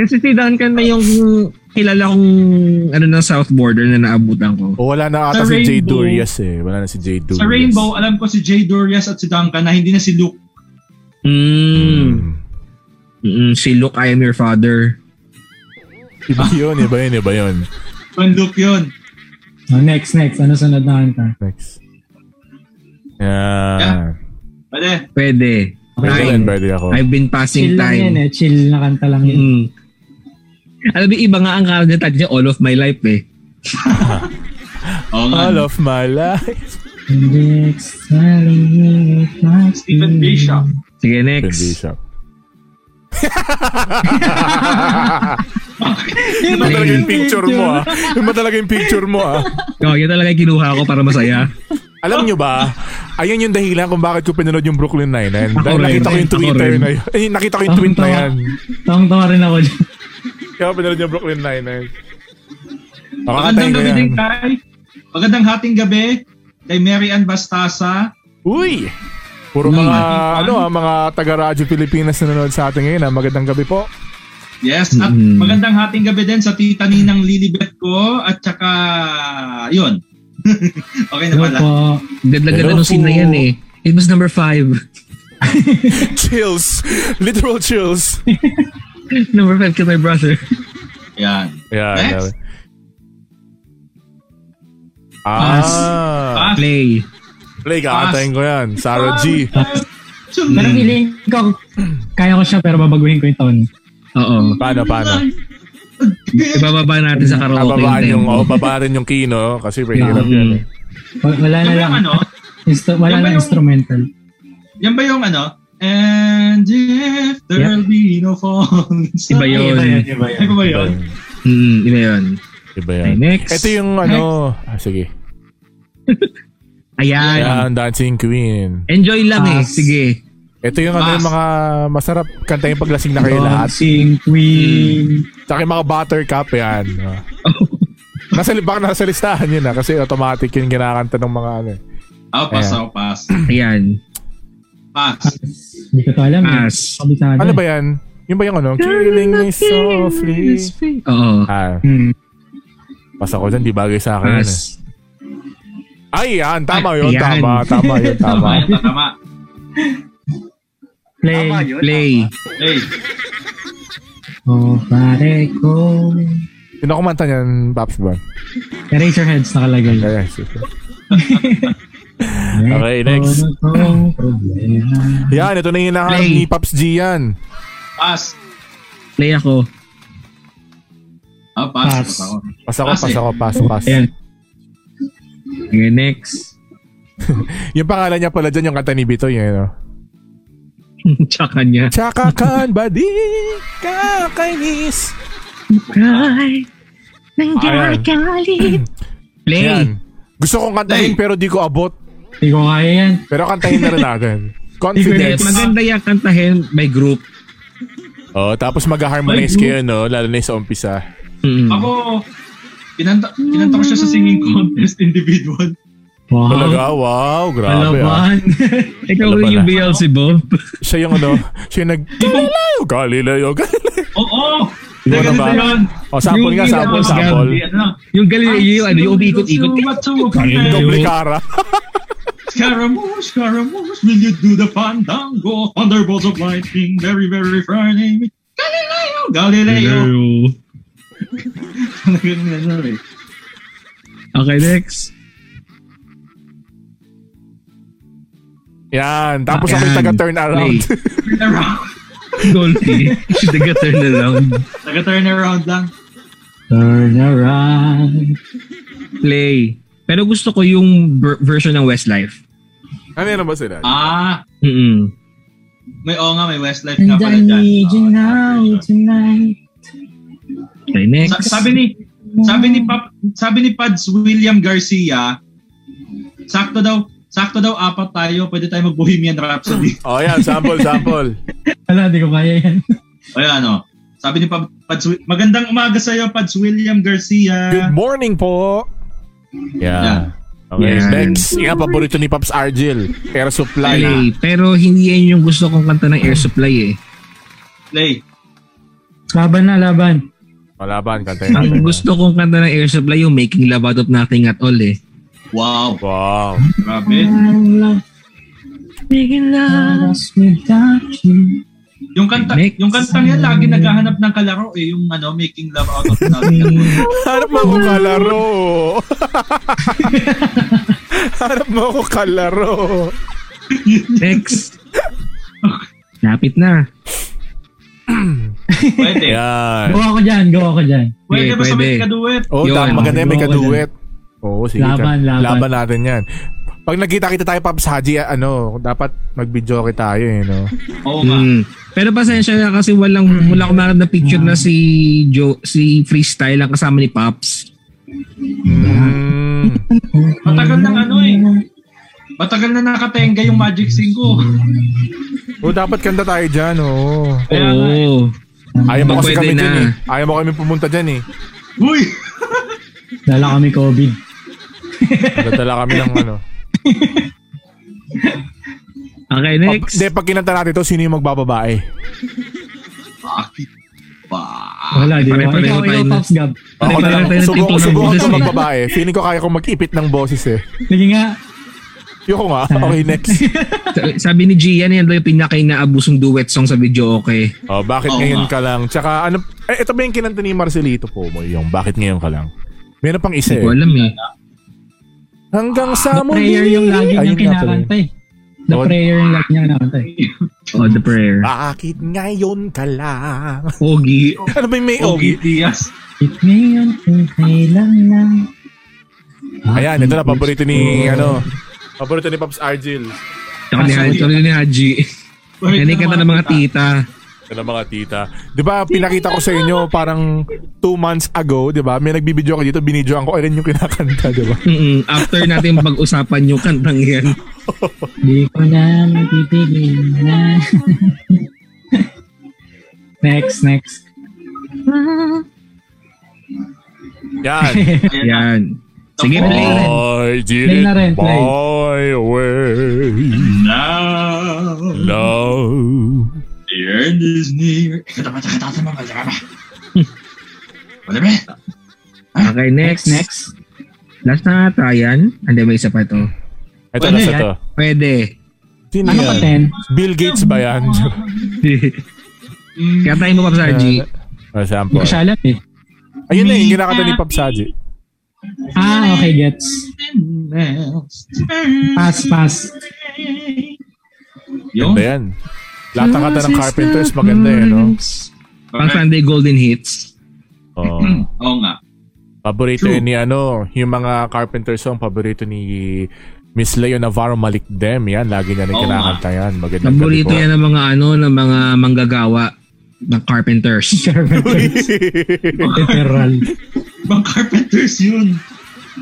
D: Kasi si Duncan na yung kilala kong ano ng South Border na naabutan ko.
A: O wala na ata
C: Sa
A: si Jay
C: Rainbow.
A: Durias eh. Wala na si Jay Durias.
C: Sa Rainbow, alam ko si Jay Durias at si Duncan na hindi na si Luke.
D: Mm.
A: Hmm.
D: Mm, si Luke, I am your father.
A: Iba yun, iba yun, iba yun.
C: Kung Luke yun.
B: Oh, next, next. Ano sunod na kanta?
A: Next. Yan.
C: Pwede.
D: Pwede.
A: Pwede
D: Time.
A: yan, pwede ako.
D: I've been passing
B: Chill lang yan
D: time.
B: eh. Chill na kanta lang yun.
D: Mm. Alam mo, iba nga ang kanta natin niya, all of my life eh.
C: Oo nga.
A: All of my life.
B: Next, smiling with my
C: Stephen
B: Hmm.
C: Bishop.
D: Sige,
A: Ben
D: next.
C: *laughs*
A: Bishop.
B: Yun
A: Iba
B: lang
A: talaga yung picture mo ah. Iba talaga yung picture mo ah.
D: Oh, yan talaga yung kinuha ko para masaya.
A: Alam nyo
C: *laughs*
A: ba, ayun yung dahilan kung bakit ko pinanood yung Brooklyn Nine-Nine.
D: Ako
A: Dahil
D: rin.
A: nakita ko yung
D: Ako
A: Twitter
D: rin.
A: na yun. Ay, nakita ko yung tweet na
C: *laughs*
A: yan.
B: Tawang-tawa rin ako dyan.
A: Kaya ko pinanood yung Brooklyn Nine-Nine. Makakantayin
C: Magandang
A: ko
C: gabi
A: yan.
C: din kay... Magandang hating gabi kay Mary Ann Bastasa.
A: Uy! Puro
C: Hmm.
A: mga, ano ah, mga taga-radyo Pilipinas na nanonood sa atin ngayon ah. Magandang gabi po. *laughs*
C: Yes, at
D: Mm.
C: magandang hating gabi din sa tita Ninang Lilibet ko at saka yun. *laughs* okay na
B: Hello
C: pala.
B: po.
D: Dadlagan na
A: Hello
D: nung scene na
A: po.
D: yan eh. It was number five. *laughs*
A: Chills! Literal chills!
D: number five kay my brother.
C: Yan.
A: Yeah.
C: Next.
A: yeah. Ah,
C: Pass.
D: Play.
A: play ka,
C: Pass.
A: atayin ko yan. Sarah G.
B: Pero feeling ko, kaya ko siya pero babaguhin ko yung tone.
D: Oo.
A: Paano, paano?
D: Ibababa natin sa karaoke mm.
A: Babaan yung,
D: tempo.
A: oh, babaan yung kino kasi mahirap
D: Mm.
A: yan eh.
B: Wa- Wala na
C: Yan ba
B: lang.
C: yung ano?
B: Instru- wala
C: Yan ba
B: na
C: yung-
B: instrumental.
C: Yan ba yung ano? And if there'll be no falls.
D: Iba
C: Ay,
D: yun.
B: Iba
C: Ay, ba ba yun?
D: Mm, iba yun.
A: Iba yan.
D: Okay, next.
A: Ito yung ano, ah, sige.
D: Ayan.
A: Yan, Dancing Queen.
D: Enjoy lang eh.
B: Pass.
D: Sige.
A: Ito yung ano, yung mga masarap kantahin paglasing na kayo lahat. Hmm.
B: Dancing Queen.
A: Tsaka yung mga buttercup yan. Ah. Nasa, li- baka nasa listahan yun ah, kasi automatic yung ginakanta ng mga ano. eh.
C: Ah, pass
A: Ayan.
C: ako, pass.
D: Ayan.
C: Pass.
B: Hindi ko to alam. eh.
D: Pass.
B: Kabisado.
A: Ano ba yan? Yung ba yung ano? Killing me softly.
D: Oo.
A: Ah,
B: Hmm.
A: Pas ako dyan, di bagay sa akin. yun eh.
D: Pass.
A: Ay, yan. Tama yun.
D: Ayan.
A: Tama. Tama yun. Tama.
C: Tama, yan, tama.
B: Play.
D: Play.
C: Hey,
B: Oh, pare ko.
A: Sino kumanta niyan, Paps Bon?
B: Erase your heads nakalagay.
A: Ayan, sige. Okay, next.
B: Ano tong problema?
A: Yan, ito na yung hinahanap
D: Play.
A: ni Paps G yan.
C: pass.
D: Play ako.
C: Ah, pass.
B: Pass.
C: Pass ako.
A: Pas
D: Ah,
A: ako,
C: Pass
A: pas
C: eh.
A: ako, pas, pas.
B: Ayan.
D: Okay, next.
A: Yung pangalan niya pala dyan, yung kanta ni Bitoy. Yan, no?
D: Tsaka niya.
A: Tsaka kan ba di kakainis?
D: Ay,
A: Ayan.
D: Play.
A: Ayan. Gusto kong kantahin
C: Play.
A: pero di ko abot.
B: Hindi ko kaya yan.
A: Pero kantahin na
D: *laughs*
A: rin natin.
D: Hindi,
A: Confidence.
D: maganda yung kantahin by group.
A: Oh, tapos mag-harmonize kayo, no? Lalo na sa umpisa.
D: Mm.
C: Ako, kinanta, kinanta ko siya sa singing contest *laughs* individual.
D: Oh.
B: Wow.
A: Talaga, wow, grabe.
B: *laughs*
A: Ah.
B: Kalaban.
D: Ikaw
A: Ano ba
D: yung
A: na?
D: Beelzebub.
A: Siya yung ano, siya yung nag... Galileo, Galileo, Galileo.
C: Oo!
A: Di ba
C: Ganito
A: ba?
C: yun.
A: O, Oh, sample nga,
D: Yung
A: sample,
D: ginawa-
A: sample.
C: Yan
B: ano,
C: na.
D: yung Galileo, yung ano, yung umiikot-ikot.
A: Doble *laughs* cara.
C: Scaramouche, Scaramouche, will you do the fandango? Thunderbolts of lightning, very, very frightening. Galileo, Galileo. Talagang ganun eh.
D: Okay, next.
A: Yan, tapos ako yung
D: Ayan.
A: taga-turn around.
D: Play.
C: Turn around.
D: Golfy. Daga-turn na lang.
C: Taga-turn around lang.
B: Turn around.
D: Play. Pero gusto ko yung ver- version ng Westlife.
A: ano meron ba sila?
C: Ah,
D: Mm-mm.
C: may o nga, may Westlife
B: And
C: nga pala
B: I
C: dyan. Oo,
B: need you
C: tama
B: now
C: yun.
B: tonight.
D: Okay, next.
C: Sa- sabi ni sabi ni Pap, sabi ni Pads William Garcia, sakto daw, sakto daw apat tayo, pwede tayo mag Bohemian Rhapsody.
A: Oh, yan, sample, sample.
B: Wala, hindi ko kaya yan.
C: Ayan ano. Sabi ni Pa- Pads, Wi- magandang umaga sa iyo Pads William Garcia.
A: Good morning po. Yeah. Okay,
D: Yeah.
A: next. Yan, paborito ni Pops Argel. Air Supply.
D: Play. Pero hindi yan yung gusto kong kanta ng Air Supply eh.
C: Play.
B: Laban na, laban.
A: Wala ba? Kanta
D: Ang gusto kong kanta ng Air Supply yung Making Love Out of Nothing at All eh.
C: Wow,
A: Wow.
C: grabe.
B: I'm lost
D: Making Love.
B: without you.
C: Yung kanta,
D: Next.
C: yung kantang yan lagi naghahanap ng kalaro eh, yung ano, making love out of nothing.
D: *laughs*
A: Harap mo ako kalaro. *laughs* Harap mo ako kalaro.
C: *laughs*
D: Next. Lapit na.
C: pwede.
A: Yan.
B: Go ako dyan, go ako dyan.
C: Pwede
D: Okay,
C: basta may
D: pwede.
C: kaduet.
A: Oh,
D: Yun.
A: tama, maganda yan, may
B: Go ka
A: kaduet. Oo, sige.
B: Laban, laban.
A: Laban natin yan. Pag nagkita kita tayo, Pops Haji, ano, dapat mag-video kita tayo, eh, no?
C: Oo nga.
D: Mm. Pero pasensya na kasi walang wala akong makita na picture na si Joe si Freestyle ang kasama ni Pops.
A: Mm.
C: Matagal ng ano eh. Matagal na nakatenga yung
D: *laughs*
C: Magic 5.
A: Oh, dapat kanta tayo dyan, oo.
C: Kaya nga eh.
D: Oo.
A: Ayaw mo kasi kami
D: Pwede na.
A: dyan, eh. Ayaw mo kami pumunta dyan, eh.
C: Uy!
B: Lala kami COVID.
A: Dadala kami ng ano.
D: Okay,
A: Pag,
D: next.
A: de, pag kinanta natin to, sino yung magbababae?
C: Bakit ba?
A: Ah,
B: Wala, di ba?
D: pare-pareho
B: Ikaw,
D: tayo
B: ikaw,
D: na.
B: Pops Gab.
A: Ako
D: Pare-
A: na
D: pare- pare-
A: Ah, subukan subukan
D: pare-
A: ko
D: pare- pare-
A: magbabae. Feeling ko kaya kong mag-ipit ng boses, eh.
B: Sige nga.
A: Yoko nga. Okay, next.
D: Sa- Sabi ni Gian yan daw yung pinaka-inaabusong duet song sa video okay.
A: Oh, bakit
C: Oo
A: ngayon ka
C: nga.
A: lang? Tsaka ano, eh, ito ba yung kinanta ni Marcelito po mo yung bakit ngayon ka lang? Meron pang isa
D: Hindi
A: eh.
D: ko alam eh.
A: Hanggang
B: The
A: sa muli.
B: prayer yung lagi
A: Ayun nga
B: niyang
A: pala yun.
B: kinakanta eh. The
A: Oh.
B: prayer yung lagi niyang kinakanta eh.
D: Oh, the
B: Ah.
D: prayer.
A: Bakit ngayon ka lang? *laughs*
D: Ogi.
A: ano ba yung may
C: Ogie
A: ogi?
C: Diaz.
B: It may yun kung kailan na.
A: Ayan, ito na, paborito ni, ano, paborito ni Pops Argil.
D: Tsaka ni Haji. Sorry ni Haji. Yan yung kanta ng mga tita.
A: Ito na mga tita. Di ba, pinakita ko sa inyo parang two months ago, di ba? May nagbibideo ako dito, binidyoan ko, ayun yung kinakanta, di ba?
D: Mm-mm. After natin pag-usapan yung kantang yan.
B: Di ko na mapipigil na. *laughs* next, next.
A: Yan.
C: Ayan na.
D: Yan. Sige, play.
A: I
B: Play na rin,
A: did it
B: play.
A: my way.
C: Now,
A: Love.
C: the end is near. Ikaw naman, tsaka tatama, mga tsaka. Wala ba?
D: Okay, next.
B: Next, next.
D: Last na nga tayo yan. Hindi, may isa pa ito.
A: Ito
C: Ano
A: na sa
B: yan?
A: to.
D: Pwede.
C: *laughs*
A: Sino
B: Ano pa,
A: yan?
B: 10?
A: Bill Gates ba yan?
C: Mm,
D: Kaya tayo mo, Pops Haji.
A: Oh,
B: Hindi ko
A: sample.
B: siya alam eh.
A: Ayun na yung ginakanta ni Pops Haji.
B: Ah, okay, gets. Pass, pass.
C: Yun.
A: Ganda yan. Lahat ng kanta ng Carpenters, maganda yan, no?
B: *laughs*
D: Pang
C: Correct.
D: Sunday Golden Hits.
A: Oh.
C: Oo nga.
A: Paborito
C: True.
A: yun ni ano, yung mga Carpenter song, paborito ni Miss Leo Navarro Malikdem, yan. Lagi niya rin
C: Oo
A: kinakanta yan. Magandang gabi *laughs*
D: Paborito
A: po.
D: yan ng mga ano, ng mga manggagawa ng carpenters.
A: *laughs*
B: Literal.
C: Bang Carpenters yun.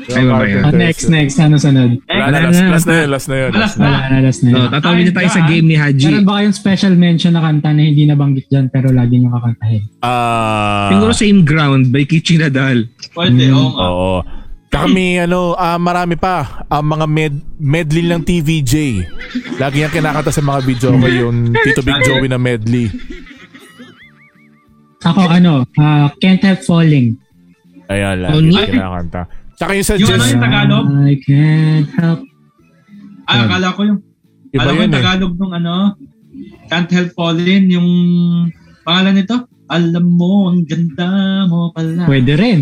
D: Ay, ba ba yun?
B: At next, next. Ano sunod?
A: Ah, Eh, Wala na, last, last na yun, last na yun.
C: Alas na.
B: Wala na, last na
D: So,
B: yun.
D: tatawid na tayo sa game ni
B: Meron
D: Haji.
B: ba kayong special mention na kanta na hindi nabanggit dyan pero lagi nyo kakantahin?
A: Ah,
D: Siguro same ground by Kichi Nadal.
C: Pwede, oo nga.
A: Oo. Kami,
C: *clears throat*
A: ano, ah, marami pa. Ang mga med- medley ng TVJ. Lagi yan kinakanta sa mga video ko
C: Mm.
A: yung Tito Big Joey na medley.
B: Ako ano, ah, Can't Help Falling.
A: Ayan, lagi
D: Oni?
A: yan kinakanta. Tsaka yung
C: Mm. Yung ano
A: suggest,
C: yung Tagalog?
B: I can't help.
C: Ay, Ah, akala ko yung,
A: Mm. iba
C: akala ko
A: yun
C: yung
A: eh.
C: Tagalog nung ano, Can't Help Falling, yung pangalan nito, alam mo, ang ganda mo pala.
B: Pwede rin.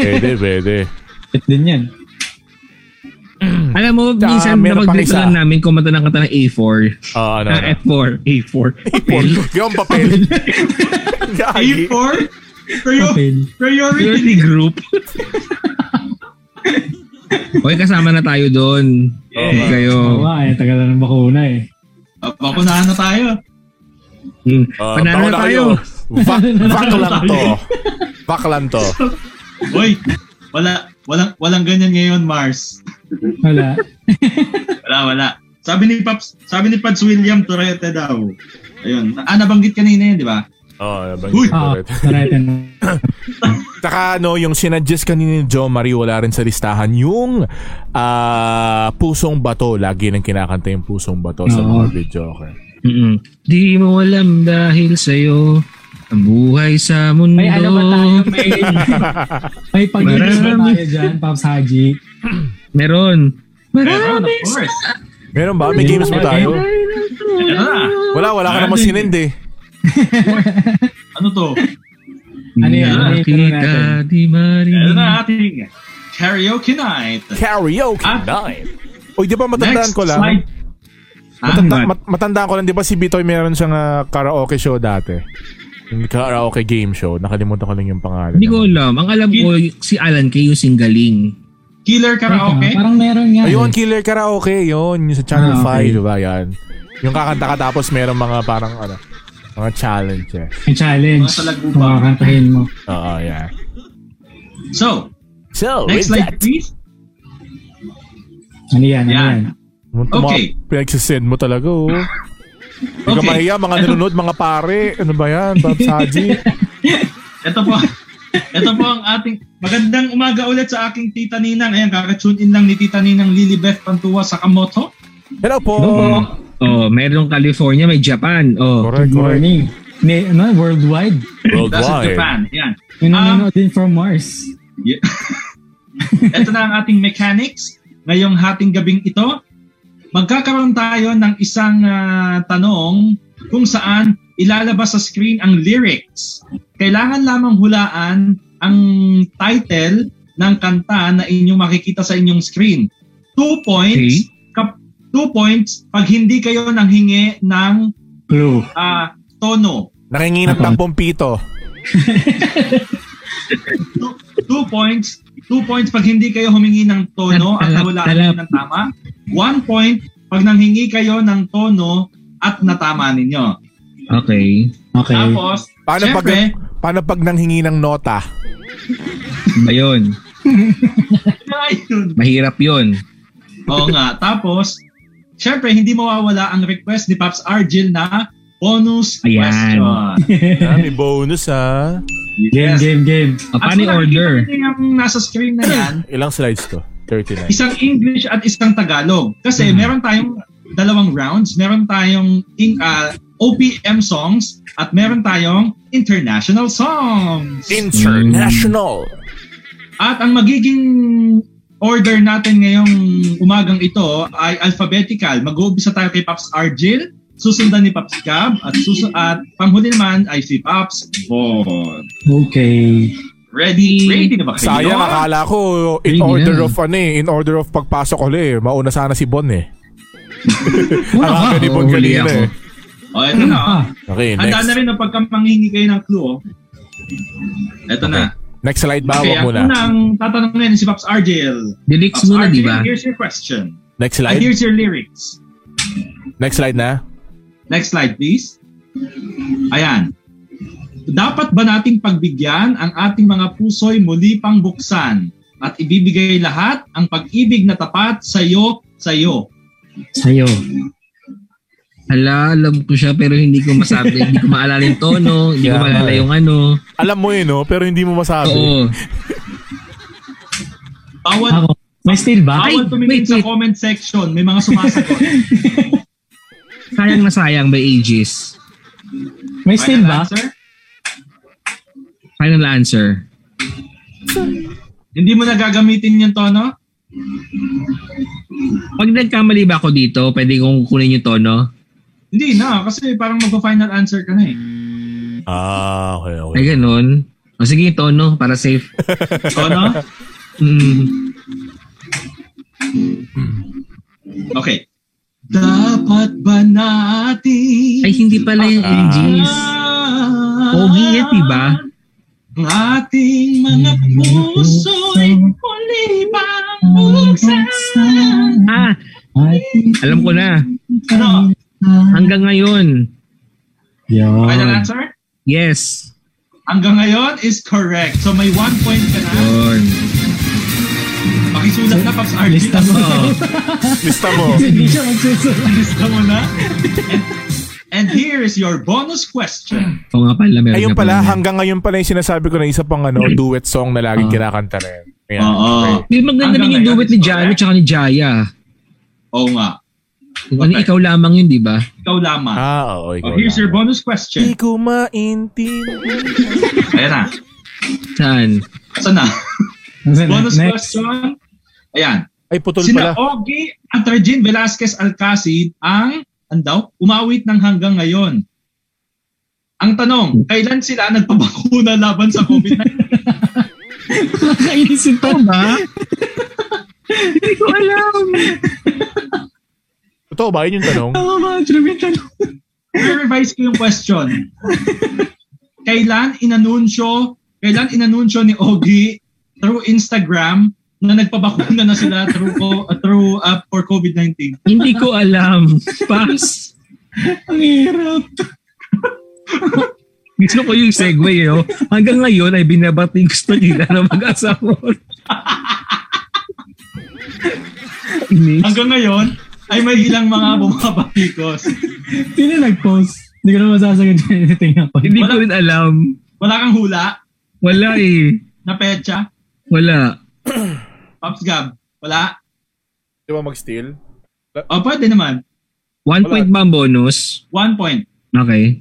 A: Pwede, pwede.
B: At din yan. Hmm.
D: Alam mo,
A: Tsaka
D: minsan
A: meron pang
D: napag
A: isa.
D: lang namin kumanta ng kanta ng A4.
A: Oo, ano,
D: Ng *laughs*
A: ano.
D: F4. A4.
A: Papel. Yung
C: *laughs*
A: papel. Gagi.
C: A4? Prior-
B: Papel.
C: priority.
D: Priority group.
A: *laughs*
D: okay, kasama na tayo doon.
C: Yeah.
D: Kayo.
A: Oh.
B: Oo nga eh, tagal na ng bakuna eh.
C: Ah, Bakunahan na tayo.
D: Hmm.
A: Ah,
D: Panalo
A: bako
D: na
A: na
D: tayo.
A: Vak, vak lang to. Vak lang to.
C: Uy, wala, walang, walang ganyan ngayon, Mars.
B: Wala.
C: Wala, wala. Sabi ni Paps, sabi ni Pads William Torete daw. Ayun. Ah, nabanggit kanina yun, di ba?
A: Oo, nabanggit
C: Uy!
A: Ah, ko
B: Oo,
A: rin.
B: narete na.
A: Saka ano, yung sinadjust kanina ni Jo Marie, wala rin sa listahan. Yung ah, Pusong Bato, lagi nang kinakanta yung Pusong Bato sa
C: Mm-hmm.
B: Oo.
A: mga video. Okay.
D: Mm-mm. Di mo alam dahil sa'yo ang buhay sa mundo.
B: *laughs* May ano ba tayo? May, may pag-ibig ba tayo dyan, Pops Haji?
D: Meron.
C: Meron, of
D: Marami
C: course.
A: Meron ba? May games ba tayo?
C: Ano na?
A: Wala, wala ka namang sinend eh.
C: Ano to?
B: Ano yan? Ano yung tanong
D: Nakita
B: natin?
D: di
C: Ano
D: marinig.
C: na ating karaoke night.
A: Karaoke
C: Ah.
A: night. Uy, di ba matandaan
C: Next
A: ko lang?
C: slide. Ah,
A: Matanda, mat- matandaan ko lang, di ba si Bitoy meron siyang ah, karaoke show dati? Yung karaoke game show. Nakalimutan ko lang yung pangalan.
D: Hindi ko alam. Ang alam ko, si Alan Kay yung singgaling.
C: Killer
B: Teka,
C: karaoke.
B: Parang meron nga. eh.
A: Ayun, Killer Karaoke, yun. Yung sa Channel
B: Ah, okay.
A: 5, Mm-hmm. diba yan? Yung kakanta ka tapos meron mga parang ano, mga challenge eh.
B: May challenge.
C: Mga salagubang.
B: Kung kakantahin mo.
A: Oo, yeah.
C: So,
A: So,
C: next
A: with Oh, that,
C: slide please.
B: Ano yan?
C: Yan.
B: Ano yan?
A: okay.
C: Okay.
A: mga pinagsisend mo talaga, oh. Hindi ka
C: Okay.
A: mahiya, mga nanonood, mga pare. Ano ba yan? Bob Saji.
C: Ito
A: *laughs*
C: po. Ito po ang ating magandang umaga ulit sa aking tita Ninang. Ayan, kaka-tune in lang ni tita Ninang Lilibeth Pantua sa Kamoto.
A: Hello po.
D: Oh, merong California, may Japan. Oh.
A: Correct,
B: Good
A: correct.
B: morning. Ne, ano, worldwide.
C: That's sa Japan. Ayan.
B: May
C: Um,
B: nanonood din from Mars.
C: Yeah. Ito na ang ating mechanics. Ngayong hating gabing ito, magkakaroon tayo ng isang ah, tanong kung saan ilalabas sa screen ang lyrics. Kailangan lamang hulaan ang title ng kanta na inyong makikita sa inyong screen. Two points, kap- two points pag hindi kayo nanghingi ng
B: Clue.
C: ah, tono.
A: Nakinginap ng pompito.
C: Two, two points, two points pag hindi kayo humingi ng tono at
D: Talap,
C: nahulaan
D: talap.
C: ninyo ng tama. One point pag nanghingi kayo ng tono at natama ninyo.
D: Okay.
B: Okay.
C: Tapos,
A: Paano pag,
C: syempre, *laughs*
A: paano pag nanghingi ng nota?
D: Ayun.
C: ayun.
D: Mahirap yun.
C: Oo nga. Tapos, syempre, hindi mawawala ang request ni Paps Argil na bonus
D: Ayan.
C: question.
A: Ah, may bonus ah. ha.
B: game, game, game.
D: Ah,
C: At
D: paano
C: kung
D: yung
C: nakikita
D: order?
C: niyo yung nasa screen na yan,
A: Ilang slides to? 39.
C: isang English at isang Tagalog. Kasi
A: Hmm.
C: meron tayong dalawang rounds, meron tayong in, ah, OPM songs at meron tayong international songs.
A: International.
C: At ang magiging order natin ngayong umagang ito ay alphabetical. Mag-uumpisa tayo kay Pops Argil, susundan ni Pops Gab, at, susu- at panghuli naman ay si Pops Bon.
B: Okay.
C: Ready? Ready na ba kayo?
A: Sayang, akala ko in
D: Ayun,
A: order
D: yeah.
A: of ano eh, in order of pagpasok ulit. eh. Mauna sana si Bon eh. Ang
D: Ah,
A: aga ni Bon
D: huli
A: kanina
D: ako.
A: eh.
C: O, eto na. oh.
B: Ah,
A: Okay,
C: Handa na
A: next.
C: rin na pagka manghingi kayo ng clue. oh. Eto na.
A: Next slide ba?
C: Okay,
A: Huwag
C: ako
A: muna.
C: na ang tatanungin si Pops Argel.
D: Delix
C: Pops
D: muna, di
C: Argel,
D: ba?
C: here's your question.
A: Next
C: And
A: slide.
C: here's your lyrics.
A: Next slide na.
C: Next slide, please. Ayan. Dapat ba nating pagbigyan ang ating mga puso'y muli pang buksan at ibibigay lahat ang pag-ibig na tapat sa iyo, sa iyo.
B: Sa'yo.
D: Hala, alam ko siya pero hindi ko
B: *laughs*
D: masabi. hindi ko maalala yung tono, hindi ko
A: Yeah.
D: maalala yung ano.
A: Alam mo yun, no? Pero hindi mo masabi.
D: Oo.
C: Bawal,
B: Ako. May still ba?
D: Ay,
C: bawal tumingin
D: wait,
C: sa
D: wait.
C: comment section. May mga sumasagot.
D: *laughs* Sayang na sayang by ages.
B: May still
C: Final
B: ba?
C: answer?
D: Final answer.
C: Hindi mo nagagamitin yung tono?
D: Pag nagkamali ba ako dito, pwede kong kunin yung tono?
C: Hindi na, kasi parang magpa-final answer ka na eh.
A: Ah, okay, okay.
D: Ay, ganun. O sige, yung tono, para safe.
C: Tono?
D: Mm.
C: Okay. Dapat ba natin
D: Ay, hindi pala yung
A: Ah.
D: ages. Pogi yan, diba?
C: Ang ating mga puso'y muli bang buksan?
D: Ah, alam ko na.
C: Ano?
D: Hanggang ngayon.
C: Final
B: Yan.
C: answer?
D: Yes.
C: Hanggang ngayon is correct. So may one point ka na.
D: Yun.
C: Pakisulat na, Pops Archie.
B: Lista mo.
D: Oo.
A: Lista mo.
B: Hindi siya magsusunod.
C: *laughs* Lista mo na. And, and here is your bonus question.
D: Oo nga pala, meron
A: Ayun
D: na
A: pala,
D: pala.
A: hanggang ngayon pala yung sinasabi ko na isa pang ano, duet song na laging kinakanta rin. Ayan.
C: Mm. Ah. Oo.
D: May maganda
C: Hanggang
D: rin yung
C: ngayon
D: duet
C: is
D: ni Jano
C: correct.
D: tsaka ni Jaya.
C: Oo nga.
D: Yung ano,
C: Okay.
D: ikaw lamang yun, di ba?
C: Ikaw lamang.
A: Ah, oo. ikaw
C: Oh,
A: na.
C: here's your bonus question.
A: Di ko maintindihan.
C: Ayan na.
D: Saan?
C: Saan na?
B: Asan na?
C: bonus
B: Next.
C: question. Ayan.
A: Ay, putol pala.
C: Sina Oh. Ogie at Regine Velasquez Alcacid ang andaw, umawit ng hanggang ngayon. Ang tanong, kailan sila nagpabakuna *laughs* laban sa COVID-19?
B: Nakakainis yung tono.
D: ba? Hindi ko alam.
A: Totoo ba? Yun yung tanong.
B: Tama ba? Jeremy, tanong.
C: I-revise ko yung question. kailan inanunsyo, kailan inanunsyo ni Ogie through Instagram na nagpabakuna na sila through, co- uh, through uh, for COVID-19?
D: Hindi ko alam. Pass.
B: Ang hirap.
D: Gusto ko yung segue, yo. Hanggang ngayon ay binabating gusto nila na mag-asawa. Inis.
C: Hanggang ngayon, ay may ilang mga bumabatikos.
B: Sino nag-post? Hindi ko na masasagot yung anything ako.
D: Hindi ko
C: Wala-
D: rin alam.
C: Wala kang hula
D: Wala eh.
C: na pecha?
D: Wala.
C: Pops Gab, wala?
A: Di ba mag-steal?
C: O, pwede naman.
D: One
A: Wala.
D: point ba ang bonus?
C: One point.
D: Okay.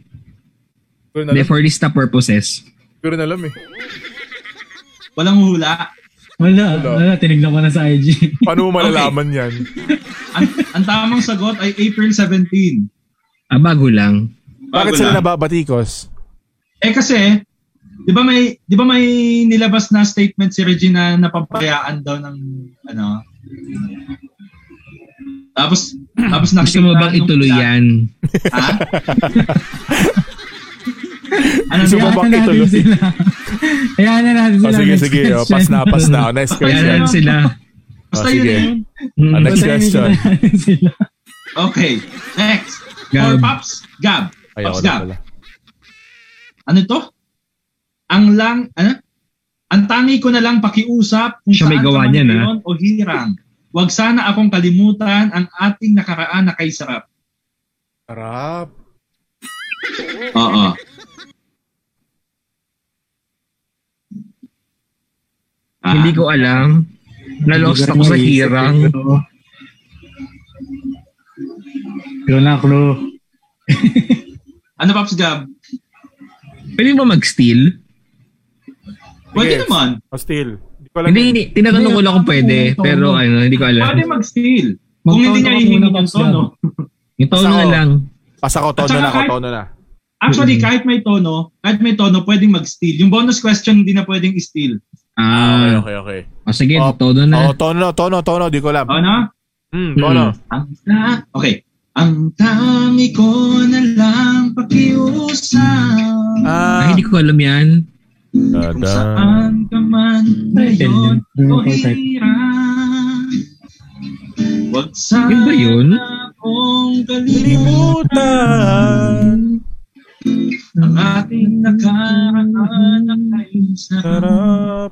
A: Pero na
D: Hindi,
A: alam.
D: for lista purposes.
A: Pero na alam eh.
C: Walang hula.
B: Wala.
A: Wala.
B: Wala. Tinignan ko na sa IG.
A: Paano mo malalaman yan? *laughs*
C: Ang, ang tamang sagot ay April 17.
D: Ah, bago lang.
A: Bakit
C: Bago
A: sila
C: lang.
A: nababatikos?
C: Eh kasi, di ba may, di ba may nilabas na statement si Regina na napabayaan daw ng, ano, tapos, tapos
D: Gusto mo bang
C: nung-
D: ituloy yan?
C: Ha?
A: *laughs*
C: ano
A: Gusto mo
C: yan?
A: ba-
B: Hayaan na natin
A: ituloy?
B: sila. Hayaan na natin
A: Oh,
B: sila.
A: sige,
B: Next
A: sige.
B: *laughs*
A: Oh,
B: question.
A: pass na, pass na. Oh, Next
D: Kaya
A: question.
D: sila.
A: Oh,
C: Basta yun
A: sige.
C: na yun.
D: Mm.
A: Ah, next
B: Basta hindi
A: question.
B: na natin sila.
C: Okay. Next.
D: Gab.
C: Or Pops, Gab.
A: Ayoko
C: Pops,
A: na
C: Gab.
A: pala.
C: ano to? Ang lang, ano? Ang tangi ko na lang pakiusap kung
D: Siya may
C: saan
D: gawa
C: ka man
D: niyan, ha?
C: ngayon o hirang. Huwag sana akong kalimutan ang ating nakaraan na kay Sarap.
A: Sarap.
C: Oo. Ah,
D: Hindi ko alam. Nalost ako sa hirang.
B: Pero na, clue.
C: Ano Pops Gab?
D: Pwede ba mag-steal?
C: Pwede
A: Yes.
C: naman.
A: Oh, steal. Hindi pala.
D: Hindi, hindi. Tinatanong
B: Hindi,
D: ko lang kung pwede.
B: tono.
D: Pero ano, hindi ko alam.
C: Pwede mag-steal. Kung hindi niya
B: Magtono ka
C: hihingin
B: muna,
C: yung
B: Pops Gab.
C: tono.
D: Yung tono
A: Saan
D: na
A: ako?
D: lang.
A: Pass ako.
C: At
A: Tono
C: saka
A: na ako.
C: kahit-
A: Tono na.
D: Mm-hmm.
C: Actually, kahit may tono, kahit may tono, pwedeng mag-steal. Yung bonus question, hindi na pwedeng steal.
A: Ah,
D: Ah,
A: okay, okay.
D: o sige,
A: Oh,
D: tono
A: Oh,
D: na.
A: tono, tono, tono. Di ko alam.
C: Ano?
A: Hmm, tono.
C: Ang ta- okay. Ang tangi ko na lang pakiusap
A: Ah,
D: Ah, hindi ko alam yan.
C: kung saan ka man ngayon
B: Ayun,
C: o
B: perfect.
C: hirap. Huwag sana
D: Yun ba yun?
C: akong kalimutan
A: Limutan.
C: ang ating nakaraan ang kaisa.
A: Sarap.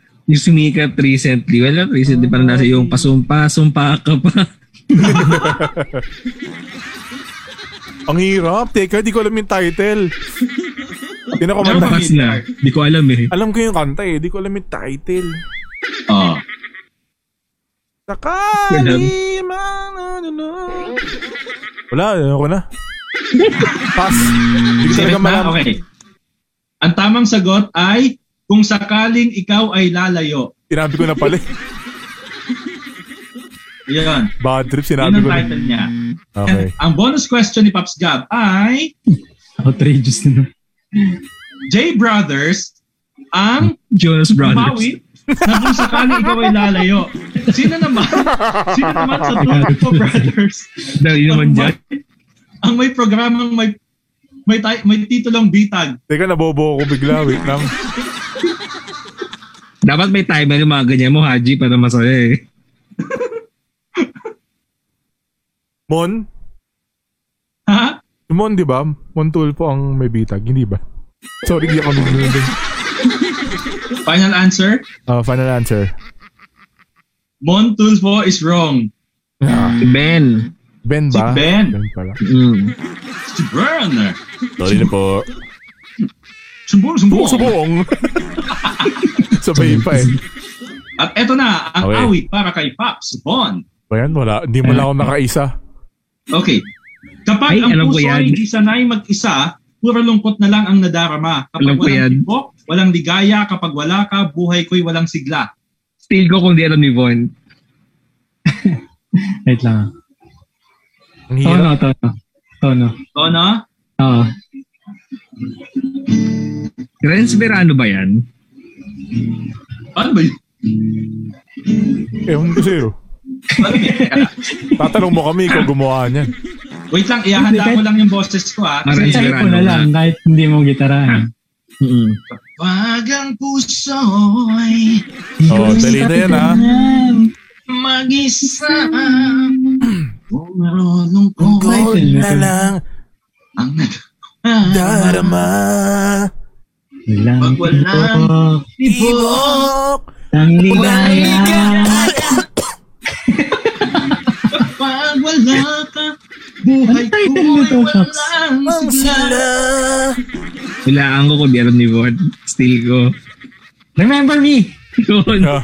D: Yung sumikat recently. Wala recently. Parang nasa yung pasumpa, sumpa ka pa.
A: Ang hirap. Teka, di ko alam yung title.
C: Ano
A: Tinakomanda.
D: Pass na. Di ko alam eh.
A: Alam ko yung kanta eh. Di ko alam yung title.
C: Oo.
A: Sakali manunod. ano, Wala, ayoko na. Pass. Hindi ko talaga
C: Sagot na?
A: malam.
C: Okay. Ang tamang sagot ay kung sakaling ikaw ay lalayo.
A: Sinabi ko na pala. eh.
C: Yun.
A: Bad trip,
C: Yun
A: sinabi
C: ang
A: ko na.
C: title niya.
A: Okay.
C: Ang bonus question ni Pops Gab ay
B: Outrageous na.
C: J Brothers ang
D: Jonas Brothers.
C: Maui na kung sakaling ikaw ay lalayo. Sino naman? Sino naman sa Toronto Brothers?
D: Dahil yun naman
C: ang
D: dyan.
C: may- Ang may programang may may, ti- may titulong bitag.
A: Teka, nabobo ko bigla. Wait lang.
D: Dapat may timer yung mga ganyan mo, Haji, para masaya eh.
A: Mon?
C: Ha?
A: Mon, di ba? Mon Tulfo ang may bitag. Hindi ba? Sorry, di ako nagdundun.
C: Final answer?
A: Ah, final answer.
C: Mon Tulfo is wrong.
D: Si Ben.
A: Ben ba?
C: Si Ben.
A: Ben pala.
D: Mm.
C: Si Burner.
A: Sorry na po.
C: Sumbong, sumbong. *laughs*
A: Subong! Sabay pa eh.
C: At eto na, ang
A: Okay.
C: awit para kay Pops Bon.
A: Ayan, wala. Hindi mo lang ako nakaisa.
C: Okay. Kapag
D: Ay,
C: ang
D: alam ko
C: puso
D: yan.
C: ay di sanay mag-isa, puro lungkot na lang ang nadarama. Kapag
D: Alam ko
C: walang
D: yan.
C: tibok, walang ligaya, kapag wala ka, buhay ko'y walang sigla.
D: Still ko kung di alam ni Von.
B: Wait lang.
A: Ang hirap.
C: Oh,
B: Tono, tono. Tono.
C: So, no?
B: Oo.
D: Renz Verano ba yan?
C: Ano ba yun?
A: Ewan ko sa'yo.
C: Ano
D: *laughs*
C: yun?
A: Eh, Tatanong mo kami kung gumawa niyan.
C: Wait lang, ihahanda ko lang yung boses ko ha.
D: Aray.
B: Sa
D: Verano
B: ko na lang, kahit hindi mo gitarahan.
D: Mm-mm.
C: Pag ang puso'y
A: Oh, dali na yan ha.
C: mag-isa, puro lungkot
B: Title na to.
C: ang nadarama.
A: darama.
B: Walang
C: Pag walang
B: tibok,
C: Tibok,
B: ang ligaya.
C: Pag wala ka, buhay
B: Ano title
C: ko'y
B: nito, Shops?
C: walang sigla.
D: Hulaan ko kung di alam ni Von. Still ko. *laughs*
B: Remember me!
D: Yun.
A: Yeah.
C: Ah,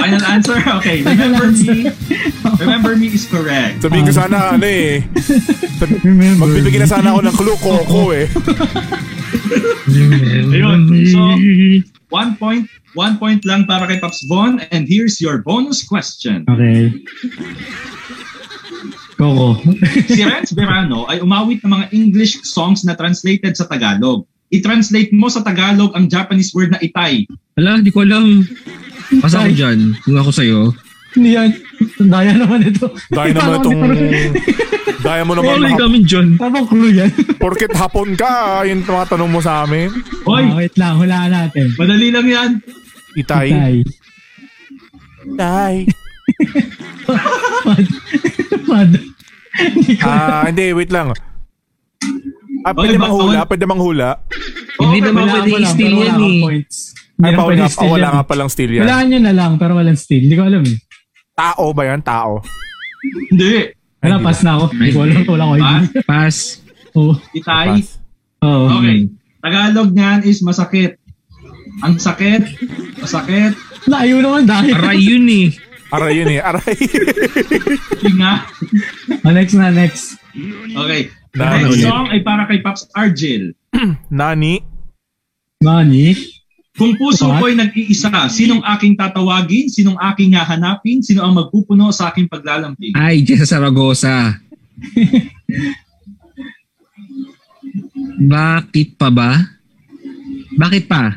C: Final answer? Okay. Remember me. *laughs* Remember me is correct.
A: Sabihin ko sana ano eh. Sabi-
B: Remember
A: Magbibigyan na sana ako ng clue ko ko eh.
C: Ayun. So, one point, one point lang para kay Pops Von. And here's your bonus
B: *laughs*
C: question.
B: Okay. Coco. *laughs*
C: Si Renz Verano ay umawit ng mga English songs na translated sa Tagalog. I-translate mo sa Tagalog ang Japanese word na itay.
D: Wala, di ko alam. Pasa ako dyan. Kung ako sa'yo.
B: Hindi yan. Daya naman ito.
A: Dahil naman itong... Dahil mo naman
D: Wala
A: maka-
D: kami dyan.
B: Tapang clue yan.
A: Porket hapon ka, yung mga tanong mo sa amin.
B: Ah,
C: Hoy,
B: wait lang, hulaan natin.
C: madali lang yan.
A: Itay.
B: Tay.
A: Itay.
B: Pad. Pad. Hindi ko.
A: Ah, hindi, wait lang. Ah,
C: Oy,
A: pwede
C: baka-
A: manghula, pwede manghula.
D: Hindi
C: Okay,
D: naman
B: Wala
D: pwede
B: ko lang,
D: i-steal
B: pero wala
D: yan
B: akong
D: eh.
B: points. Hindi
A: Ay,
B: naman
A: pawala,
B: pwede steal
A: pawala
B: yan.
A: nga palang steal yan.
B: Hulaan nyo na lang, pero walang steal. Hindi ko alam eh.
A: Tao ba yan? Tao.
C: Hindi.
B: Wala,
A: hindi
B: pass na ako. Hindi ko alam. Wala ko
C: Ah,
B: idea.
D: Pass.
B: Oo.
C: Itay.
A: Pass.
B: Oo.
C: Okay. Tagalog niyan is masakit. Ang sakit, masakit,
B: Layo naman dahil.
D: Aray yun eh.
A: Aray yun eh, aray. *laughs*
C: tinga.
B: *laughs* Ah, next na, next.
C: Okay.
A: Na-
C: Next
A: ulit.
C: song ay para kay Pops Argel.
A: Nani?
B: Nani?
C: Kung puso
B: What?
C: ko'y nag-iisa, sinong aking tatawagin? Sinong aking hahanapin? Sino ang magpupuno sa aking paglalambing?
D: Ay, Jessa Saragosa. *laughs* Bakit pa ba? Bakit pa?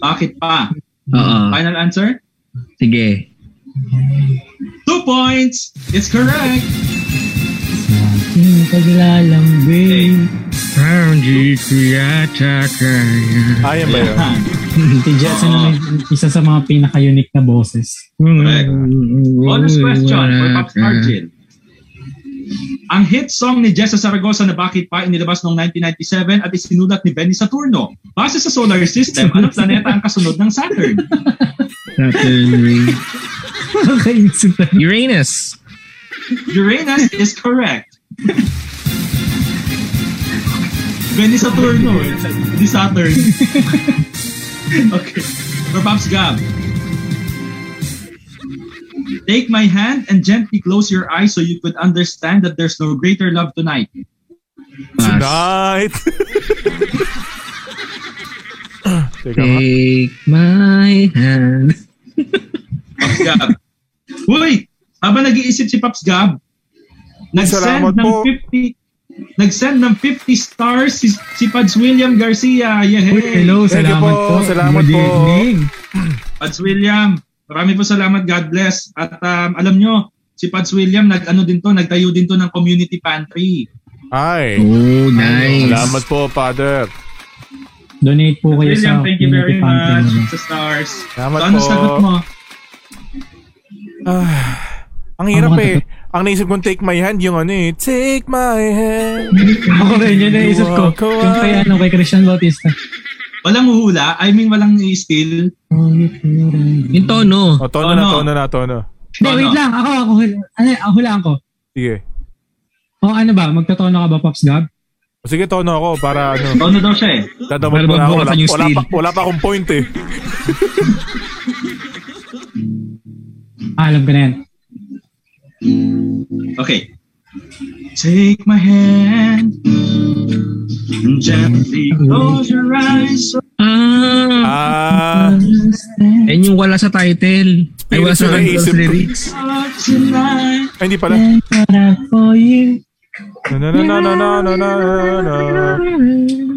C: Bakit pa?
D: Oo.
C: Final answer?
D: Sige.
C: Two points! It's correct!
B: Sino paglalambing?
D: Hindi ko yata kaya.
A: Ayan ba yun?
B: Si Jetson
D: Ah.
C: Oo.
B: ang isa sa mga pinaka-unique na boses. *laughs*
C: Correct. Bonus question for Pops Margin. Ang hit song ni Jessa Saragosa na Bakit Pa inilabas noong 1997 at isinulat ni Benny Saturno. Base sa solar system, anong planeta ang kasunod ng Saturn?
D: Saturn ring.
B: Nakakaisip na.
D: *laughs* Uranus.
C: Uranus is correct. Benny Saturno. eh. Hindi Saturn. *laughs* okay. For Pops Gab. Take my hand and gently close your eyes so you could understand that there's no greater love tonight.
D: Pass.
A: Tonight! Teka nga.
D: Take my hand.
C: Pops Gab. *laughs* Uy! Habang nag-iisip si Pops Gab, nag-send
A: Salamat
C: ng
A: po.
C: 50 nag-send ng 50 stars si, si Pads William Garcia. Yehey!
B: Uy, hello,
A: Thank you
B: salamat
A: po,
B: po.
A: salamat
B: Good
A: po.
B: evening.
C: Pads William, marami po salamat. God bless. At um, alam nyo, si Pads William, nag-ano din to, nagtayo din to ng community pantry.
A: Ay!
D: Oh, nice.
A: Salamat po, Father.
B: Donate po kayo
C: William,
B: sa
C: thank you very
B: community
C: much
B: fountain.
C: sa stars.
A: Salamat
C: so, ano
A: po.
C: sagot mo?
A: Ang hirap
B: Ang
A: eh.
B: mga-
A: Ang naisip kong take my hand, yung ano eh. Take my hand.
B: *laughs* Ako rin, yun ang isip ko.
A: Walk away.
B: Yung kay, ano, kay Christian Bautista.
C: Walang huhula, I mean walang i-steal.
D: Oh, Yung tono.
A: O, tono na,
C: Tono.
A: tono na, tono.
B: Hindi, wait lang. Ako, ako, ano, ako lang ako.
A: Sige.
B: O ano ba, magtotono ka ba, Pops Gab?
A: O, Sige, tono ako para ano.
C: Tono daw siya eh.
A: Dadamot mo na ako.
D: Para
A: Wala,
D: mabawasan yung
A: wala,
D: steal.
A: pa, wala pa akong point eh.
B: Ah, alam ko na yan.
C: Okay. Take my hand and gently close your eyes so
A: Ah,
D: Ah. And yung wala sa title. Ay, wala sa
A: Spiritual
D: sa
A: isip.
D: lyrics.
C: much tonight.
A: ay, hindi pala.
B: Thank God for you.
A: Na na na na na na na na na.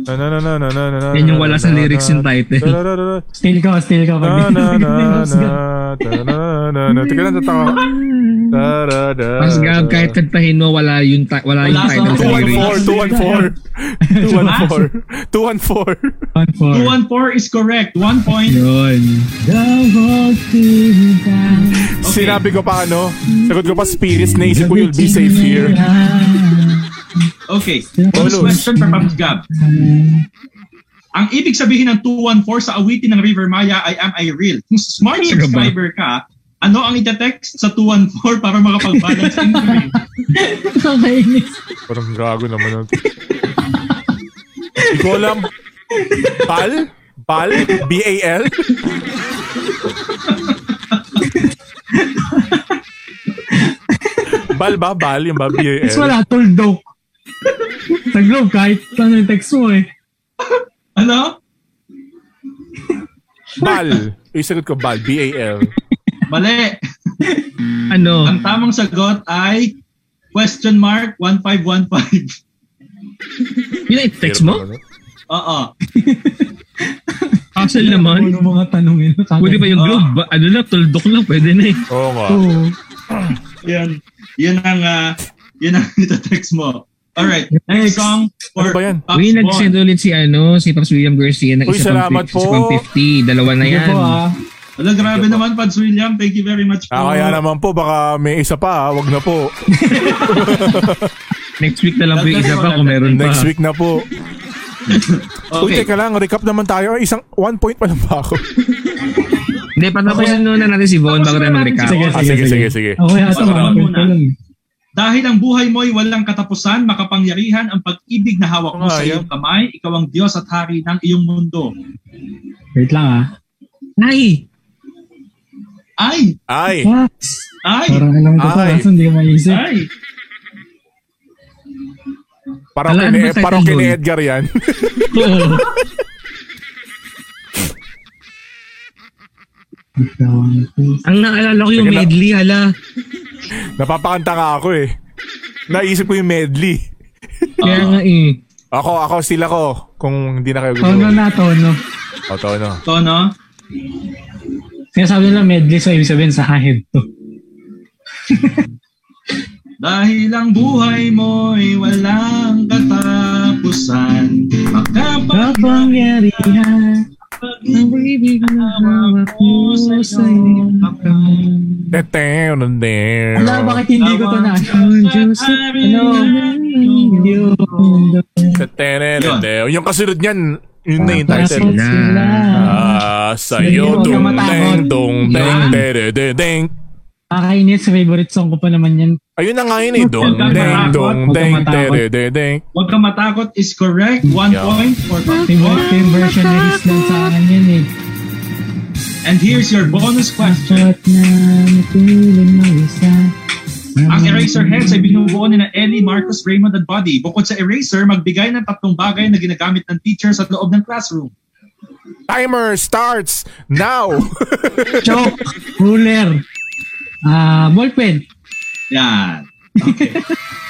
A: Na na na na na na na na.
D: Yan yung wala sa lyrics yung title.
A: Na na na na.
B: Still ka, still ka.
A: Na
B: Pag-
A: na
B: *laughs*
A: na
B: Pops
A: na.
B: Gab.
A: Ta na na na. Teka lang, tatawa. Da da da.
D: Mas gab, kahit kantahin mo, wala yung, ta- wala yung
C: Ah. Wala sa-
D: title sa lyrics.
A: 214, 214. 214. 214.
B: One for.
C: 214 is correct. One point.
D: Yun.
B: The whole thing about
C: Okay.
A: Sinabi ko pa ano, sagot ko pa spirits, naisip ko you'll be safe here.
C: Okay.
A: Bonus.
C: Bonus question for Pops Gab. Ang ibig sabihin ng 214 sa awitin ng River Maya ay Am I Real? Kung smart
D: Talaga ba?
C: subscriber ka, ano ang itetext sa 214 para makapag-balance income?
B: Kakainis.
A: Parang gago naman ako. Hindi ko alam. Bal? Bal? B-A-L? Bal ba? Bal? Yung ba? B-A-L?
B: Text wala, tuldok. Sa globe, kahit ano yung text mo eh.
C: Ano?
A: Bal. Yung sagot ko, Bal. B-A-L.
C: Mali.
D: Ano?
C: Ang tamang sagot ay question mark 1515.
D: Yun ang text mo?
C: *laughs* Oo.
D: Puzzle naman.
B: Ano mga tanongin.
D: Pwede ba yung
C: Ah.
D: globe? Ba- Ano lang, tuldok lang, pwede na eh.
A: Oo nga.
B: Oo.
C: Yan. Yun ang, ah, yun ang *laughs* itetext mo. Alright. Next
B: Next.
C: song for
A: Ano ba yan?
C: Pops
D: Uy,
C: Bon.
D: nag-send ulit si, ano, si Pops William Garcia ng
A: Uy,
D: isa
A: salamat
D: pang, fif- isa
A: po.
D: pang 50. Dalawa na
B: Sige
D: yan.
B: po ah.
C: Wala, grabe naman, Pads William. Thank you very much
A: Ah, kaya naman po, baka may isa pa. ah. Wag na po.
D: Next week na lang po yung isa pa kung meron pa.
A: Next week na po. Uy,
C: Okay.
A: teka lang. Recap naman tayo. Ay, Isang one point pa lang ba ako?
D: Hindi, patapusin muna natin si Von bago tayo mag-recap.
C: Sige,
A: Ah, sige, sige, sige.
B: Okay, ato
C: Sige,
B: mga
C: sige.
B: kwento lang. ah.
C: Dahil ang buhay mo'y walang katapusan, makapangyarihan ang pag-ibig na hawak mo
A: Ah,
C: sa
A: yan.
C: iyong kamay, ikaw ang Diyos at hari ng iyong mundo.
B: Wait lang ah.
D: Ay!
C: Ay!
A: Ay!
B: What?
C: Ay!
B: Parang alam ko sa
A: Ay.
B: kaso, hindi ko maisip.
C: Ay!
A: Parang
D: Wala
A: kini,
D: naman title
A: parang kini
D: doon.
A: Edgar yan.
D: Oo. Ang naalala ko yung
A: Sige na.
D: medley, hala.
A: *laughs* Napapakanta nga ako eh. Naisip ko yung medley.
B: Kaya nga eh.
A: Ako, ako, sila ko. Kung hindi na kayo gusto. ano?
B: Tono ano na tono.
A: O, tono.
C: Ito, no?
B: Kaya sabi nila medley so ibig sabihin sa head to.
C: Dahil ang buhay mo'y walang katapusan Makapangyarihan
B: Kapangyarihan ng ibig na hawak mo sa iyong kamay.
A: Teteo, nandeo.
B: Ala, bakit hindi ko to na?
C: Joseph,
B: Ano?
A: Teteo, nandeo. Yung kasunod niyan, yun na yung
B: Nasa
A: title.
B: sila.
A: Ah, sa'yo,
B: Sige, huwag
A: dung,
B: kang
A: deng,
B: matakot.
A: dung, deng,
D: Yan.
A: dere, de, deng.
B: Nakakainis, favorite song ko pa naman yan.
A: Ayun na nga yun eh. Dung,
C: Huwag kang
A: deng,
C: matakot,
A: dung,
B: huwag
A: deng,
B: kang matakot.
A: dere, de, deng.
C: Huwag ka matakot is correct. One
A: Yeah.
C: point for top
B: Favorite
C: four.
B: ko yung version ni Riz lang sa akin yan eh.
C: And here's your bonus question.
B: Shot na matulog na isa.
C: Ang eraser heads ay binubuo ni na Ellie, Marcos, Raymond, at Buddy. Bukod sa eraser, magbigay ng tatlong bagay na ginagamit ng teacher sa loob ng classroom.
A: Timer starts now. *laughs*
B: Choke, ruler, ah, ballpen.
C: Yan.
A: *laughs*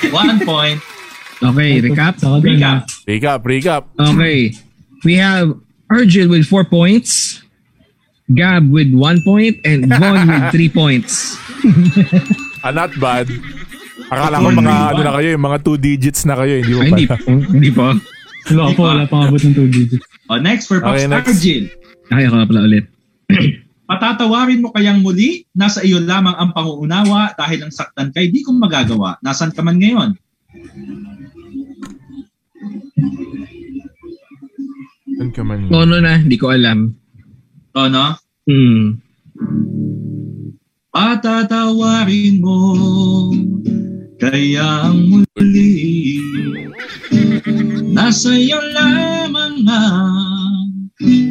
C: Okay. One point.
D: Okay, recap.
B: Sa kadal
C: Recap.
B: na.
A: recap, recap.
D: Okay. We have Argel with 4 points, Gab with 1 point, and Von with 3 points.
A: Ah, not bad. Akala ko mga ano na kayo, yung mga two digits na kayo. eh, Hindi mo *laughs*
D: Ay, hindi
A: pala.
D: pa. Hindi pa.
B: Wala po, wala pang abot ng 2 digits.
C: O, next for Pops
A: Okay, next.
C: Argil.
D: Ay, ako nga pala ulit.
C: Patatawarin mo kayang muli, nasa iyo lamang ang panguunawa dahil ang saktan kay di kong magagawa. Nasaan ka man ngayon?
A: Saan ka man?
D: Tono na, hindi ko alam.
C: O, no?
D: Hmm.
C: Patatawarin mo Kayang muli Nasa iyo lamang ang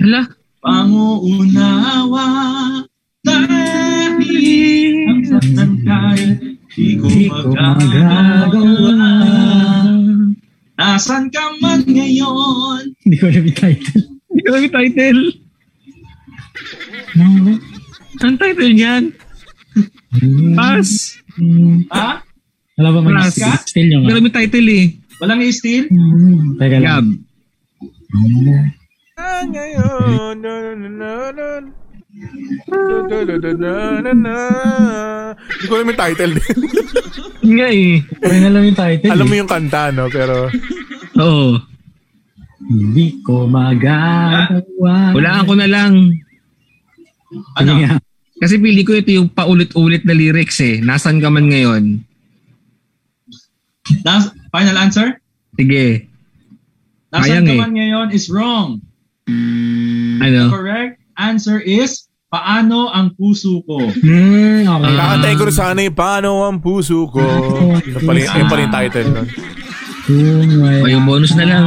D: Hala,
C: Panguunawa Dahil Ang saktan kay Di ko
B: Di ko magagawa.
C: magagawa Nasaan ka man ngayon
B: Hindi ko alam yung title.
D: hindi ko alam yung title. Ang title niyan? Pass.
C: Ha?
B: Wala ba mag
D: Rascal?
B: still
D: Hindi
B: yung Mm-hmm.
D: ko alam yung title eh.
C: Walang i-steal?
B: Teka lang.
D: Gab.
A: Hindi ko alam yung title din. *laughs*
D: Yun Nga eh.
B: Parang alam yung title.
A: alam mo
B: eh.
A: yung kanta, no? Pero,
D: Oo.
B: Hindi ko magagawa.
D: Hulaan ko na lang.
C: Ano?
B: Ano?
D: Kasi pili ko ito yung paulit-ulit na lyrics eh. Nasaan ka man ngayon?
C: Nas- final answer?
D: Sige.
C: Nasaan
D: Sayang
C: ka
D: eh.
C: man ngayon is wrong.
D: Ano?
C: correct answer is paano ang puso ko.
B: Hmm, okay.
D: Ah.
A: kakantayin ko rin sana yung Paano ang puso ko. Yung pala yung, yung, pala yung title. No?
B: Kung wala
D: O, yung bonus na lang.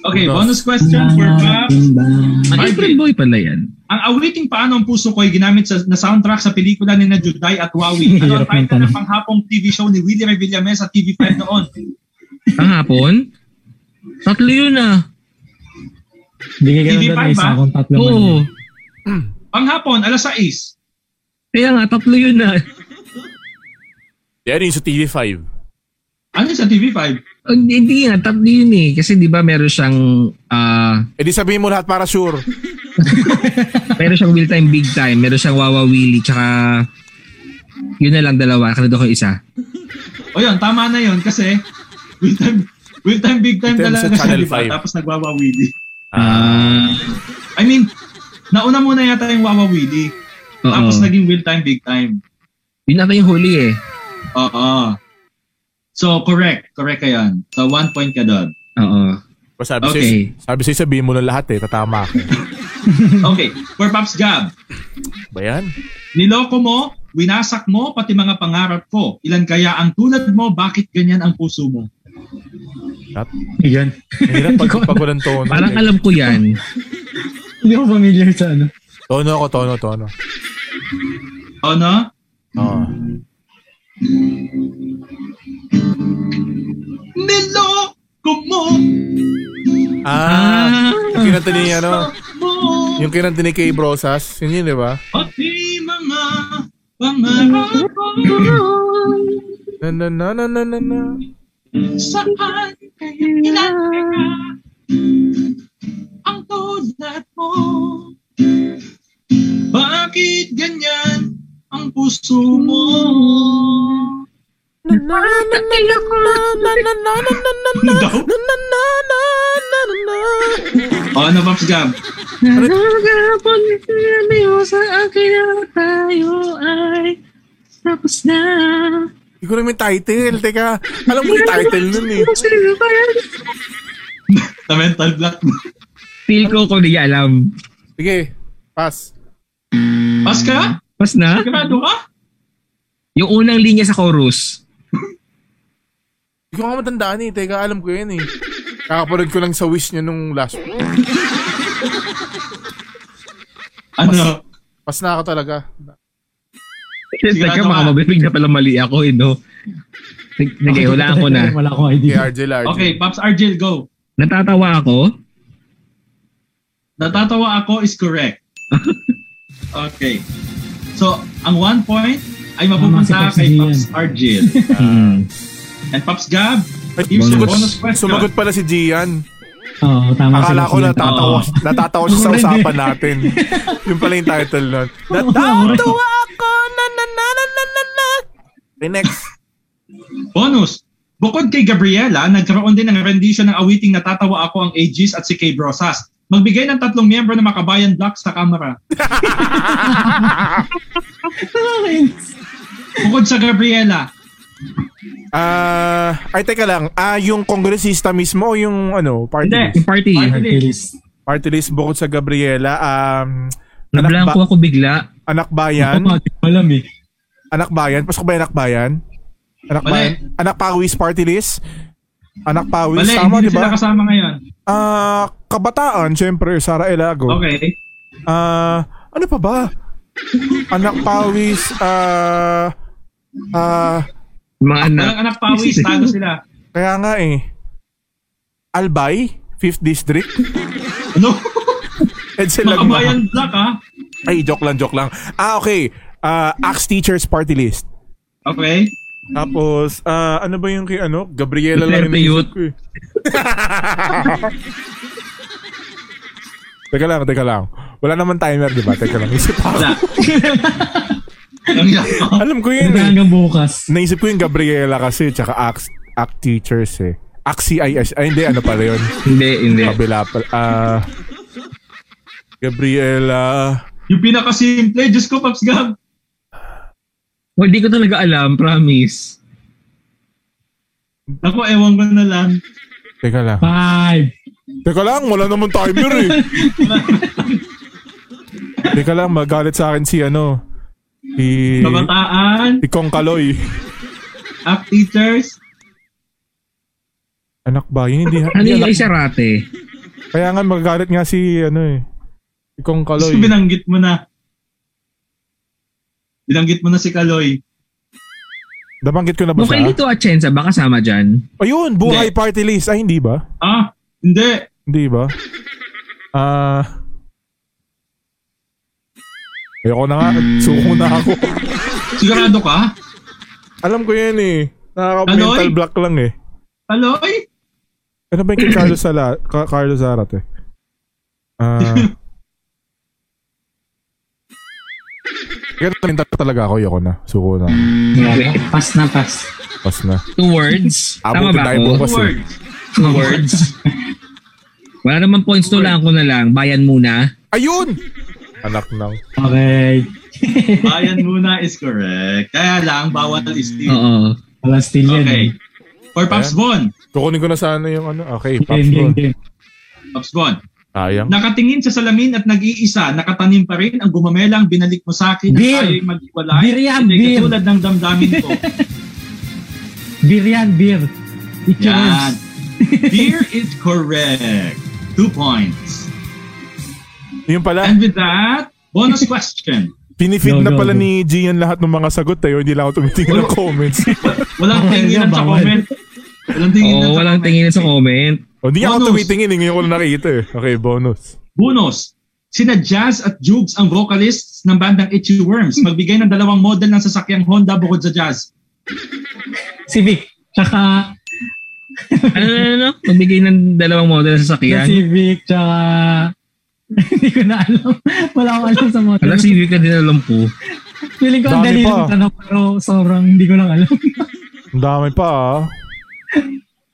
C: Okay,
A: Ano?
C: bonus question for Bob.
B: timbang.
D: Ang
C: Marvin.
D: April Boy pala yan.
C: Ang awiting paano ang puso ko ay ginamit sa na soundtrack sa pelikula ni na Juday at Wawi. Ano ang
B: *laughs* Hirap ng
C: title ng
B: tanong.
C: panghapong TV show ni Willie Revillames sa TV5 noon?
D: Ang hapon? Tatlo yun ah.
B: Hindi ka ganun
C: Hindi
B: doon
C: pa
B: na isa
C: ba?
B: akong tatlo man. yun.
D: Oo.
C: Panghapon, alas 6.
D: Kaya nga, tatlo yun ah.
A: Yan yung sa TV5.
C: Ano yun sa TV5?
D: O, Oh, Hindi hindi nga, tatlo yun eh. Kasi di ba meron siyang, ah,
A: Eh di sabihin mo lahat para sure.
D: meron siyang Will Time Big Time, meron siyang Wawa Willy, tsaka yun na lang dalawa, kanito ko yung isa.
C: O yun, tama na yun kasi will time, will time big time
A: Will time sa
C: talaga siya,
A: Channel
C: di ba?
A: 5.
C: Tapos nagwawa Willie.
D: Ah,
C: I mean, nauna muna yata yung wawa Willie.
D: oo.
C: Tapos naging will time big time.
D: Yun ata yung huli eh.
C: Oo. So, correct. Correct ka yan. So, one point ka doon.
D: Oo.
A: O sabi
C: Okay.
A: sa'yo, sabi sa'yo sabihin mo na lahat eh. Tatama ako.
C: Okay. For Pops Gab,
A: Ba yan?
C: niloko mo, winasak mo, pati mga pangarap ko. Ilan kaya ang tulad mo, bakit ganyan ang puso mo?
A: Lahat-
B: Ayan.
A: Ang Hirap pag, pag walang tono.
D: Parang
A: eh.
D: alam ko yan.
B: *laughs* Hindi ko familiar sa ano.
A: Tono ako, Ah. tono, tono.
C: O, no?
A: Oo.
C: Niloko mo,
A: Ah,
D: Ah.
A: yung kinanta ni ano,
C: mo.
A: yung kinanta ni Kay Brosas, yun yun, di ba?
C: O, Pangarap ko
A: Na na na na na na na.
C: saan kayo ilalagay ang tulad mo. Bakit ganyan ang puso mo? Ano daw? O, ano, Pops Gab?
E: Nagagapon kami o sa akin na tayo ay tapos na.
A: Hindi ko naman yung title. Teka, alam ko yung title nun eh.
E: Sino ba yan?
C: The mental block mo.
D: Feel ko kung di niya alam.
A: Sige, pass.
C: Pas ka?
D: Pas na?
C: Sigurado ka?
D: Yung unang linya sa chorus.
A: Hindi ko nga matandaan eh. Teka, alam ko yan eh. Kakapanood ko lang sa wish niya nung last
C: Ano?
A: Pass na ako talaga.
D: Teka,
C: Sigurado ka.
D: mga mabibig na pala mali ako eh, no? Sige, wala ako na.
B: Wala akong
A: Kay
B: idea.
A: RJ, RJ.
C: Okay, Pops Argel, go.
D: Natatawa ako.
C: Natatawa ako is
B: *laughs*
C: correct. okay. So, ang one point ay mapupunta
B: Tama Ano si Pops
C: kay
B: Gian.
C: Pops
B: *laughs*
C: Argel.
D: Hmm.
C: And Pops Gab,
A: Ay,
C: here's your
A: sumagot,
C: bonus question. Ah,
A: sumagot pala si Gian.
B: Oo, tama
A: Akala
B: sila.
A: ko
B: sila.
A: natatawa,
C: Oo.
A: natatawa siya sa
B: Ako rin
A: usapan
C: *laughs*
A: natin. Yun pala yung title nun. Natatawa ako! Na, na, na, na, na, na, na. Okay, next.
C: *laughs* Bonus! Bukod kay Gabriela, nagkaroon din ng rendition ng awiting Natatawa Ako ang Aegis at si Kay Brosas. Magbigay ng tatlong miyembro ng Makabayan Block sa kamera. Bukod sa Gabriela,
A: Ah, ay teka lang. Ah, yung kongresista mismo o yung ano, party
C: Hindi.
A: list?
D: Yung party.
C: Party.
B: Bilis.
A: Party list bukod sa Gabriela, um, anak, ba,
D: Nablangko ako bigla.
A: anak
B: Ako,
A: bayan,
B: di ko alam eh.
A: anak bayan, pasok ba yung anak bayan? Anak
C: Mali.
A: bayan, anak pawis party list. Anak pawis,
C: bale,
A: tama di
C: hindi na sila
A: ba?
C: kasama ngayon.
A: Ah, kabataan, syempre, Sara Elago.
C: Okay.
A: Ah, ano pa ba? Anak pawis, ah, ah,
D: Mga anak.
C: Walang anak pawis, tago
A: *laughs*
C: sila.
A: kaya nga eh. Albay, 5th District. *laughs*
C: Ano?
A: Edsel Lagma.
C: Makabayan Block, ha?
A: Ay, joke lang, joke lang. Ah, okay. Ah, Axe Teachers Party List.
C: Okay.
A: Tapos, ah, ano ba yung kay ano? Gabriela lang
D: Duterte
A: yung
D: Youth.
A: naisip ko eh. teka lang, teka lang. Wala naman timer, di ba? Teka lang, isip ako.
C: Wala. Alam niyo
A: *laughs*
C: ako.
A: Alam ko yun
B: Hanggang
A: eh.
B: hanggang bukas.
A: Naisip ko yung Gabriela kasi, tsaka Axe, Act Teachers eh. Axe CIS. Ay, hindi, ano pala yun?
D: *laughs* Hindi, hindi.
A: Kabila pala. Ah, Gabriela.
C: Yung pinakasimple, Diyos ko, Pops Gab.
D: Well, di Oh, ko talaga alam, promise.
C: Ako, ewan ko na lang.
A: Teka lang.
B: Five.
A: Teka lang, wala naman timer eh. Teka lang, magalit sa akin si ano.
B: Eh?
A: Si...
C: Kabataan,
A: Si Kong Kaloy.
C: act teachers,
A: Anak ba? Yun, hindi,
D: Ano
A: hindi
D: yung
A: anak-
D: isarate?
A: Kaya nga, magagalit nga si ano eh. Si Kong
C: Kaloy.
A: Kaloy.
C: binanggit mo na. Binanggit mo na si Kaloy.
A: Nabanggit ko na ba
D: Bukay
A: siya?
D: dito at Chenza, baka sama dyan.
A: Ayun, buhay party list. Ay, hindi ba?
C: Ah, hindi.
A: Hindi ba? Ah... ayoko na nga. Suko na ako.
C: Sigurado ka?
A: Alam ko yan eh. Nakaka-mental
C: Kaloy?
A: block lang eh.
C: Kaloy?
A: Ano ba yung kay Carlos, Sala, Ka- Carlos Arat eh? Ah... Ganun mental talaga ako. Ayoko na. Suko na. ako.
B: Grabe. Pass na pass.
A: Pas na.
D: Two words? Tama
A: Abutin
D: ba
A: tayo
D: ako?
A: bukas eh.
C: Words.
D: Two words? Wala naman points, tulaan ko na lang. Bayan muna.
A: Ayun! Anak ng...
B: Okay.
C: Bayan muna is correct. Kaya lang, bawal is steal.
D: Oo.
B: Wala still yan.
C: Okay. For Pops Bon.
A: Kukunin ko na sana yung ano. Okay,
B: eh.
A: Pops Bon.
B: Game, game, game.
C: Pops Bon.
A: Sayang.
C: Nakatingin sa salamin at nag-iisa, nakatanim pa rin ang gumamelang binalik mo sa akin at
B: Beer.
C: tayo'y mag-iwalay.
B: Beer yan,
C: Hindi
B: beer.
C: katulad ng damdamin ko.
B: Beer yan, beer. It's your
C: Yan.
B: words.
C: Beer is correct. Two points.
A: Yung pala,
C: And with that, bonus question.
A: pinifeed
B: Go,
A: na
B: go,
A: pala
B: go.
A: ni Gian lahat ng mga sagot tayo. Hindi lang ako tumitingin ng comments. *laughs*
C: Walang
B: Bawal
C: tinginan
B: na,
C: sa
B: bawal.
C: comment. Walang tinginan
D: Oo,
C: sa
D: walang
C: comment.
D: tingin sa comment.
A: O, hindi ako
C: Bonus.
A: tumitingin. eh. Ngayon ko lang nakita eh. Okay, bonus.
C: Bonus. Sina Jazz at Jubes ang vocalists ng bandang Itchy Worms. Magbigay ng dalawang model ng sasakyang Honda bukod sa Jazz.
B: Si Vic. Tsaka
D: Ano, ano, ano? Magbigay ng dalawang model sa
B: na
D: sakyan.
B: si Vic. Tsaka *laughs* hindi ko na alam. Wala akong alam sa mga.
D: Alam, si Vic na din alam ko.
B: Feeling ko ang
A: Dami
B: dali
A: pa.
B: ng tanong pero sobrang hindi ko lang alam. *laughs*
A: Ang dami pa ah.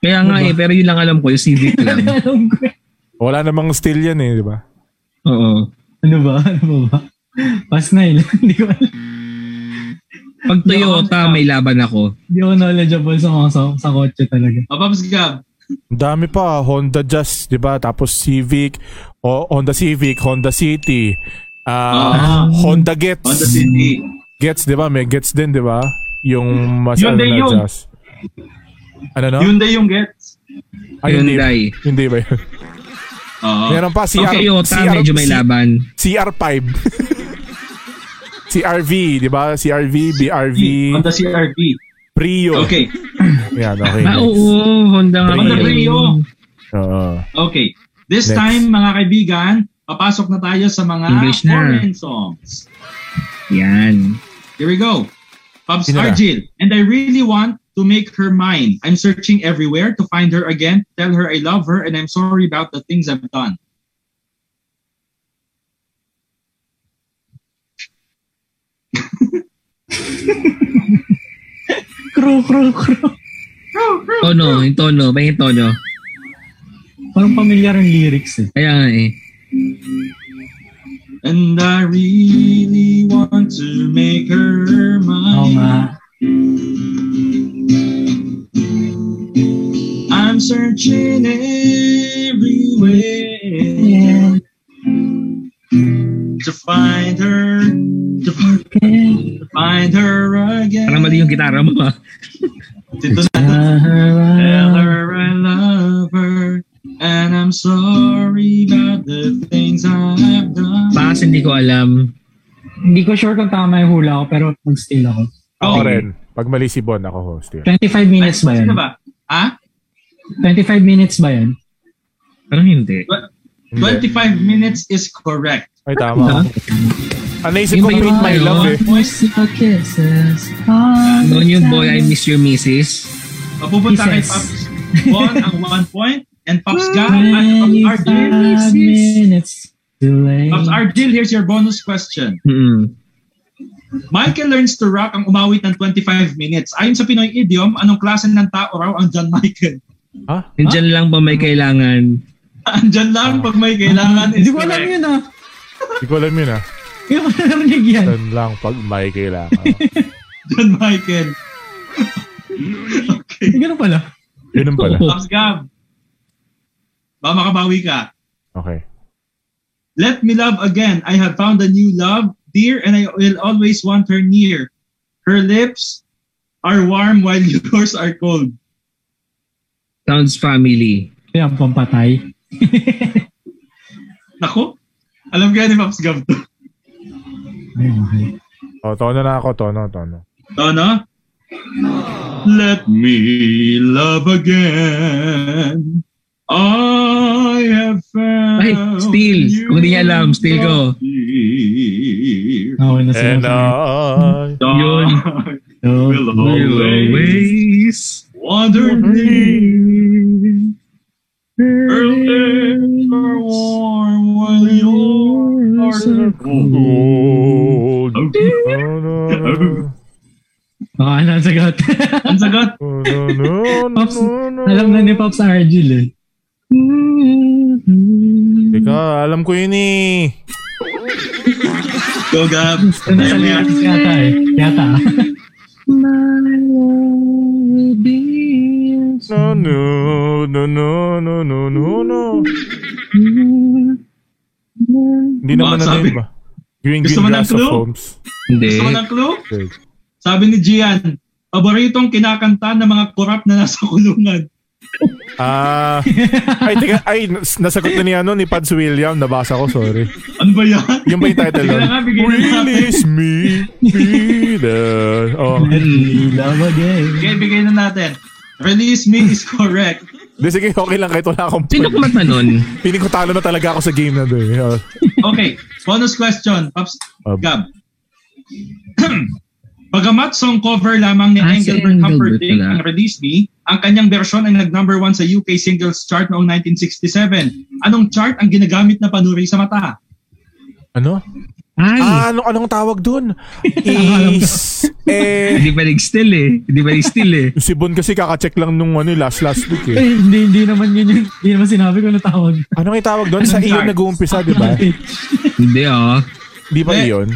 D: Kaya nga
C: Ano
D: eh, pero yun lang alam ko, yung si Vic
B: Hindi
C: *laughs*
D: lang.
B: alam ko. eh.
A: Wala namang still yan eh, di ba?
D: Oo.
B: Ano ba? Ano ba ba? Pass na ilan. *laughs* Hindi ko alam.
D: Pag
C: ano?
D: Toyota, may laban ako.
B: Hindi ako knowledgeable sa mga sa, sa kotse talaga.
C: O, Paps Gab,
A: Ang dami pa. ah. Honda Jazz, di ba? Tapos Civic, o Honda Civic, Honda City, ah, Honda Gets.
D: Hmm.
C: Honda City.
A: Gets, di ba? May Gets din, di ba? Yung mas ano
C: Yun din
A: na
C: yun.
A: Jazz. Ano no?
C: Hyundai yung gets.
A: Ah, hindi.
D: Hyundai. Oh.
A: Hindi ba yun?
C: Oo.
A: Meron pa
D: Pag
A: CR,
D: Toyota,
A: CR
D: medyo may laban.
A: CR5. *laughs* CRV, di ba? CRV, BRV,
C: Honda CRV.
A: Prio.
C: Okay.
A: Yan, okay.
D: Ah, oo. Honda nga. oh.
A: Honda
D: pala
C: Brio.
D: yun.
A: Oo.
C: Okay. This
A: Next.
C: time, mga kaibigan, papasok na tayo sa mga
D: English na.
C: foreign songs.
D: Yan.
C: Here we go. Pops
A: Sino na?
C: Argil. And I really want to make her mine. I'm searching everywhere to find her again. Tell her I love her and I'm sorry about the things I've done.
B: Crow, crow, crow.
D: Tono, yung tono. May yung tono.
B: Parang pamilyar ang lyrics eh.
D: Kaya nga eh.
C: And I really want to make her
B: Oo
C: mine.
B: nga.
C: I'm searching everywhere to find her, to find, to find her again.
D: Parang mali yung gitara mo ah.
C: Dito na. Tell her I love her, and I'm sorry about the things I've done.
D: Bakas hindi ko alam.
B: Hindi ko sure kung tama yung hula ko pero mag-still ako.
A: Ako
C: Okay.
A: rin. Pag mali si Bon, ako host. yun.
B: 25 minutes ba yun?
C: Sino ba? Ah?
B: 25 minutes ba yun?
D: Parang hindi.
A: Hindi.
C: 25 minutes is correct.
A: Ay, tama. Ano naisip
D: Yung
A: ko,
D: ba yun?
A: Paint My Love eh.
B: Miss your kisses. Ah,
D: Noon yun boy, I miss your misses.
C: Mapupunta kay Pops
B: Pieces.
C: Bon ang one point, and Pops Ga at Pops
B: 25
C: Argil.
B: minutes too late.
C: Pops Argil, here's your bonus question.
D: Mm-mm.
C: Michael learns to rock ang umawit ng 25 minutes. Ayon sa Pinoy idiom, anong klase ng tao raw ang John Michael? *laughs*
A: Ha?
D: Nandyan lang ba may kailangan?
C: Andyan lang pag may kailangan. is
B: Hindi ko alam
C: correct.
B: yun ah.
A: Hindi ko alam yun ah.
B: Hindi ko narinig yan.
A: Yan lang pag may kailangan.
C: John Michael. okay.
B: Hindi Eh, ganun pala.
A: Yun ang
C: *laughs*
A: pala.
C: Pops Gab. Ba makabawi ka.
A: Okay.
C: Let me love again. I have found a new love, dear, and I will always want her near. Her lips are warm while *laughs* yours are cold.
D: Sounds family.
B: Kaya ang pampatay.
C: Nako. Alam kaya ni Pops Gab to.
B: Ay, okay.
A: O, Oh, tono na ako. Tono, tono.
C: Ano? Let me love again. I have found
D: Ay, still.
C: you,
D: Kung di niya alam, still ko.
C: dear.
B: Okay na sila.
A: And uh, I...
D: Yun.
B: So,
C: Will
D: Will
C: always
D: always.
C: wander near. Her lips are warm while yours are cold.
A: Gold. No, no, no.
B: baka na sagot. *laughs*
C: Ang sagot,
A: No, no, no, no,
B: Pops,
A: no.
B: alam na ni Pops Argil eh.
A: Teka, alam ko yun eh.
C: go Gab.
B: Ito na sa lyrics yata eh. Yata.
A: No, no, no, no, no, no, no, no. Hindi naman na
C: Bakit sabi?
A: yun ba? Green,
C: Gusto
A: green
C: mo ng
A: grass of
C: clue?
A: homes.
D: Hindi.
C: Gusto mo ng clue?
A: Okay.
C: Sabi ni Gian, paboritong kinakanta ng mga korap na nasa kulungan.
A: Ah, ay, teka, ay, nas- nasagot na ni ano, ni Pads William, nabasa ko, sorry.
C: Ano ba yan?
A: Yung ba yung title
C: Sige
A: nun?
C: na nga, bigyan na natin.
A: Release me, be the... Oh,
B: Let me love again.
C: Okay, bigay na natin. Release me is correct.
A: Hindi, sige, okay lang kahit wala akong...
D: Sino kumanta nun?
A: Piling ko talo na talaga ako sa game na eh. Uh, doon. Yeah.
C: Okay, bonus question, Pops
A: Um,
C: Gab. *clears throat* Bagamat song cover lamang ni
D: Ah, si
C: Engelbert
D: Engelbert
C: Humperdinck
D: pala.
C: ang release ni, ang kanyang version ay nag-number one sa UK singles chart noong 1967. Anong chart ang ginagamit na panuri sa mata?
A: ano?
B: Hmm.
D: Ay,
A: Ah, anong, anong tawag doon? Is... eh,
D: hindi pa nag-still eh. Hindi pa nag-still eh.
A: si Bon kasi kakacheck lang nung ano, last last week eh.
B: Eh, hindi, hindi naman yun yung, hindi naman sinabi ko na tawag.
A: Anong itawag doon? Sa
C: Anong
A: iyon
C: chart?
A: nag-uumpisa, di ba?
D: hindi ah.
A: Di ba
C: Hindi.
A: iyon?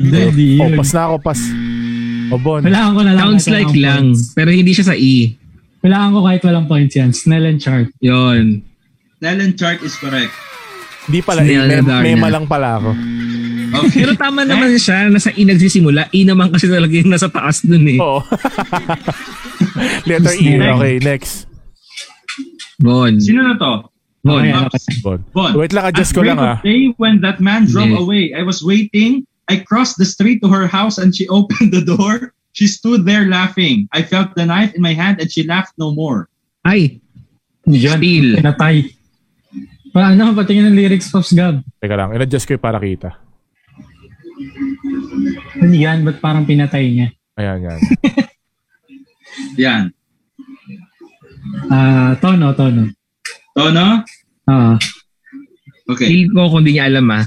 B: Hindi, hindi
A: Oh,
B: yun.
A: pas na ako, pas. O, Bon.
B: Kailangan ko na lang.
D: Sounds
B: kahit
D: like
B: walang
D: lang.
B: points.
D: Pero hindi siya sa E.
B: Kailangan ko kahit walang points yan. Snell and chart.
D: Yun.
C: Nelen chart is correct.
A: Di pala, eh,
D: Snail
A: may,
D: na darna.
A: may malang pala ako.
D: *laughs*
C: Okay.
D: Pero tama naman siya. Nasa E nagsisimula. E naman kasi talaga yung nasa taas dun eh.
A: Oo. Oh. *laughs* Letter E.
B: Snail.
A: Okay, next.
D: Bon.
C: Sino na to?
D: Bon.
B: Okay,
C: Pops.
B: ano pa-
A: Bon.
C: Bon.
A: Wait lang, adjust ko lang ah.
C: At break of day when that man drove
D: Hindi.
C: away, I was waiting. I crossed the street to her house and she *laughs* opened the door. She stood there laughing. I felt the knife in my hand and she laughed no more.
D: Ay. Steel.
B: Pinatay. Pa, ano, patingin ng lyrics, Pops Gab.
A: ah. Teka lang, in-adjust ko yung para kita.
B: Ano yan? Ba't parang pinatay niya?
A: Ayan, yan.
C: Yan.
B: Ah, tono, tono.
C: Tono? Oh,
B: Ah,
C: Okay.
D: Feel ko kung di niya alam ah.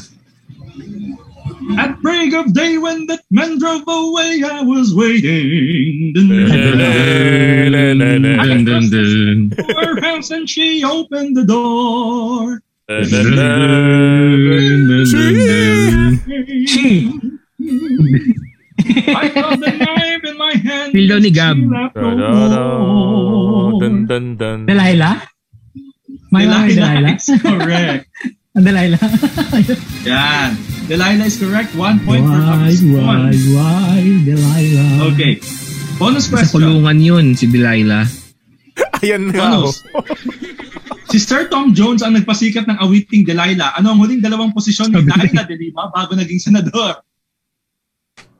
C: At break of day when that man drove away, I was waiting. Dun, dun, dun,
D: Dun, dun, dun.
C: dun. To her house and she opened the door.
B: she.
C: I felt the knife in my hand.
D: Feel daw ni
C: and she
D: Gab.
C: laughed
A: oh,
C: no more.
B: Delilah? May mga
C: Delilah,
B: Ah, may Delilah?
C: is correct.
B: Ang Delilah?
C: *laughs* Yan. Delilah is correct. One point for
B: why,
C: Pops.
B: why,
C: One.
B: why, Delilah?
C: Okay. Bonus
D: Sa
C: question.
D: kulungan yun, si Delilah.
A: Ayan nga oh. ako.
C: Bonus. *laughs* Si Sir Tom Jones ang nagpasikat ng awiting Delilah. Ano ang huling dalawang posisyon ni Delilah de Lima bago naging senador?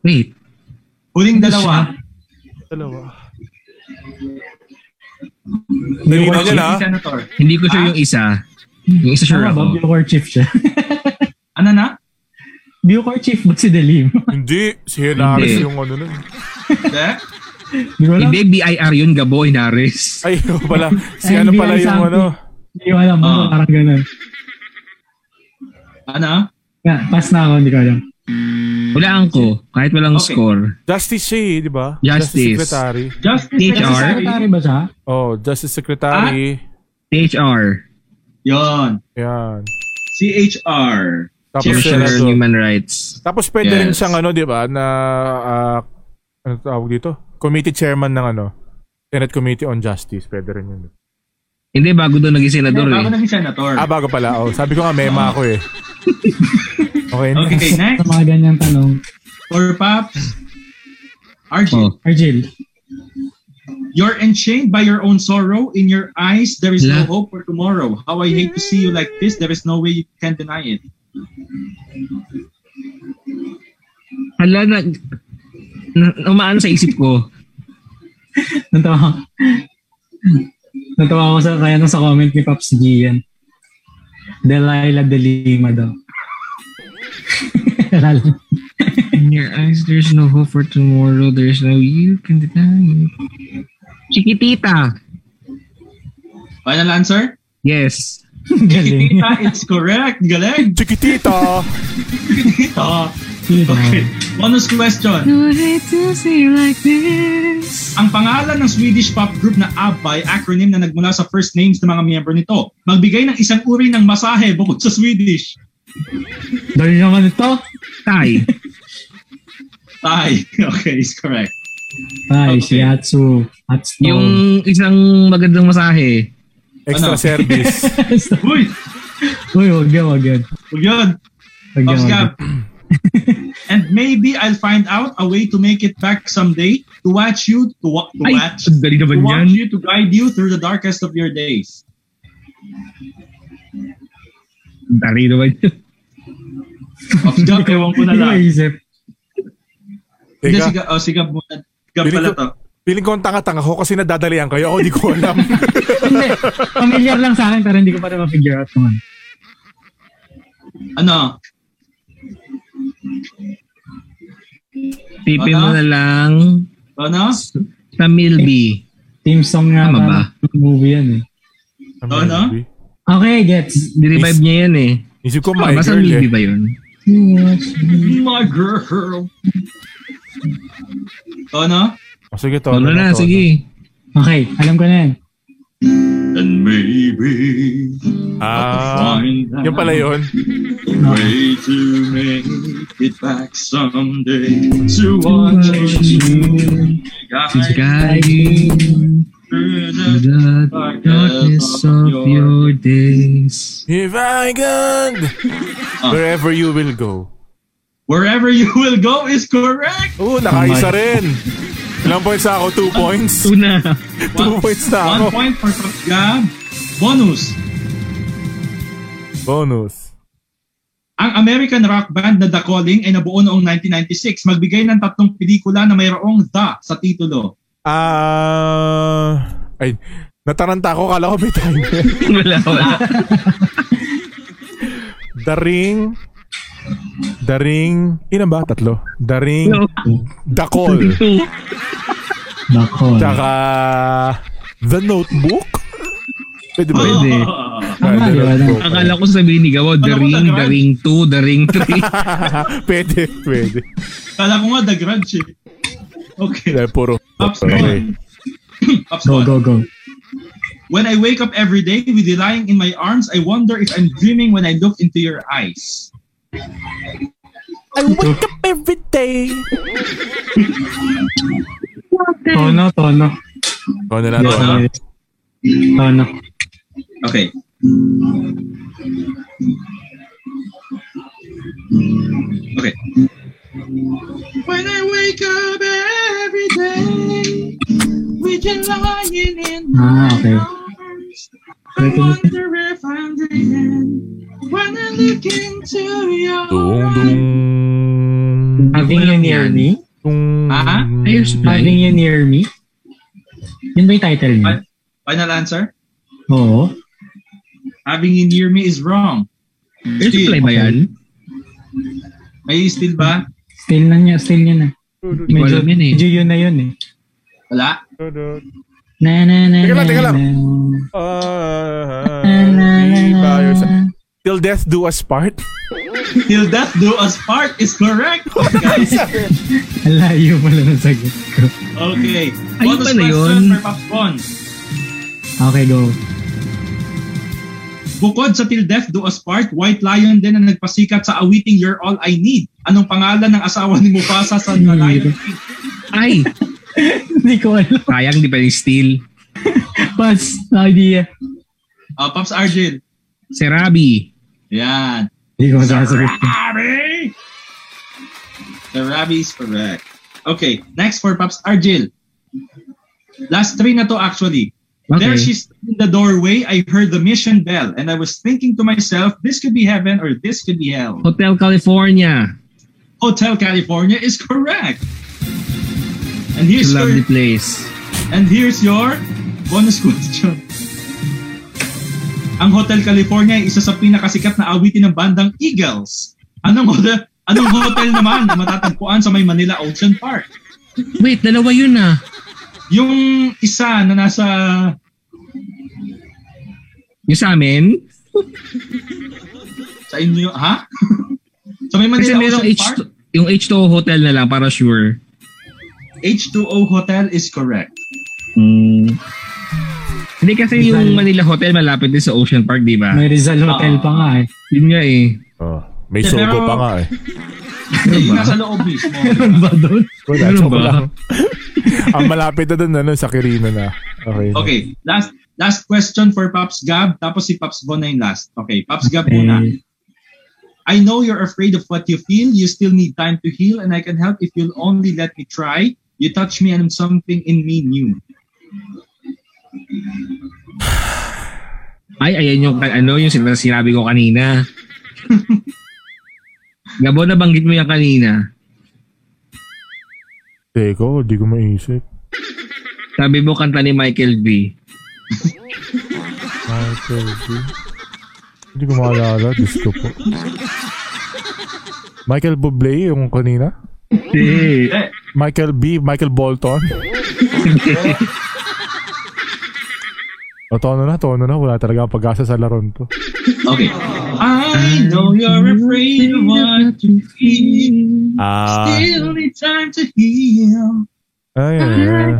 D: Wait.
A: Ano
C: Huling dalawa.
A: Dalawa.
B: Yung
A: Tingnan niya na. ah.
C: Naging Senator.
D: Hindi ko sure
C: Ah?
D: yung isa. Yung isa sure
B: Tama
C: oh.
B: ba?
D: ako.
B: Bucor Chief siya. *laughs*
C: Ano na?
B: Bucor Chief ba si Delim?
A: Hindi. Si Henares
D: Hindi.
A: yung ano nun.
C: De?
B: Hindi ko alam.
D: Hindi, BIR yun, Gabo, Inares.
A: Ay, *laughs* yun pala. Si ano
B: Ay, hindi
A: pala
B: lang
A: yung
B: sa
A: ano.
B: Hindi ko alam.
C: Ah.
B: Parang ganun.
C: Ano?
B: Na, pass na ako. Hindi ko alam.
D: Walaan ko. Kahit walang
C: Okay.
D: score.
A: Justice siya eh, di ba?
D: Justice.
A: Secretary.
C: Justice
D: THR?
B: Kasi
C: Secretary.
B: secretary ba siya?
A: Oh, Justice Secretary.
D: THR.
C: Yon.
A: Yan.
C: CHR.
A: Tapos sila
C: Commissioner
D: Commissioner
A: to.
D: on Human Rights.
A: Tapos pwede
C: Yes.
A: rin siyang ano, di ba, na, ah, ano tawag dito? Committee chairman ng ano, Senate Committee on Justice. Pwede rin yun.
D: Hindi, bago doon naging
C: Hindi,
D: senador
C: bago
D: eh.
C: naging senator.
A: Ah, bago pala. Oh, sabi ko nga, mema ako eh. Okay, *laughs* next.
C: Okay, next.
B: Sa mga ganyang tanong.
C: For Pops. RJ.
D: Oh.
B: Argel.
C: You're enchained by your own sorrow. In your eyes, there is no
D: La-
C: hope for tomorrow. How I hate to see you like this. There is no way you can deny it.
D: Hala, na, na, umaano sa isip ko.
B: Natawa ako. Natawa ako sa kaya nung sa comment ni Pops G yan. Delilah de Lima daw. *laughs* Alala.
D: In your eyes, there's no hope for tomorrow. There's no you can deny it. Chiquitita.
C: Final answer?
D: Yes.
B: *laughs*
C: *laughs*
B: Galing.
C: Kita, Ah, it's correct.
D: *laughs*
C: Galing.
A: Chiquitita!
C: Kita. Okay. Bonus question.
E: No hate to see you like this.
C: Ang pangalan ng Swedish pop group na ABBA ay acronym na nagmula sa first names ng mga miyembro nito. Magbigay ng isang uri ng masahe bukod sa Swedish.
B: Dali naman ito.
D: Tay. *laughs*
C: Tay. *laughs* Okay, it's correct.
B: Ay,
C: Okay.
B: si Atsu. Atsu.
D: Yung isang magandang masahe.
A: Extra
C: Ano?
A: service.
B: *laughs*
C: Uy!
B: *laughs* Uy, wag yan, wag yan.
C: Huwag yun.
B: Wag yan,
D: *laughs*
C: Pops
B: wag yan.
C: Gab. And maybe I'll find out a way to make it back someday to watch you to, wa- to
D: Ay,
C: watch
D: ang dali
C: to
D: naman yan.
C: watch you to guide you through the darkest of your days.
D: Ang Dali naman yun. *laughs*
C: Pops Gab, ewan ko na
B: Hindi ko
C: lang.
B: maisip.
C: Hindi,
A: Teka,
C: siga, oh, siga muna. Gab
A: Feeling
C: pala
A: ko-
C: to.
A: Feeling ko ang tanga-tanga ko kasi nadadalian kayo. Ako di ko alam. *laughs*
B: hindi. Familiar lang sa akin pero hindi ko pa na figure out kung ano.
C: Ano?
D: Pipi mo
C: Ano?
D: na lang
C: Ano?
D: sa Milby.
B: Team song nga.
D: Tama ba?
B: parang Movie yan eh.
C: Ano?
B: Okay, gets.
D: Direvive
A: Is-
D: niya yan eh.
A: Isip ko,
D: Oh,
A: my
D: basta
A: girl
D: Milby
A: eh.
D: ba yun?
C: My girl. Ano?
A: Oh, sige, to.
D: Ano na, sige.
B: Okay, alam ko na yan.
C: And maybe
A: Ah,
C: find
A: yun pala yun.
C: way to make it back someday to what you guys
D: *laughs* Guiding
C: through
D: through
C: the
D: the darkness of your days.
A: If I can, wherever you will go.
C: Wherever you will go is correct.
A: Oh, nakaisa rin. Ilang points na ako? Two points?
D: Una.
A: *laughs* Two points na ako.
C: One point for Gab. Bonus.
A: Bonus.
C: Ang American rock band na The Calling ay nabuo noong 1996. Magbigay ng tatlong pelikula na mayroong The sa titulo.
A: Ah, ay, nataranta ako. Kala ko may time.
D: wala, wala.
A: The Ring. The Ring. Ilan ba? Tatlo. The Ring.
D: No.
A: The Call.
B: Bacol.
A: Tsaka, The Notebook. Pwede ba?
D: Pwede.
A: Ah,
C: Ah.
A: The
B: Tama, di ba?
A: Notebook.
D: Akala ko sabihin ni Gawa, The
C: Ano ko,
D: Ring,
C: The
D: The
C: Grudge?
D: Ring 2, The Ring 3.
A: *laughs* pwede, pwede.
C: *laughs* Kala ko nga The Grudge eh. Okay.
A: Dahil puro.
C: Pops
A: Okay.
C: Bon. *clears throat* Pops
B: Go,
C: Bon.
B: go, go.
C: When I wake up every day with you lying in my arms, I wonder if I'm dreaming when I look into your eyes.
A: I wake up every day.
B: Tono, tono.
A: Oh, na lang.
C: Yes,
A: Tono.
B: Yes. Tono.
C: Okay. Okay. When I wake up every day with you lying in my
B: Ah, okay.
C: arms, I wonder if I'm dreaming when I look into your
A: Dung,
C: eyes.
A: dung.
B: Having you near me?
A: Dung.
C: Ah,
D: ayos ba?
B: Having you near me? Yun ba yung title niya?
C: Fin- Final answer?
B: Oo.
C: Having you near me is wrong.
D: Air supply ba yan?
C: May still ba?
B: Still na niya, still niya na.
D: Hindi ko alam yan eh.
B: medyo yun na yun eh.
C: Wala?
B: Na na na
A: Teka lang,
B: na,
A: teka lang.
B: na.
A: Ah,
B: Na, na,
A: di
B: na,
A: ba yun
B: na.
A: sa- Till death do us part.
C: Till death do us part is
B: *laughs*
C: correct. Guys.
B: Ang layo pala ng sagot ko.
C: Okay.
D: Ayun
C: Bonus
D: pala
C: question
D: yun.
C: for Pops Bon.
B: Okay, go.
C: Bukod sa Till Death Do Us Part, White Lion din ang nagpasikat sa awiting You're All I Need. Anong pangalan ng asawa ni Mufasa sa The Lion
D: Hmm.
C: King?
D: Ay,
B: *laughs* Hindi ko alam.
D: sayang, di pa rin steal.
B: Pass. Idea.
C: Ah, Pops Argel.
D: Serabi.
C: Yan.
B: Hindi ko masasagot.
C: Sarabi! Sarabi is correct. Okay, next for Pops Argel. Last three na to actually.
D: Okay.
C: There she stood in the doorway. I heard the mission bell and I was thinking to myself, this could be heaven or this could be hell.
D: Hotel California.
C: Hotel California is correct. And here's your,
D: Lovely place.
C: and here's your bonus question. Ang Hotel California ay isa sa pinakasikat na awitin ng bandang Eagles. Anong hotel, anong hotel *laughs* naman na matatagpuan sa may Manila Ocean Park?
D: Wait, dalawa yun ah.
C: Yung isa na nasa
D: Yung sa amin?
C: sa inyo, ha? *laughs* sa may
D: Kasi
C: Manila
D: merong
C: Ocean
D: H
C: Park?
D: yung H2O hotel na lang para sure.
C: H2O Hotel is correct.
D: Hindi kasi
B: Rizal.
D: yung Manila Hotel malapit din sa Ocean Park, di ba?
B: May Rizal
C: Ah.
B: Hotel pa nga eh.
D: Yun nga eh.
A: Oh, may
C: Pero-
A: sogo pa nga eh.
D: Ano
C: Yung nasa loob mismo.
D: *laughs*
B: Meron ba doon?
A: Wala,
D: Meron
A: joke
D: ba?
A: lang. *laughs* Ang malapit na dun, ano, sa Kirino na. Okay.
C: Okay, last last question for Pops Gab, tapos si Pops Bon na yung last. Okay, Pops Gab muna.
B: Eh,
C: I know you're afraid of what you feel. You still need time to heal, and I can help if you'll only let me try. You touch me, and I'm something in me new.
D: Ay, ayan yung ano yung sin- sinabi ko kanina. Gabo, nabanggit mo yan kanina.
A: Teko, di ko maisip.
D: Sabi mo kanta ni Michael B.
A: Michael B. Hindi ko maalala. Diyos ko po. Michael Bublé yung kanina.
D: Hindi.
B: Eh,
A: Michael B. Michael Bolton. o tono na, tono na. Wala talaga ang pag-asa sa laron to.
C: Okay. I know you're afraid of what you feel.
A: Ah.
C: Still need time to heal.
A: Ayan.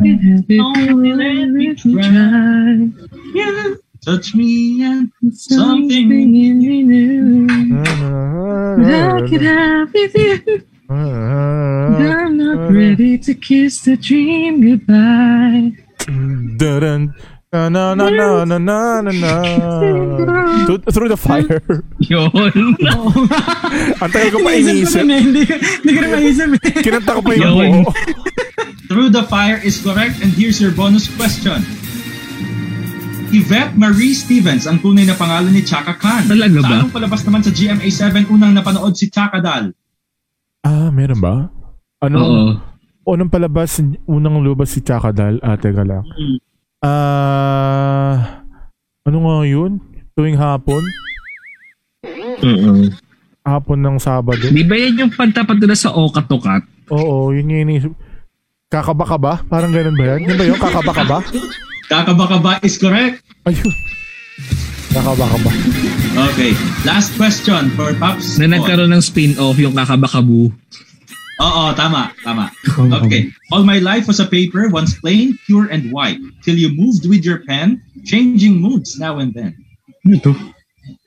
C: Only let me try. Yeah. Touch me and something in you.
E: I could have with you. I'm not ready to kiss the dream goodbye.
A: Dun-dun. Na na na na na na na na. Through, through the fire.
D: Yun.
A: Ang tagal ko pa iniisip.
B: Naisip ko rin eh. Hindi ko- hindi
D: *laughs*
B: ko rin maisip eh.
A: Kinanta ko pa yung
D: Yun.
A: buo.
C: Through the Fire is correct and here's your bonus question. Yvette Marie Stevens ang tunay na pangalan ni Chaka Khan.
D: Talaga
C: Sa
D: ba?
C: anong palabas naman sa GMA7 unang napanood si Chaka Dal?
A: Ah, meron ba?
D: Oo.
A: Ano? Unang palabas, unang lubas si Chakadal. Ah, teka lang. Ah, ano nga yun? Tuwing hapon?
D: Mm-mm.
A: Hapon ng Sabado?
D: Di ba yan yung pantapat nila sa Oka Tukat?
A: Oo, yun yung iniisip. Kakaba ka ba? Parang ganun ba yan? Yun ba yun? Kakaba ka ba?
C: Kakabakaba is correct.
A: Ayun. Kakaba ka ba?
C: Okay. Last question for Pops.
D: Na
C: Paul.
D: nagkaroon ng spin-off yung Kakabakabu.
C: Oo, tama, tama. Okay. All my life was a paper, once plain, pure and white, till you moved with your pen, changing moods now and then.
B: Ano to?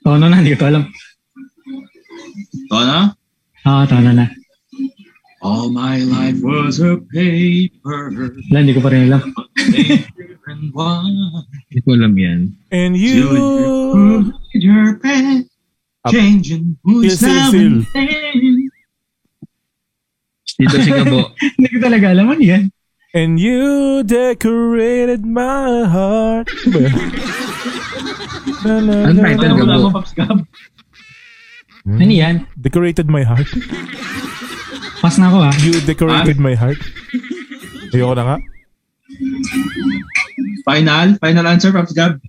B: Tono na, hindi ko to alam.
C: Tono?
B: Ah, tono na.
C: All my life was a paper,
B: Wala, hindi ko pa rin alam.
C: plain, pure and white,
D: Hindi ko alam yan.
A: And
C: till you
A: you...
C: moved with your pen,
A: Up.
C: changing
A: Sil,
C: moods
A: sil,
C: now
A: sil.
C: and then.
D: Dito si Gabo.
B: *laughs* Hindi ko talaga alam. Ano yan?
A: And you decorated my heart. Ano ba yun? Na, na,
D: Ang
A: na,
D: title
A: na.
D: Gabo.
C: Wala mo, Pops Gab.
B: Ano yan?
A: Decorated my heart.
B: Pass na ako ah.
A: You decorated my heart. Ayoko na nga.
C: Final? Final answer, Pops Gab?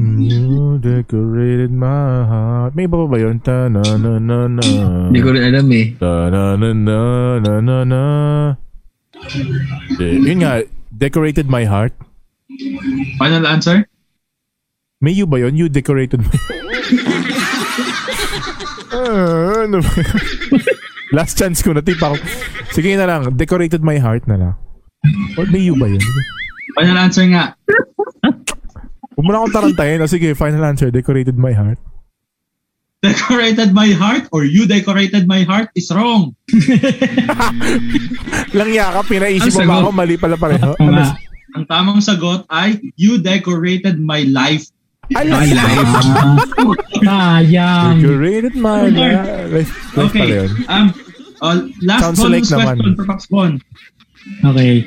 A: You decorated my heart. May iba pa ba yun? Ta na na na na.
D: Hindi ko rin alam eh.
A: Ta na na na na na na. Eh, yun nga, decorated my heart.
C: Final answer?
A: May you ba yun? You decorated my heart. *laughs* Ah, ano ba yun? *laughs* Last chance ko na, tipa ko. Sige na lang, decorated my heart na lang. Or may you ba yun?
C: Final answer nga.
A: Huwag mo na akong tarantayin. O sige, final answer, decorated my heart.
C: Decorated my heart or you decorated my heart is wrong.
A: Lang yaka, pinaisip mo ba
D: Ang sagot.
A: ako? Mali pala
D: *laughs*
A: pareho.
B: Ano ba?
C: Ang tamang sagot ay you decorated my life.
A: Alas!
B: Ah, Sayang.
A: Decorated my life. Life pala
C: Okay.
A: yun.
C: Um, uh, last
A: Sounds
C: bonus
A: like naman.
C: question for Pops Bon.
B: Okay.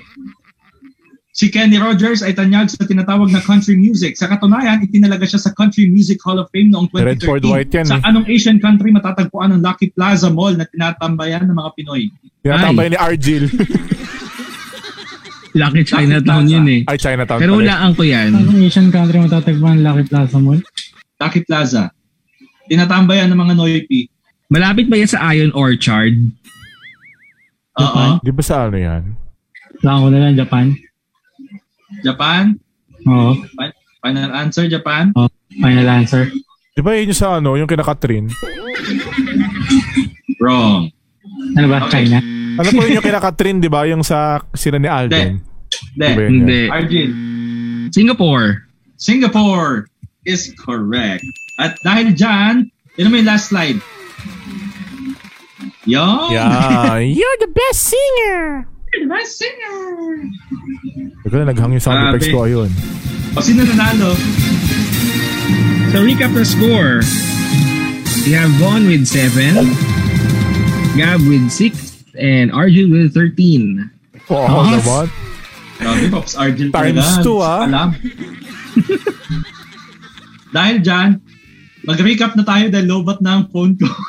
C: Si Kenny Rogers ay tanyag sa tinatawag na country music. Sa katunayan, itinalaga siya sa Country Music Hall of Fame noong 2013.
A: Redford White yan,
C: Sa
A: eh.
C: anong Asian country matatagpuan ang Lucky Plaza Mall na tinatambayan ng mga Pinoy?
A: Tinatambay ni
D: *laughs*
A: Argil.
D: Lucky Chinatown yun eh.
A: Ay, Chinatown
D: Pero
A: pala.
D: hulaan ko yan.
B: Anong Asian country matatagpuan ang Lucky Plaza Mall?
C: Lucky Plaza. Tinatambayan ng mga Noypi.
D: Malapit ba yan sa Ion Orchard?
C: Oo.
A: Di ba sa ano yan?
B: Saan ko na lang, Japan?
C: Japan?
B: Oo.
C: Fi- Final answer, Japan?
B: Oh, final answer.
A: Di ba yun yung sa ano, yung kina Katrin?
C: Wrong.
B: Ano ba?
C: Okay.
B: China?
A: Alam ko yun yung kina Katrin, di ba? Yung sa sila ni Alden. Di Ano ba yun
C: Hindi.
A: yan?
D: Hindi.
C: Arjun.
D: Singapore.
C: Singapore is correct. At dahil dyan, yun naman yung last slide. Yo!
A: Yeah. *laughs* You're the best singer!
C: Best singer!
A: Teka na, naghang yung sound
D: Grabe.
A: effects ko ayun.
C: O sino nanalo?
D: So recap the score. We have Vaughn with 7, Gab with 6, and Arjun with 13.
A: Oo, oh,
B: Yes.
A: naman.
C: Grabe, Pops Argel
A: Times two, ah.
C: Alam. *laughs* dahil dyan, mag-recap na tayo dahil lobat na ang phone ko. *laughs*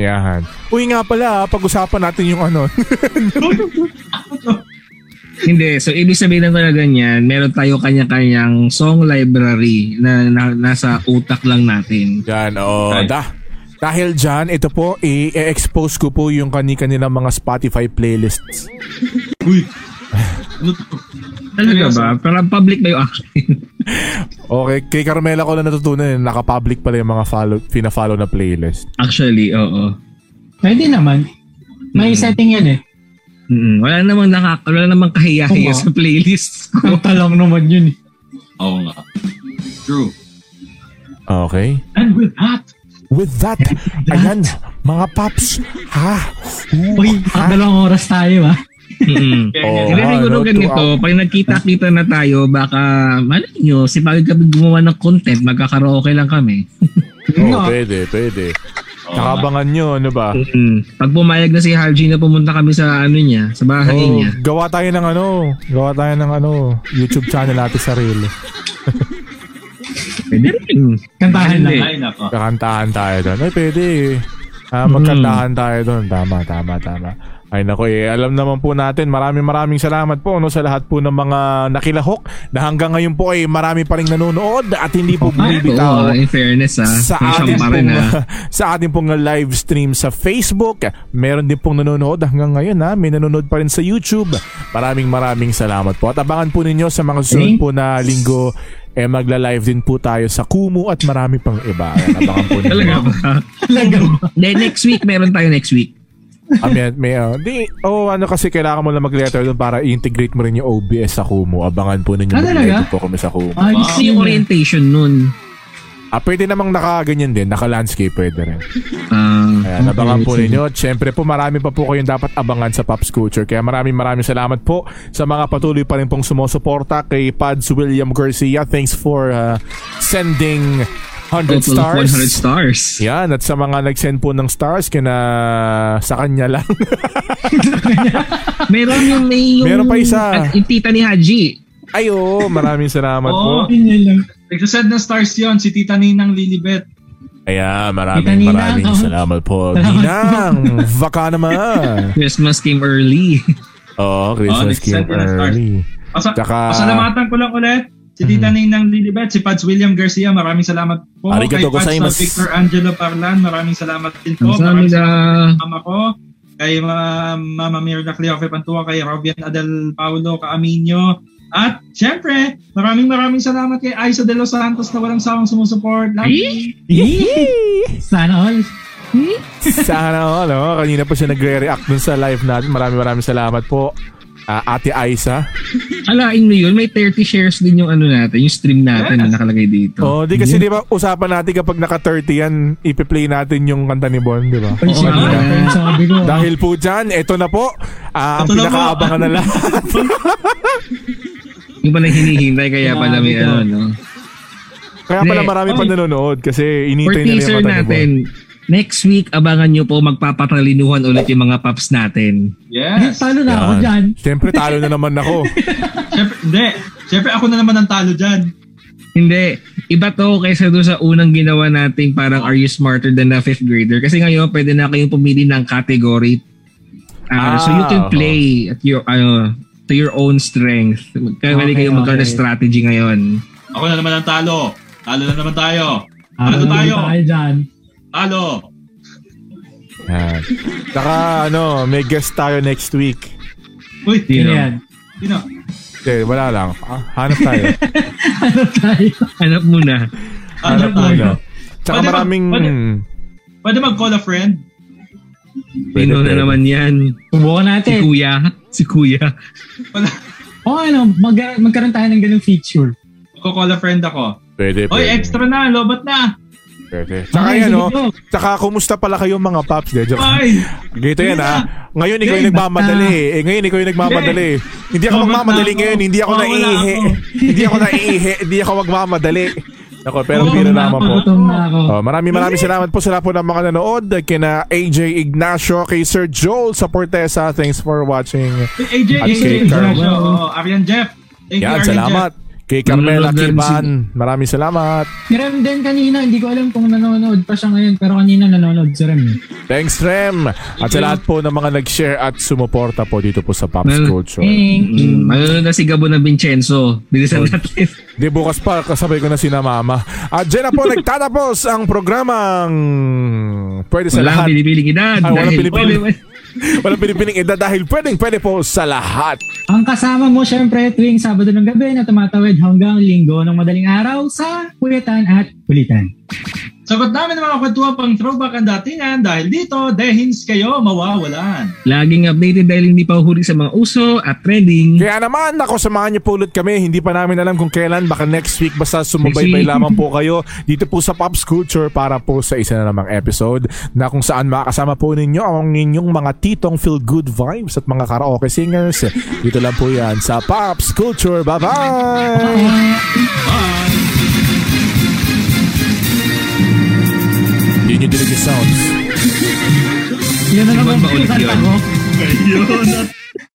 A: Yan. Uy nga pala, ah, pag-usapan natin yung ano.
D: Hindi, so ibig sabihin na talaga niyan, meron tayo kanya-kanyang song library na, na nasa utak lang natin.
A: *laughs* Yan, oo.
C: Okay.
A: Da. Dahil dyan, ito po, i-expose ko po yung kani-kanilang mga Spotify playlists.
C: Uy. Ano to?
D: Talaga ba? Parang public ba yung action? *laughs*
A: Okay, kay Carmela ko lang natutunan, eh, naka-public pala yung mga follow, fina-follow na playlist.
D: Actually, oo.
B: Pwede naman. May setting yan eh. *laughs*
D: Mm, wala namang naka, wala namang kahiya-hiya
B: Oo.
D: *laughs* sa playlist ko.
B: Ang talang naman yun eh.
C: Oo nga. True.
A: Okay.
C: And with that,
A: With that, ayan, mga paps, ha? Ooh,
B: Uy,
A: ha?
B: Ah, dalawang oras tayo ah.
D: Mm.
A: Oo,
D: Hindi siguro
A: ano,
D: ganito,
A: throughout.
D: pag nagkita-kita na tayo, baka, malay nyo, si pag kami gumawa ng content, magkakaraoke lang kami.
A: Oo,
B: No.
A: pwede, pwede.
C: Oo nga.
A: Nakabangan nyo, ano ba?
D: Mm. Pag pumayag na si Harji na pumunta kami sa ano niya, sa bahay
A: Oh,
D: niya.
A: gawa tayo ng ano, gawa tayo ng ano, YouTube channel natin sarili.
D: Pwede rin.
A: Ah,
B: Kantahan lang.
D: Hindi.
C: Ay, nako.
A: Kakantahan tayo doon. Ay, pwede eh. Ah,
D: Hmm.
A: magkantahan tayo doon. Tama, tama, tama. Ay nako eh, alam naman po natin, maraming maraming salamat po no, sa lahat po ng mga nakilahok na hanggang ngayon po ay marami pa rin nanonood at hindi po
D: Oo,
A: bumibitaw
D: in fairness ha.
A: sa ating,
D: Ah, May siyam pa
A: pong,
D: rin, ah.
A: *laughs* sa ating pong live stream sa Facebook. Meron din pong nanonood hanggang ngayon ha. May nanonood pa rin sa YouTube. Maraming maraming salamat po. At abangan po ninyo sa mga susunod po na linggo eh magla-live din po tayo sa Kumu at marami pang iba. Ayan, Abangan po ninyo.
D: Talaga ba?
B: Talaga ba?
D: Then next week, meron tayo next week.
A: Ah, may, may, ah, di, oh, ano kasi kailangan mo lang mag-letter doon para i-integrate mo rin yung OBS sa Kumu. Abangan po ninyo.
B: Ah, talaga?
A: mag-live po kami sa Kumu.
B: Ay,
D: Kasi yung orientation nun.
A: Ah, pwede namang naka-ganyan din. Naka-landscape pwede rin.
D: Ah,
A: Ayan, abangan po
D: okay.
A: ninyo. At syempre po, marami pa po kayong dapat abangan sa Pops Culture. Kaya maraming maraming salamat po sa mga patuloy pa rin pong sumusuporta kay Pads William Garcia. Thanks for ah, sending 100
D: Total of 100
A: stars.
D: stars.
A: Yan, at sa mga nag-send po ng stars, kina sa kanya lang. *laughs*
D: Meron yung may yung...
A: Meron pa isa.
D: At yung tita ni Haji.
A: Ayo, maraming salamat po.
C: Oo.
B: Yun lang.
C: Nagsasend Oh, na stars yon si Tita Ninang Lilibet.
A: Ayan,
B: Kita,
A: maraming
B: Ninang.
A: maraming
B: Oh.
A: salamat po.
B: Salamat po.
A: Ninang, baka
D: *laughs*
A: naman.
D: Christmas came early.
A: Oo, oh, Christmas
C: Oh,
A: King
C: nag-send na stars.
A: early.
C: Pasa-
A: Tsaka- Mm-hmm.
C: Pasalamatan ko lang ulit. Si Tita Ninang Lilibet, si Pads William Garcia, maraming salamat po.
A: Arigato
C: Kay Pads na
A: gozaimasu.
C: Victor Angelo Parlan, maraming salamat din
A: Oh,
C: po.
D: Maraming
C: Maraming
D: salamat.
C: salamat mama ko. Kay Ma- Mama Mirna Cleofe Pantua, kay Robian Adel Paulo Caaminio. At syempre, maraming maraming salamat kay Aiza De Los Santos na walang sawang sumusuport. Love you.
B: Sana all.
A: *laughs* Sana all, no? Kanina pa siya nagre-react dun sa live natin. Maraming maraming salamat po. Ah, Ate Aiza.
D: Alain mo yun, may 30 shares din yung ano natin, yung stream natin na nakalagay dito.
A: Oh, di
D: Mm.
A: kasi di ba usapan natin kapag naka-30 yan, ipi-play natin yung kanta ni Bon, di ba?
B: Uy,
D: Oo,
B: sige.
D: nga.
B: Ayun, Sabi ko. ah.
A: diba? Dahil po dyan, eto na po. Ah, ang
C: Eto na po.
A: pinakaabangan na lahat.
D: *laughs* Yung pala hinihintay, kaya pala may ano, no?
A: Kaya pala
D: Hindi.
A: marami pa nanonood kasi
D: For
A: inintay nila
D: teaser
A: yung kanta ni Bon.
D: natin, next week, abangan nyo po magpapatalinuhan ulit yung mga paps natin.
B: Eh,
C: Yes.
B: Talo na ako
A: Yan.
B: dyan.
A: Siyempre, talo na naman
D: *laughs*
A: ako.
C: Syempre, hindi. Syempre, ako na naman ang talo dyan.
D: Hindi, iba to kaysa doon sa unang ginawa nating parang Are You Smarter Than a Fifth Grader? Kasi ngayon, pwede na kayong pumili ng category. Ah, so you can
A: Ah, oo.
D: play at your, ano, to your own strength. Kaya pwede
B: Okay,
D: kayong magkaroon ng
B: okay.
D: strategy ngayon.
C: Ako na naman ang talo. Talo na naman tayo.
B: Talo
D: Ano
C: Talo
B: na
C: tayo.
B: Ano tayo dyan.
C: Talo.
A: Yan. Saka ano, may guest tayo next week.
C: Uy,
B: Yun
D: Sino?
B: yan. *laughs*
C: sino?
A: Okay, wala lang. Ah, hanap tayo.
B: Ano tayo?
D: Hanap muna.
A: hanap
C: Talo
A: tayo.
C: tayo.
A: Tsaka
C: Ano Pwede ba-
A: maraming...
C: pwede- Pwede mag-call a friend?
A: Pwede,
D: Sino na
A: pwede.
D: naman yan?
B: Subukan
D: Si
B: natin.
D: Kuya. Si Kuya.
C: Wala.
B: O ano, mag- magkaroon tayo ng ganung feature.
C: Mag-call a friend ako.
A: Pwede,
C: Oy,
A: pwede.
C: extra na. Lobot na.
A: Pwede. Tsaka
B: Ay,
A: yan,
B: sige
A: no?
B: po.
A: Tsaka kumusta pala kayo mga paps? De, joke.
C: Ay!
A: Gito yan, ha? Ngayon, ikaw yung
B: Hey,
A: nagmamadali. Eh, ngayon, ikaw yung nagmamadali. Hindi ako
C: Basta
A: magmamadali
C: ako.
A: ngayon. Hindi ako
C: Bawala
A: naiihi.
C: ako.
A: Hindi ako naiihi. Hindi ako magmamadali. Ako, pero
C: Bawala
A: bira
B: Gutom na
A: naman
B: ako,
A: po.
B: Gutom na ako.
A: Oh, marami marami salamat po sa lahat po ng mga nanood kina AJ Ignacio kay Sir Joel sa Portesa thanks for watching
C: AJ,
A: At
C: AJ,
A: kay
C: AJ,
A: Carl.
C: Joshua, oo, Arian Jeff. Thank
A: yan
C: you, Arian
A: salamat
C: Jeff.
A: Kay Carmela
D: Nanonood din
A: Kiban, maraming salamat.
B: Si Rem din kanina, hindi ko alam kung nanonood pa siya ngayon, pero kanina nanonood si Rem. eh.
A: Thanks, Rem. At sa lahat po ng mga nag-share at sumuporta po dito po sa Pops
D: Well,
A: Culture.
B: Thank you.
D: Mm, ano na si Gabo na Vincenzo? Bilisan natin.
A: Di bukas pa, kasabay ko na sina mama. At dyan na
D: *laughs*
A: po, nagtatapos ang programang Pwede *laughs* sa
D: Walang
A: lahat.
D: pinipiling edad.
A: Ay, walang
D: dahil
A: pinipiling.
D: pwede-
A: Walang pinipiling edad dahil pwedeng pwede po sa lahat.
B: Ang kasama mo syempre tuwing Sabado ng gabi na tumatawid hanggang linggo ng madaling araw sa Kulitan at Kulitan.
C: Sagot namin ang mga kwentuhan pang throwback ang datingan dahil dito, dehins kayo mawawalan.
D: Laging updated dahil hindi pa huli sa mga uso at trending.
A: Kaya naman, ako, samahan niyo po ulit kami. Hindi pa namin alam kung kailan. Baka next week. Basta sumubaybay
D: Next week.
A: lamang po kayo dito po sa Pops Culture para po sa isa na namang episode na kung saan makakasama po ninyo ang ninyong mga titong feel-good vibes at mga karaoke singers. Dito lang po yan sa Pops Culture. Bye-bye! Yun yung dinig yung sounds.
B: Yun na
D: Iwan
B: naman
D: ba ulit
B: yung kanta
D: yun?
B: ko.
C: Ayun at